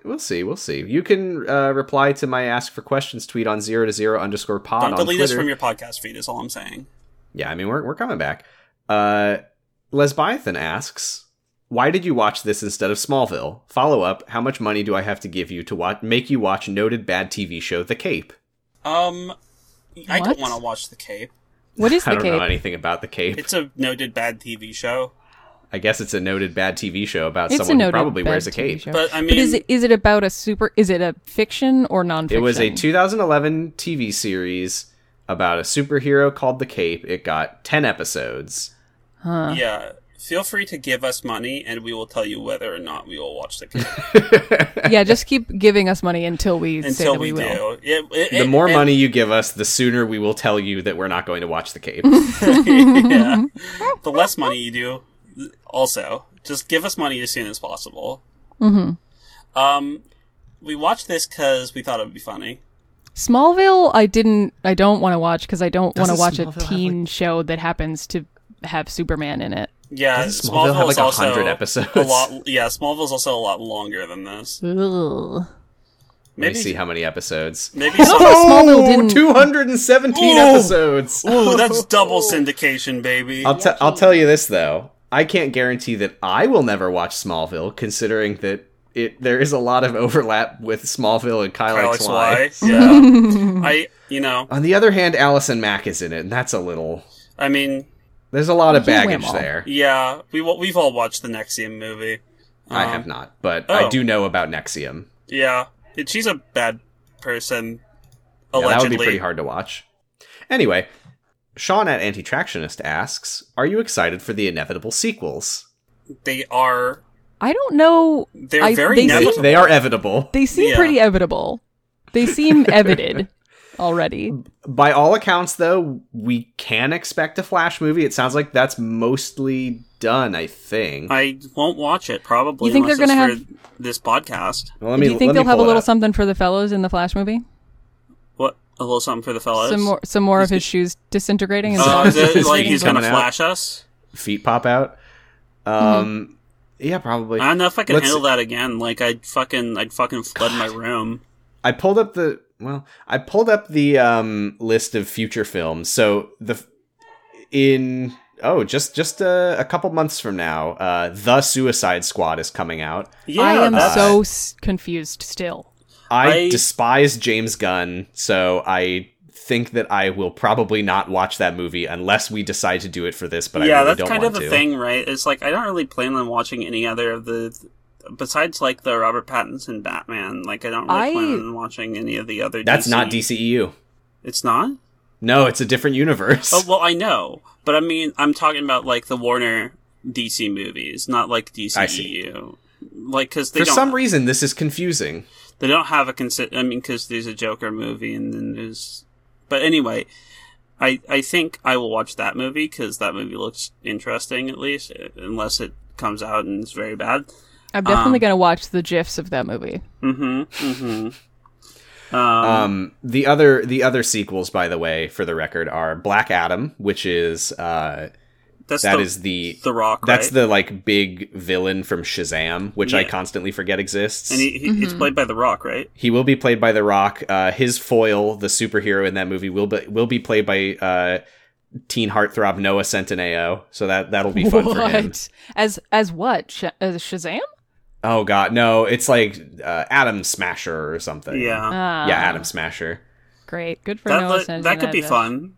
S2: we'll see. We'll see. You can uh, reply to my ask for questions tweet on zero to zero underscore pod
S3: Don't
S2: on
S3: delete us
S2: Twitter.
S3: from your podcast feed. Is all I'm saying.
S2: Yeah, I mean we're we're coming back. Uh Lesbiathan asks, "Why did you watch this instead of Smallville?" Follow up, how much money do I have to give you to watch make you watch noted bad TV show The Cape?
S3: Um, I
S4: What?
S3: don't want to watch The Cape.
S4: What is
S2: I
S4: the
S2: don't know
S4: cape?
S2: anything about The Cape.
S3: It's a noted bad TV show.
S2: I guess it's a noted bad TV show about
S4: It's a
S2: someone who
S4: noted
S2: probably
S4: bad
S2: wears a
S4: TV
S2: cape.
S4: show.
S3: But, I
S4: but is
S3: mean-
S4: it is it about a super? Is it a fiction or nonfiction?
S2: It was a 2011 TV series about a superhero called the Cape. It got 10 episodes.
S3: Yeah. Feel free to give us money, and we will tell you whether or not we will watch the game
S4: yeah. Just keep giving us money until we say
S3: until
S4: that
S3: we,
S4: we,
S3: do.
S4: will.
S3: It- it-
S2: The
S3: it-
S2: more
S3: it-
S2: money you give us, the sooner we will tell you that we're not going to watch the Cape.
S3: yeah. the less money you do, also, just give us money as soon as possible. Mm-hmm. Um, we watched this because we thought it would be funny.
S4: Smallville, I didn't. I don't want to watch because I don't want to
S2: Doesn't
S4: watch
S2: Smallville
S4: a
S2: have,
S4: teen show that happens to have Superman in it.
S3: Yeah,
S2: Doesn't Smallville have,
S3: Smallville's
S2: like, a
S3: also
S2: hundred episodes?
S3: A lot, yeah, Smallville's also a lot longer than this.
S4: Ugh.
S2: Let
S3: Maybe,
S2: me see how many episodes.
S3: maybe some.
S4: Smallville
S2: Oh,
S4: didn't-
S2: 217
S3: Ooh.
S2: episodes.
S3: Ooh, that's double syndication, baby.
S2: I'll, te- I'll tell you this though. I can't guarantee that I will never watch Smallville, considering that it there is a lot of overlap with Smallville and Kyle,
S3: Alex
S2: XY.
S3: Y. Yeah, I, you know,
S2: On the other hand, Allison Mack is in it, and that's a little.
S3: I mean,
S2: There's a lot of baggage
S4: whammo.
S2: there.
S3: yeah, we wa- we've all watched the Nexium movie.
S2: I
S3: Um,
S2: have not, but I
S3: oh.
S2: do know about Nexium.
S3: Yeah, And she's a bad person.
S2: Yeah,
S3: Allegedly,
S2: that would be pretty hard to watch. Anyway, Sean at Antitractionist asks, "Are you excited for the inevitable sequels?
S3: they are.
S4: I don't know.
S3: They're
S4: I-
S3: very
S4: they
S2: They,
S3: never-
S4: seem,
S2: they are evitable.
S4: they seem
S3: Yeah.
S4: pretty evitable. They seem evident already.
S2: By all accounts, though, we can expect a Flash movie. It sounds like that's mostly done. I think.
S3: I won't watch it probably.
S4: You think
S3: unless
S4: they're gonna
S3: it's for this podcast?
S2: well, let me.
S4: Do you think
S2: let me
S4: they'll have a
S2: pull it
S4: little
S2: up.
S4: something for the fellows in the Flash movie?
S3: What a little something for the fellas.
S4: Some more, some more of his shoes disintegrating. And
S3: Uh,
S4: some of
S3: is
S4: his
S3: it
S4: shoes
S3: like
S4: getting
S3: he's gonna
S2: Coming out.
S3: flash us?
S2: feet pop out. Um,
S4: Hmm.
S2: yeah, probably.
S3: I don't know if I can
S2: Let's-
S3: handle that again. Like I'd fucking, I'd fucking flood my room.
S2: I pulled up the well, I pulled up the um list of future films. So the f- in oh, just just a, a couple months from now, uh The Suicide Squad is coming out.
S3: Yeah,
S4: I am
S3: that's-
S4: so s- confused still.
S2: I,
S3: I-
S2: despise James Gunn, so I think that I will probably not watch that movie unless we decide to do it for this, but I
S3: yeah,
S2: really
S3: that's
S2: don't
S3: kind of
S2: want
S3: the
S2: to.
S3: thing, right? It's like I don't really plan on watching any other of the, besides like the Robert Pattinson Batman. Like I don't really
S4: I-
S3: plan on watching any of the other.
S2: That's
S3: DC.
S2: not DCEU.
S3: It's not.
S2: No, it's a different universe.
S3: Oh well, I know, but I mean, I'm talking about like the Warner DC movies, not like
S2: I see.
S3: DCU. Like because they
S2: for
S3: don't
S2: some reason this is confusing.
S3: they don't have a consi- I mean, because there's a Joker movie and then there's. But anyway, I I think I will watch that movie because that movie looks interesting at least, unless it comes out and it's very bad.
S4: I'm definitely
S3: Um,
S4: gonna watch the gifs of that movie.
S3: Mm-hmm. Mm-hmm. Um,
S2: Um, the other the other sequels, by the way, for the record, are Black Adam, which is uh,
S3: that's
S2: that
S3: the,
S2: is the,
S3: the Rock.
S2: that's
S3: right?
S2: the like big villain from Shazam, which I
S3: Yeah.
S2: constantly forget exists.
S3: and he, he, it's played by the Rock, right?
S2: He will be played by The Rock. Uh, his foil, the superhero in that movie, will be will be played by uh, teen heartthrob Noah Centineo. So that that'll be fun for him.
S4: What? As as what? Sh- as Shazam?
S2: Oh God, no! It's like uh, Adam Smasher or something.
S3: Um, Yeah,
S4: Ah,
S2: yeah, Adam Smasher.
S4: Great. Good for
S3: that
S4: Noah
S3: li-
S4: Centineo.
S3: that could be fun.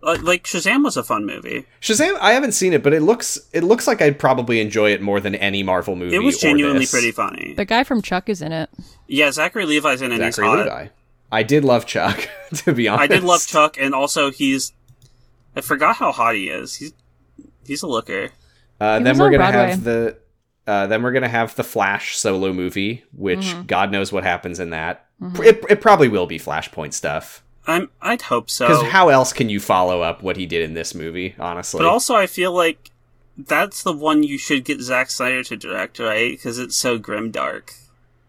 S3: Like, like Shazam was a fun movie.
S2: Shazam, I haven't seen it, but it looks it looks like I'd probably enjoy it more than any Marvel movie.
S3: It was
S2: or
S3: genuinely
S2: this.
S3: pretty funny.
S4: The guy from Chuck is in it.
S3: Yeah, Zachary Levi's in it. and he's
S2: Zachary
S3: hot.
S2: Levi. I did love Chuck, to be honest.
S3: I did love Chuck, and also he's. I forgot how hot he is. He's he's a looker.
S2: Uh,
S4: He
S2: then
S4: was
S2: we're
S4: on
S2: gonna
S4: Broadway.
S2: have the uh, then we're gonna have the Flash solo movie, which
S4: Mm-hmm.
S2: God knows what happens in that. It, it probably will be Flashpoint stuff
S3: I'm. I'd hope
S2: because
S3: so.
S2: how else can you follow up what he did in this movie? Honestly,
S3: but also, I feel like that's the one you should get Zack Snyder to direct, right? Because it's so grim dark.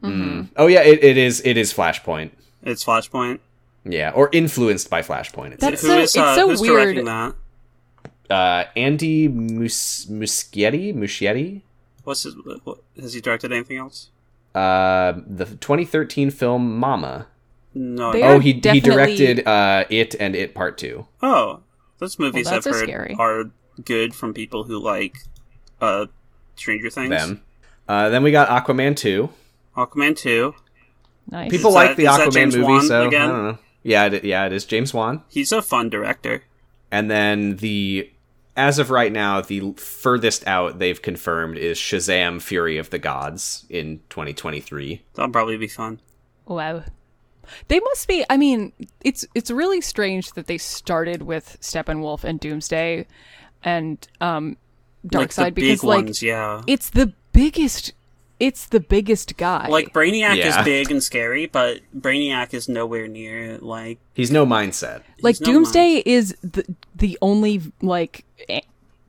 S3: Mm-hmm.
S4: Mm-hmm.
S2: Mm. oh yeah, it, it is it is Flashpoint.
S3: It's Flashpoint.
S2: Yeah, or influenced by Flashpoint. It
S4: That's
S2: says.
S3: Who
S4: so-
S3: is uh,
S4: it's so
S3: who's
S4: weird.
S3: directing that?
S2: uh, Andy Mus- Muschietti. Muschietti.
S3: What's his? What, has he directed anything else?
S2: Uh, the 2013 film Mama.
S3: No.
S4: They
S3: I-
S4: are-
S2: Oh, he he
S4: definitely-
S2: directed uh, it and it part two.
S3: oh, those movies
S4: Well,
S3: I've
S4: that's so
S3: heard
S4: scary.
S3: are good from people who like uh Stranger Things,
S2: Them. Uh, then we got Aquaman two.
S3: Aquaman two.
S4: Nice.
S2: People
S3: Is
S2: like
S3: that-
S2: the
S3: is that
S2: Aquaman
S3: James
S2: movie,
S3: Wan
S2: so
S3: again?
S2: I don't know. Yeah, it, yeah, it is James Wan,
S3: He's a fun director.
S2: and then the as of right now, the furthest out they've confirmed is Shazam: Fury of the Gods in 2023.
S3: That'll probably be fun.
S4: Wow. They must be I mean, it's it's really strange that they started with Steppenwolf and Doomsday and um
S3: Like
S4: Darkseid
S3: the big
S4: because like
S3: ones, yeah.
S4: it's the biggest it's the biggest guy.
S3: Like Brainiac
S2: Yeah.
S3: is big and scary, but Brainiac is nowhere near like
S2: He's no mindset.
S4: like
S3: no
S4: Doomsday is the the only like eh,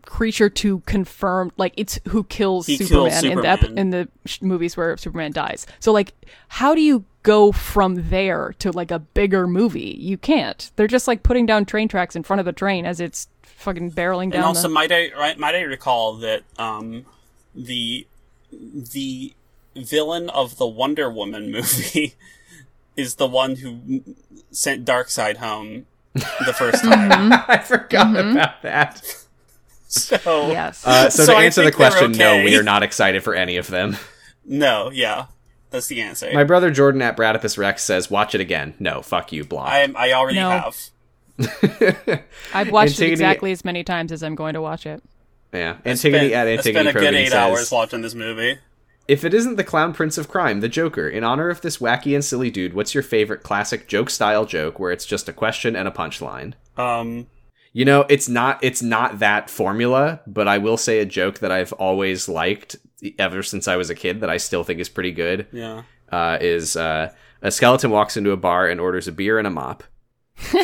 S4: creature to confirm like it's who kills
S3: He
S4: Superman,
S3: kills
S4: in the ep-
S3: Superman.
S4: in the sh- movies where Superman dies. So like how do you go from there to like a bigger movie? You can't. They're just like putting down train tracks in front of the train as it's fucking barreling down.
S3: And also,
S4: the-
S3: might I right, might I recall that um, the the villain of the Wonder Woman movie is the one who sent Darkseid home the first time.
S2: I forgot
S3: Mm-hmm.
S2: about that.
S3: so
S4: yes.
S2: Uh, so,
S3: So
S2: to
S3: I
S2: answer the
S3: think they're
S2: question, no,
S3: okay.
S2: we are not excited for any of them.
S3: no, yeah, that's the answer.
S2: My brother Jordan at Bradipus Rex says, "Watch it again." No, fuck you, block.
S3: I I already
S4: No.
S3: have.
S4: I've watched
S2: Antigone-
S4: it exactly as many times as I'm going to watch it.
S2: yeah, Antigone
S3: Been-
S2: at
S3: it's
S2: Antigone
S3: been a good
S2: Probity
S3: eight
S2: says,
S3: hours watching this movie.
S2: If it isn't the clown prince of crime, the Joker, in honor of this wacky and silly dude, what's your favorite classic joke style joke where it's just a question and a punchline?
S3: Um,
S2: You know, it's not it's not that formula, but I will say a joke that I've always liked ever since I was a kid that I still think is pretty good
S3: yeah,
S2: uh, is uh, a skeleton walks into a bar and orders a beer and a mop.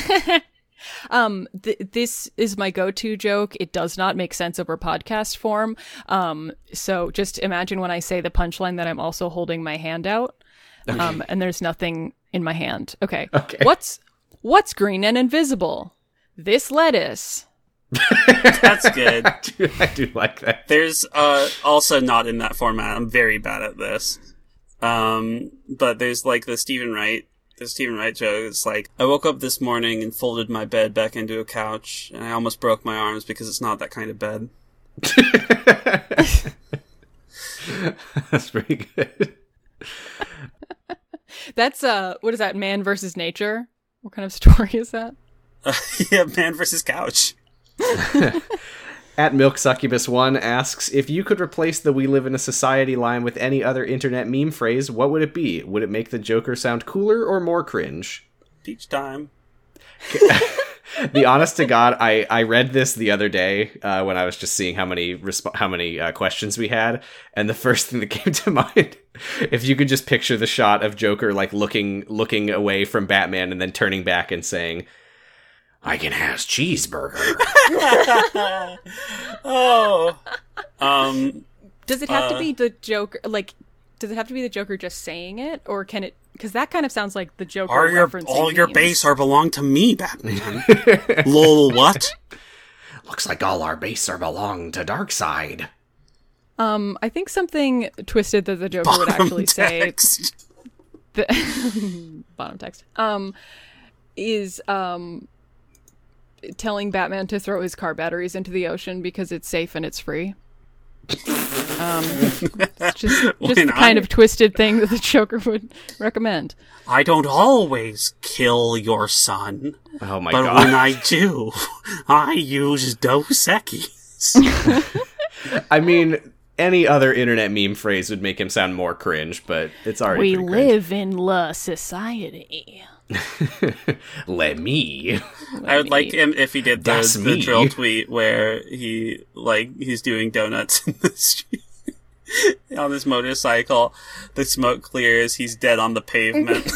S4: Um, th- this is my go-to joke. It does not make sense over podcast form. Um, so just imagine when I say the punchline that I'm also holding my hand out. Um, and there's nothing in my hand. Okay.
S2: Okay.
S4: What's what's green and invisible? This lettuce.
S3: that's good.
S2: I do, I do like that.
S3: There's uh, also not in that format. I'm very bad at this. Um, but there's like the Stephen Wright, the Stephen Wright joke. It's like I woke up this morning and folded my bed back into a couch, and I almost broke my arms because it's not that kind of bed.
S2: That's pretty good.
S4: That's uh, what is that? Man versus nature. What kind of story is that?
S3: yeah, man versus couch.
S2: At Milk Succubus One asks if you could replace the "We live in a society" line with any other internet meme phrase, what would it be? Would it make the Joker sound cooler or more cringe?
S3: Peach time.
S2: The honest to God, I I read this the other day uh, when I was just seeing how many resp- how many uh, questions we had, and the first thing that came to mind, if you could just picture the shot of Joker like looking looking away from Batman and then turning back and saying,
S6: I can has cheeseburger.
S3: Oh. Um,
S4: Does it have to
S3: Uh,
S4: be the Joker? Like, does it have to be the Joker just saying it, or can it? Because that kind of sounds like the Joker.
S3: are your
S4: referencing
S3: all your
S4: memes.
S3: base are belong to me, Batman? Lol, what?
S6: Looks like all our base are belong to Darkseid.
S4: Um, I think something twisted that the Joker would actually say
S3: Text.
S4: the bottom text. Um, is um telling Batman to throw his car batteries into the ocean because it's safe and it's free. Um, it's just
S3: Why
S4: just the
S3: not?
S4: kind of twisted thing that the Joker would recommend.
S3: I don't always kill your son.
S2: "Oh my
S3: But
S2: God."
S3: when I do, I use Dos Equis.
S2: I mean, any other internet meme phrase would make him sound more cringe, but it's already
S4: We
S2: pretty cringe.
S4: live in la society.
S6: Let me.
S3: I would like him if he did
S6: That's
S3: the, the
S6: me.
S3: drill tweet where he like he's doing donuts in the street on his motorcycle. The smoke clears. He's dead on the pavement.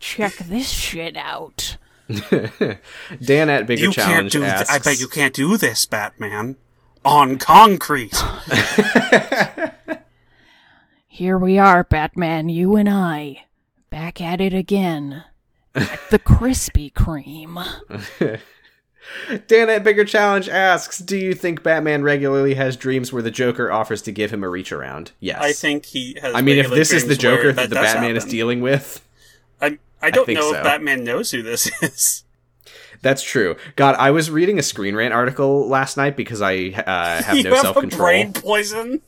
S4: Check this shit out.
S2: Dan at Bigger
S3: you can't
S2: Challenge
S3: do. Th-
S2: asks,
S3: I bet you can't do this, Batman. On concrete.
S4: Here we are, Batman, you and I, back at it again. At the Krispy Kreme.
S2: Dan at Bigger Challenge asks, do you think Batman regularly has dreams where the Joker offers to give him a reach around? Yes.
S3: I think he has.
S2: I mean, if
S3: regular
S2: this is the
S3: dreams where
S2: Joker that, the
S3: does
S2: Batman is
S3: happen.
S2: dealing with,
S3: I, I don't
S2: think
S3: know
S2: so.
S3: if Batman knows who this is.
S2: that's true. God, I was reading a Screen Rant article last night because I uh, have
S3: you
S2: no
S3: have
S2: self
S3: a brain
S2: control.
S3: poison.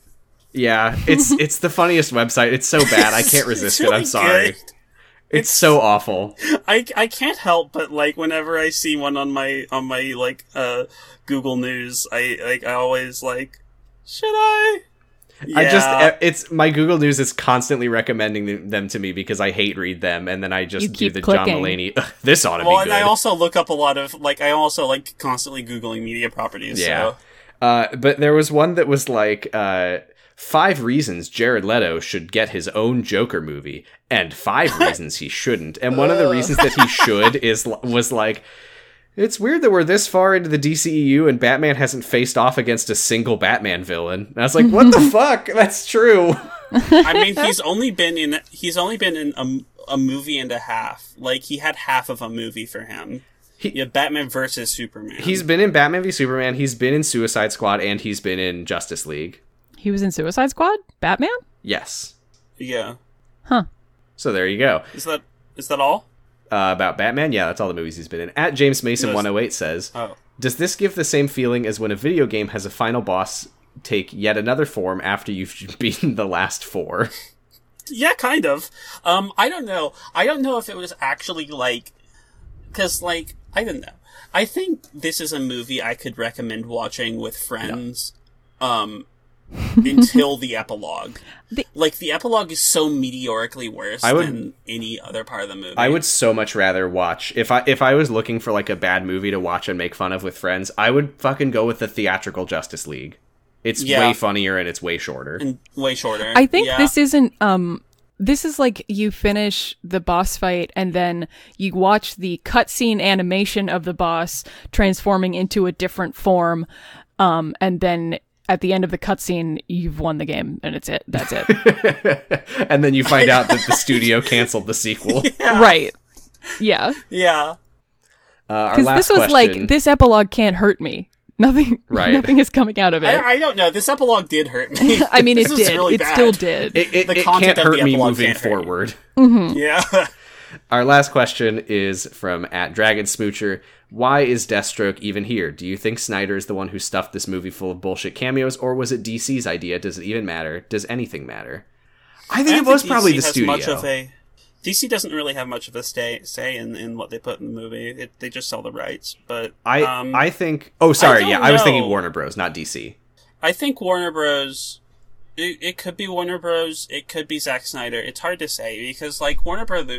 S2: Yeah, it's it's the funniest website. It's so bad, I can't resist
S3: It's really
S2: it. I'm sorry.
S3: good.
S2: It's so awful.
S3: I, I can't help but like whenever I see one on my on my like uh Google News, I like I always like should I?
S2: I
S3: Yeah.
S2: just e- it's my Google News is constantly recommending them- them to me because I hate read them, and then I just
S4: You
S2: do
S4: keep
S2: the John
S4: clicking.
S2: Mulaney. "Ugh, This ought to
S3: well,
S2: be
S3: and
S2: good.
S3: I also look up a lot of like I also like constantly googling media properties.
S2: yeah,
S3: so.
S2: uh, but there was one that was like uh, five reasons Jared Leto should get his own Joker movie, and five reasons he shouldn't. And one of the reasons that he should is l- was like. It's weird that we're this far into the DCEU and Batman hasn't faced off against a single Batman villain. And I was like, what the fuck? That's true.
S3: I mean, he's only been in he's only been in a, a movie and a half. Like he had half of a movie for him. yeah, Batman versus Superman.
S2: He's been in Batman v Superman, he's been in Suicide Squad, and he's been in Justice League.
S4: He was in Suicide Squad? Batman?
S2: Yes.
S3: yeah.
S2: So there you go.
S3: Is that is that all?
S2: Uh, about Batman, yeah, that's all the movies he's been in. At James Mason one oh eight says,
S3: Oh.
S2: "Does this give the same feeling as when a video game has a final boss take yet another form after you've beaten the last four?
S3: Yeah, kind of. Um, I don't know. I don't know if it was actually like, because like I don't know. I think this is a movie I could recommend watching with friends. Um, until the epilogue.
S4: The-
S3: like the epilogue is so meteorically worse
S2: I would-
S3: than any other part of the movie.
S2: I would so much rather watch if I if I was looking for like a bad movie to watch and make fun of with friends, I would fucking go with the theatrical Justice League. It's
S3: Yeah.
S2: way funnier and it's way shorter.
S3: and way shorter.
S4: I think
S3: Yeah.
S4: this isn't um this is like you finish the boss fight and then you watch the cutscene animation of the boss transforming into a different form. Um and then at the end of the cutscene you've won the game and it's it. That's it.
S2: and then you find out that the studio canceled the sequel.
S4: right. Yeah.
S3: Yeah.
S2: Uh, our
S4: Because this
S2: last
S4: was
S2: question-
S4: like this epilogue can't hurt me. Nothing
S2: Right.
S4: nothing is coming out of it.
S3: I, I don't know. This epilogue did hurt me.
S4: I mean, it
S3: This was
S4: did.
S3: really
S4: it
S3: bad.
S4: still did.
S2: It, it,
S3: the
S2: it
S3: content
S2: can't
S3: of
S2: hurt
S3: the
S2: me
S3: epilogue
S2: moving
S3: can't hurt you.
S2: forward.
S3: Yeah.
S2: Our last question is from at Dragon Smoocher. Why is Deathstroke even here? Do you think Snyder is the one who stuffed this movie full of bullshit cameos, or was it DC's idea? Does it even matter? Does anything matter? I think
S3: I
S2: it
S3: don't
S2: was
S3: think
S2: probably
S3: DC
S2: the
S3: has
S2: studio.
S3: Much of a, DC doesn't really have much of a say say in, in what they put in the movie. It, they just sell the rights. But
S2: I
S3: um,
S2: I think. Oh, sorry.
S3: don't
S2: yeah, I was thinking
S3: know.
S2: Warner Bros, not DC.
S3: I think Warner Bros. It, it could be Warner Bros. It could be Zack Snyder. It's hard to say because like Warner Bros.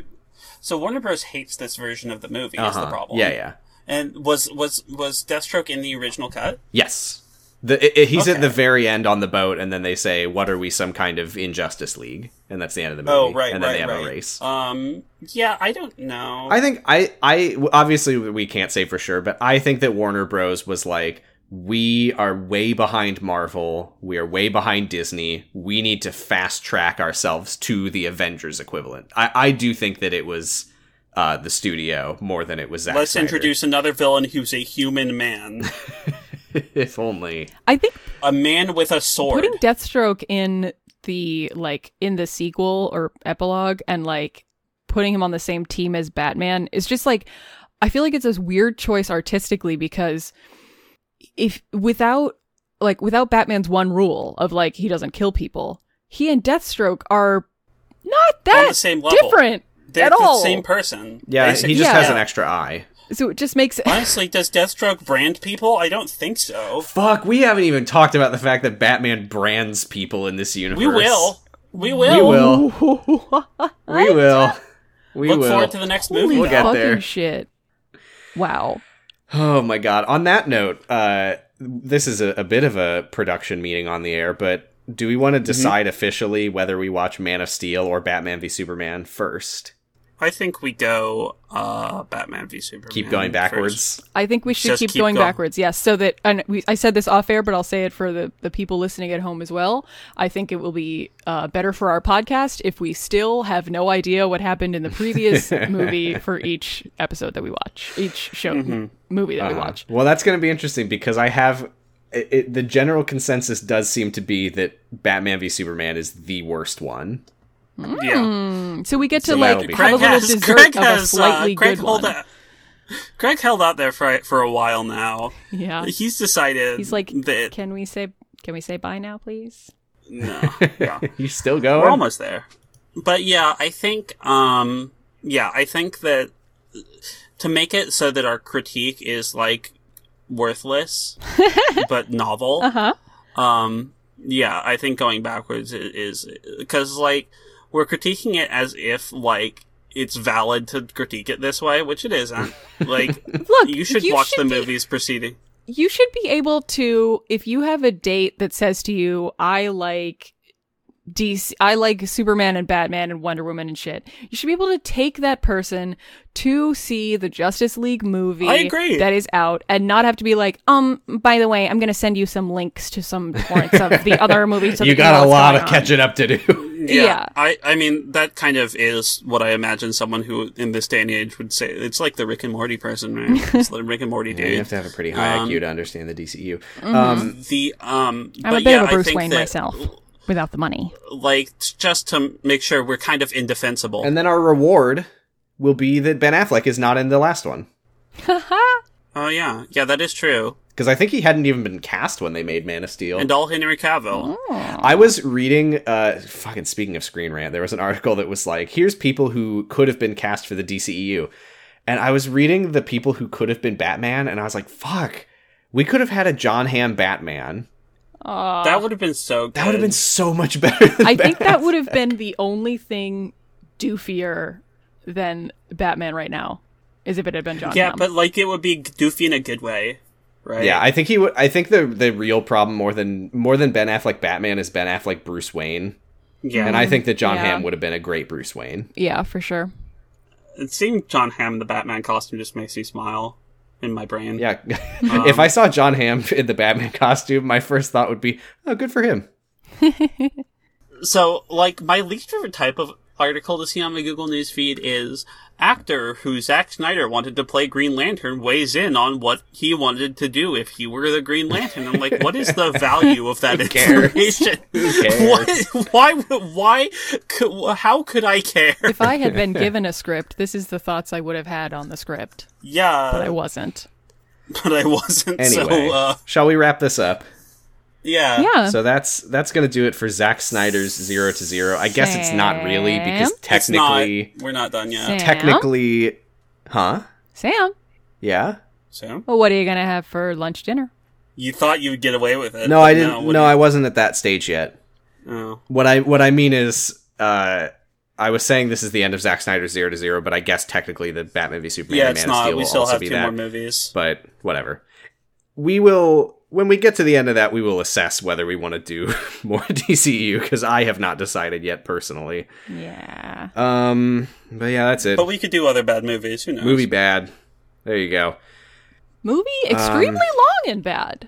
S3: So Warner Bros. hates this version of the movie. Is the
S2: Uh-huh.
S3: problem?
S2: Yeah, yeah.
S3: And was was was Deathstroke in the original cut?
S2: Yes. The, it, it- he's at
S3: Okay.
S2: the very end on the boat, and then they say, "What are we? Some kind of injustice league?" And that's the end of the movie.
S3: Oh, right,
S2: And then
S3: right,
S2: they have
S3: right.
S2: a race.
S3: Um, yeah, I don't know.
S2: I think I I obviously we can't say for sure, but I think that Warner Bros was like, "We are way behind Marvel. We are way behind Disney. We need to fast track ourselves to the Avengers equivalent." I I do think that it was uh, the studio more than it was. Zack
S3: Let's
S2: Snyder.
S3: introduce another villain who's a human man,
S2: if only.
S4: I think
S3: a man with a sword.
S4: putting Deathstroke in the like in the sequel or epilogue and like putting him on the same team as Batman is just like I feel like it's this weird choice artistically because if without like without Batman's one rule of like he doesn't kill people, he and Deathstroke are not that
S3: same level.
S4: different
S3: They're
S4: at
S3: the
S4: all.
S3: same person.
S2: Yeah,
S3: basically.
S2: he just has
S4: yeah.
S2: an extra eye.
S4: so it just makes
S3: Honestly, does Deathstroke brand people? I don't think so.
S2: Fuck, we haven't even talked about the fact that Batman brands people in this universe.
S3: We will. We will.
S2: We will. We will. We
S3: Look
S2: will.
S3: forward to the next movie.
S4: Holy
S2: We'll get
S4: fucking
S2: there.
S4: shit. Wow.
S2: Oh my god. On that note, uh this is a, a bit of a production meeting on the air, but do we want to decide officially whether we watch Man of Steel or Batman v Superman first?
S3: I think we go uh, Batman v Superman.
S2: Keep going backwards.
S4: I think we should
S3: Just
S4: keep,
S3: keep
S4: going
S3: going.
S4: backwards. Yes, so that and we, I said this off air, but I'll say it for the the people listening at home as well. I think it will be uh, better for our podcast if we still have no idea what happened in the previous movie for each episode that we watch, each show
S2: Mm-hmm.
S4: movie that we watch.
S2: Well, that's going to be interesting because I have it, it, the general consensus does seem to be that Batman v Superman is the worst one.
S3: backwards. Yeah.
S4: Mm, So we get to
S2: So that'll
S4: like
S2: be
S4: Hmm. have a
S3: Greg
S4: little
S3: has,
S4: dessert
S3: Greg
S4: of
S3: has,
S4: a slightly
S3: uh, Greg
S4: good
S3: held
S4: one.
S3: out. Greg held out there for for a while now.
S4: Yeah,
S3: He's decided.
S4: he's like,
S3: that,
S4: can we say can we say bye now, please?
S3: no, yeah.
S2: You still going?
S3: We're almost there. But yeah, I think um yeah, I think that to make it so that our critique is like worthless but novel.
S4: Uh-huh.
S3: Um, yeah, I think going backwards i- is because like we're critiquing it as if like it's valid to critique it this way, which it isn't. Like,
S4: Look,
S3: you should
S4: you
S3: watch
S4: should
S3: the
S4: be-
S3: movies preceding.
S4: you should be able to if you have a date that says to you i like DC I like Superman and Batman and Wonder Woman and shit. You should be able to take that person to see the Justice League movie
S3: I agree.
S4: that is out and not have to be like, um, by the way, I'm gonna send you some links to some torrents of the other movies. So
S2: you
S4: that know
S2: got a
S4: what's
S2: lot of
S4: going on.
S2: catching up to do.
S3: Yeah,
S4: Yeah.
S3: I, I mean that kind of is what I imagine someone who in this day and age would say. It's like the Rick and Morty person, right? It's the Rick and Morty dude.
S2: you have to have a pretty high IQ to understand the DCU.
S4: Mm-hmm.
S2: Um,
S3: the um,
S4: I'm
S3: but
S4: a bit
S3: yeah,
S4: of a
S3: I
S4: Bruce
S3: think
S4: Wayne
S3: that,
S4: myself without the money.
S3: Like t- just to make sure we're kind of indefensible.
S2: and then our reward will be that Ben Affleck is not in the last one
S3: oh yeah, yeah, that is true.
S2: because I think he hadn't even been cast when they made Man of Steel.
S3: And all Henry Cavill.
S2: I was reading, uh, fucking speaking of Screen Rant, there was an article that was like, here's people who could have been cast for the DCEU. And I was reading the people who could have been Batman, and I was like, fuck, we could have had a John Hamm Batman.
S3: that would have been so. Good.
S2: That would have been so much better than
S4: I think
S2: Batman.
S4: that would have been the only thing doofier than Batman right now, is if it had been John.
S3: yeah,
S4: Hamm.
S3: but like it would be goofy in a good way, right?
S2: Yeah, I think he would. I think the the real problem more than more than Ben Affleck Batman is Ben Affleck Bruce Wayne,
S3: yeah.
S2: and I think that John
S4: Mm, Yeah.
S2: Hamm would have been a great Bruce Wayne.
S4: yeah, for sure.
S3: And seeing John Hamm in the Batman costume just makes me smile in my brain.
S2: Yeah, if
S3: Um,
S2: I saw John Hamm in the Batman costume, my first thought would be, oh, good for him.
S3: So, like, my least favorite type of article to see on my Google News feed is actor who Zack Snyder wanted to play Green Lantern weighs in on what he wanted to do if he were the Green Lantern. I'm like, what is the value of that
S2: cares?
S3: information?
S2: cares?
S3: What, why? would- Why? Could, how could I care?
S4: If I had been given a script, this is the thoughts I would have had on the script, but I
S3: Yeah,
S4: wasn't.
S3: but I wasn't.
S2: Anyway,
S3: So, uh,
S2: shall we wrap this up?
S3: yeah.
S4: Yeah.
S2: Uh, So that's that's gonna do it for Zack Snyder's zero to zero. I guess it's not really because
S4: Sam?
S3: It's not-
S2: technically,
S3: we're not done yet.
S4: Sam?
S2: technically, huh?
S4: Sam,
S2: Yeah.
S3: So
S4: well, what are you going to have for lunch dinner?
S3: you thought you would get away with it?
S2: No,
S3: but
S2: I didn't.
S3: what
S2: No,
S3: do
S2: I wasn't at that stage yet.
S3: you- oh.
S2: What I what I mean is, uh, I was saying this is the end of Zack Snyder's zero to zero, but I guess technically the Batman v Superman
S3: yeah,
S2: and
S3: it's
S2: Man of
S3: not.
S2: Steel
S3: We
S2: will
S3: still
S2: also
S3: have
S2: be
S3: two
S2: that.
S3: more movies.
S2: But whatever. We will when we get to the end of that, we will assess whether we want to do more DCU because I have not decided yet personally.
S4: Yeah.
S2: Um, but yeah, that's it.
S3: But we could do other bad movies. Who knows?
S2: Movie bad. There you go.
S4: Movie
S2: Um,
S4: extremely long and bad.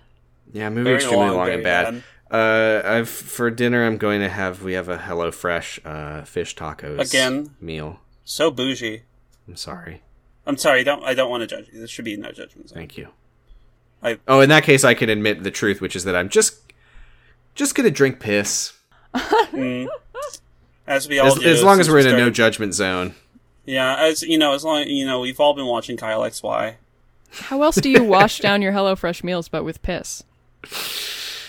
S2: Yeah, movie
S3: Very
S2: extremely long,
S3: long,
S2: and bad.
S3: very
S2: Uh, I've for dinner I'm going to have we have a HelloFresh uh, fish tacos
S3: Again?
S2: meal.
S3: So bougie.
S2: I'm sorry.
S3: I'm sorry. Don't. I don't want to judge you. This should be no judgment. zone.
S2: Thank you.
S3: I-
S2: oh, in that case, I can admit the truth, which is that I'm just just gonna drink piss
S3: As we all
S2: as,
S3: do,
S2: as long
S3: since
S2: as we're in
S3: we
S2: a no
S3: started-
S2: judgment zone.
S3: Yeah. As you know, as long you know, we've all been watching Kyle X Y.
S4: How else do you wash down your HelloFresh meals but with piss?
S2: Sponsored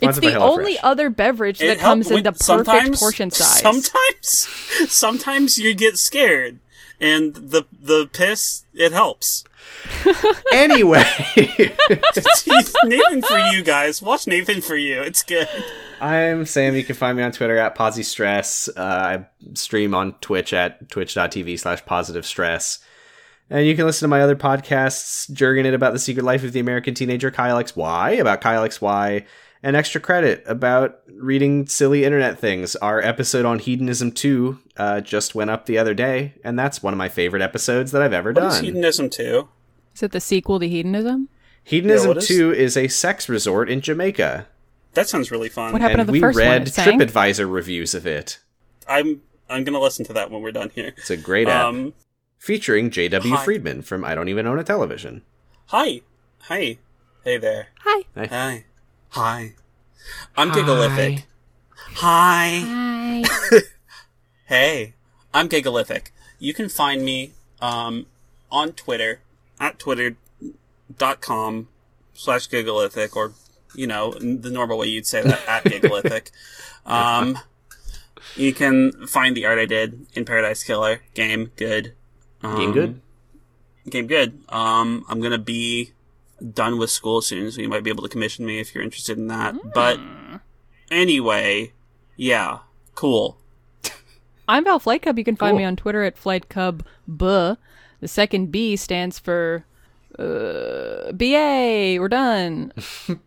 S4: it's
S2: by
S4: the
S2: HelloFresh.
S4: only other beverage that
S3: help-
S4: comes in
S3: when-
S4: the perfect
S3: sometimes-
S4: portion size.
S3: Sometimes, sometimes you get scared, and the the piss it helps.
S2: anyway,
S3: Nathan for you guys. Watch Nathan for you. It's good.
S2: I'm Sam. You can find me on Twitter at Posy Stress. Uh, I stream on Twitch at twitch.tv slash positive stress. And you can listen to my other podcasts, Jergin It about the secret life of the American teenager Kyle XY, about Kyle XY, and Extra Credit about reading silly internet things. Our episode on Hedonism 2 uh, just went up the other day, and that's one of my favorite episodes that I've ever
S3: What
S2: done.
S3: is hedonism too?
S4: Is it the sequel to Hedonism?
S2: Hedonism
S3: Yeah, what is-
S2: 2 is a sex resort in Jamaica,
S3: That sounds really fun.
S4: What happened
S2: and
S4: to the
S2: we
S4: first one?
S2: read
S4: It sang?
S2: TripAdvisor reviews of it.
S3: I'm I'm gonna listen to that when we're done here.
S2: It's a great app.
S3: Um.
S2: featuring J.W.
S3: Hi.
S2: Friedman from I Don't Even Own a Television.
S3: Hi. Hi. Hey there.
S4: Hi.
S3: Hi. Hi. I'm gigalithic. Hi.
S4: Hi.
S3: Hey. I'm gigalithic. You can find me um, on Twitter at twitter.com slash gigalithic or, you know, n- the normal way you'd say that at gigalithic. Um, You can find the art I did in Paradise Killer. Game good. Um,
S6: Game good?
S3: Game good. Um, I'm gonna be done with school soon, so you might be able to commission me if you're interested in that. But
S4: Hmm.
S3: anyway, yeah, cool.
S4: I'm Val Flight Cub. You can find me
S6: Cool.
S4: on Twitter at Flight Cub B. The second B stands for uh, BA. We're done.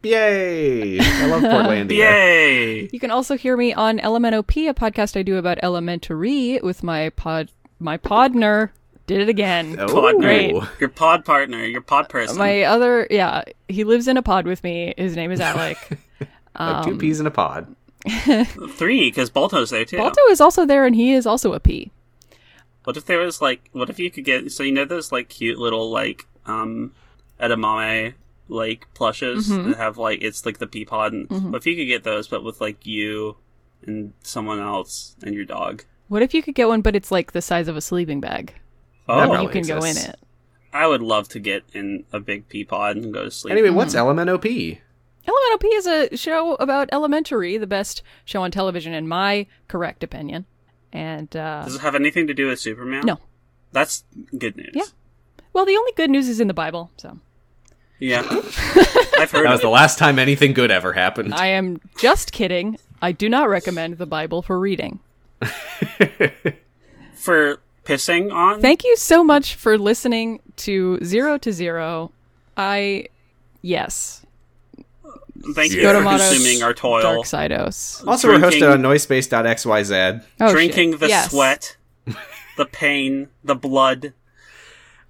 S2: Yay! I love Portlandia.
S3: Yay!
S4: You can also hear me on LMNOP, a podcast I do about elementary with my pod my podner. Did it again.
S2: Oh,
S3: Partner,
S4: Great. Uh,
S3: your pod partner, your pod person.
S4: My other yeah, he lives in a pod with me. His name is Alec.
S2: Like
S4: Um,
S2: two peas in a pod.
S3: Three, because Balto's there too.
S4: Balto is also there and he is also a P.
S3: What if there was like, what if you could get, so you know those like cute little like, um, edamame, like plushes
S4: Mm-hmm.
S3: that have like, it's like the pea pod. And, What if you could get those, but with like you and someone else and your dog?
S4: What if you could get one but it's like the size of a sleeping bag?
S2: That
S4: and
S3: Oh,
S4: you
S2: probably
S4: can go in
S2: exists.
S4: it.
S3: I would love to get in a big pea pod and go to sleep.
S2: Anyway, what's LMNOP?
S4: LMNOP is a show about elementary, the best show on television in my correct opinion. And uh
S3: does it have anything to do with Superman?
S4: No.
S3: That's good news.
S4: Yeah. well, the only good news is in the Bible, so
S3: Yeah. I've
S2: That
S3: heard of
S2: was
S3: it.
S2: the last time anything good ever happened.
S4: I am just kidding. I do not recommend the Bible for reading.
S3: for pissing on.
S4: Thank you so much for listening to Zero to Zero. I, yes,
S3: Thank you
S5: Yeah.
S3: for
S4: Yodomato's
S3: consuming our toil.
S4: Dark Sidos.
S2: also, we're
S3: Drinking-
S2: hosted on noisepace.xyz.
S4: Oh,
S3: drinking
S4: shit.
S3: the
S4: Yes.
S3: sweat, the pain, the blood,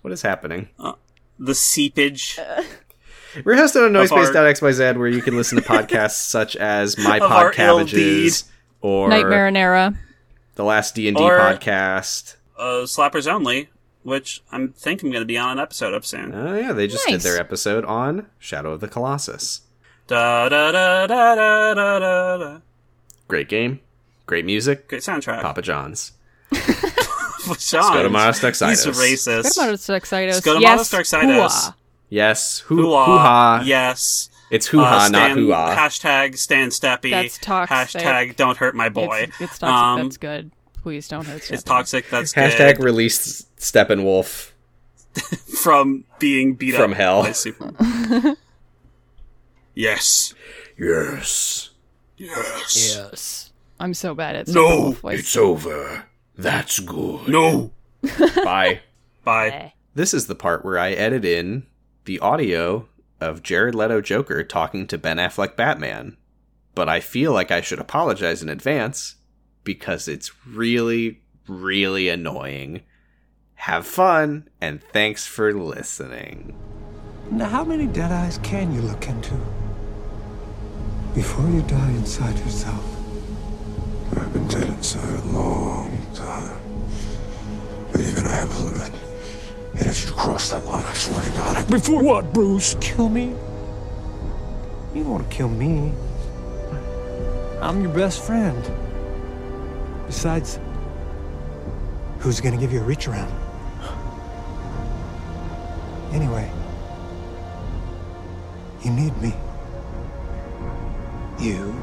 S2: What is happening?
S3: the seepage
S2: We're hosted on
S3: Of our-
S2: noisepace.xyz where you can listen to podcasts such as My
S3: Of our
S2: Pod
S3: ill
S2: Cabbages or
S4: Nightmare and Era.
S2: The Last D&D
S3: Or-
S2: podcast.
S3: uh, slappers only, which I am think I'm going to be on an episode of soon.
S2: Oh yeah, they just did
S4: Nice.
S2: their episode on Shadow of the Colossus.
S3: Da da da da da da da. da.
S2: Great game, great music,
S3: Great soundtrack.
S2: Papa John's.
S3: Sean,
S2: Scotomatis
S3: he's
S2: Doxitis.
S4: What
S3: racist.
S4: about Dark Sidos?
S3: Scudamotus
S4: Yes,
S3: Dark Sidos.
S4: hooah.
S2: Yes, hoo
S3: Hoo-ah.
S2: hoo-ha.
S3: Yes.
S2: It's hoo-ha,
S3: Uh,
S2: not
S3: Stan-
S2: hoo-ha.
S3: Hashtag Stan Steppy.
S4: That's toxic.
S3: Hashtag don't hurt my boy.
S4: It's, it's toxic.
S3: Um,
S4: That's good. Please don't hurt.
S3: It's
S4: Stefan.
S3: toxic. That's
S2: Hashtag
S3: good.
S2: release Steppenwolf.
S3: from being beat
S2: From
S3: up
S2: hell.
S3: by Superman. yes.
S5: Yes.
S3: Yes.
S4: Yes. I'm so bad at
S5: No,
S4: Steppenwolf voice.
S5: it's over. That's good.
S3: No.
S2: Bye.
S3: Bye.
S2: This is the part where I edit in the audio of Jared Leto Joker talking to Ben Affleck Batman. But I feel like I should apologize in advance because it's really, really annoying. Have fun, and thanks for listening.
S7: Now, how many dead eyes can you look into before you die inside yourself?
S5: I've been dead inside a long time. But even I have a limit. And if you cross that line, I swear to God, I
S7: Before what, Bruce? Kill me? You want to kill me? I'm your best friend. Besides, who's gonna give you a reach around? Anyway, you need me. You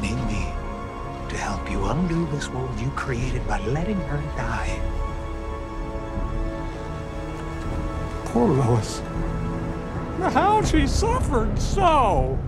S7: need me to help you undo this world you created by letting her die. Poor Lois. How she suffered so.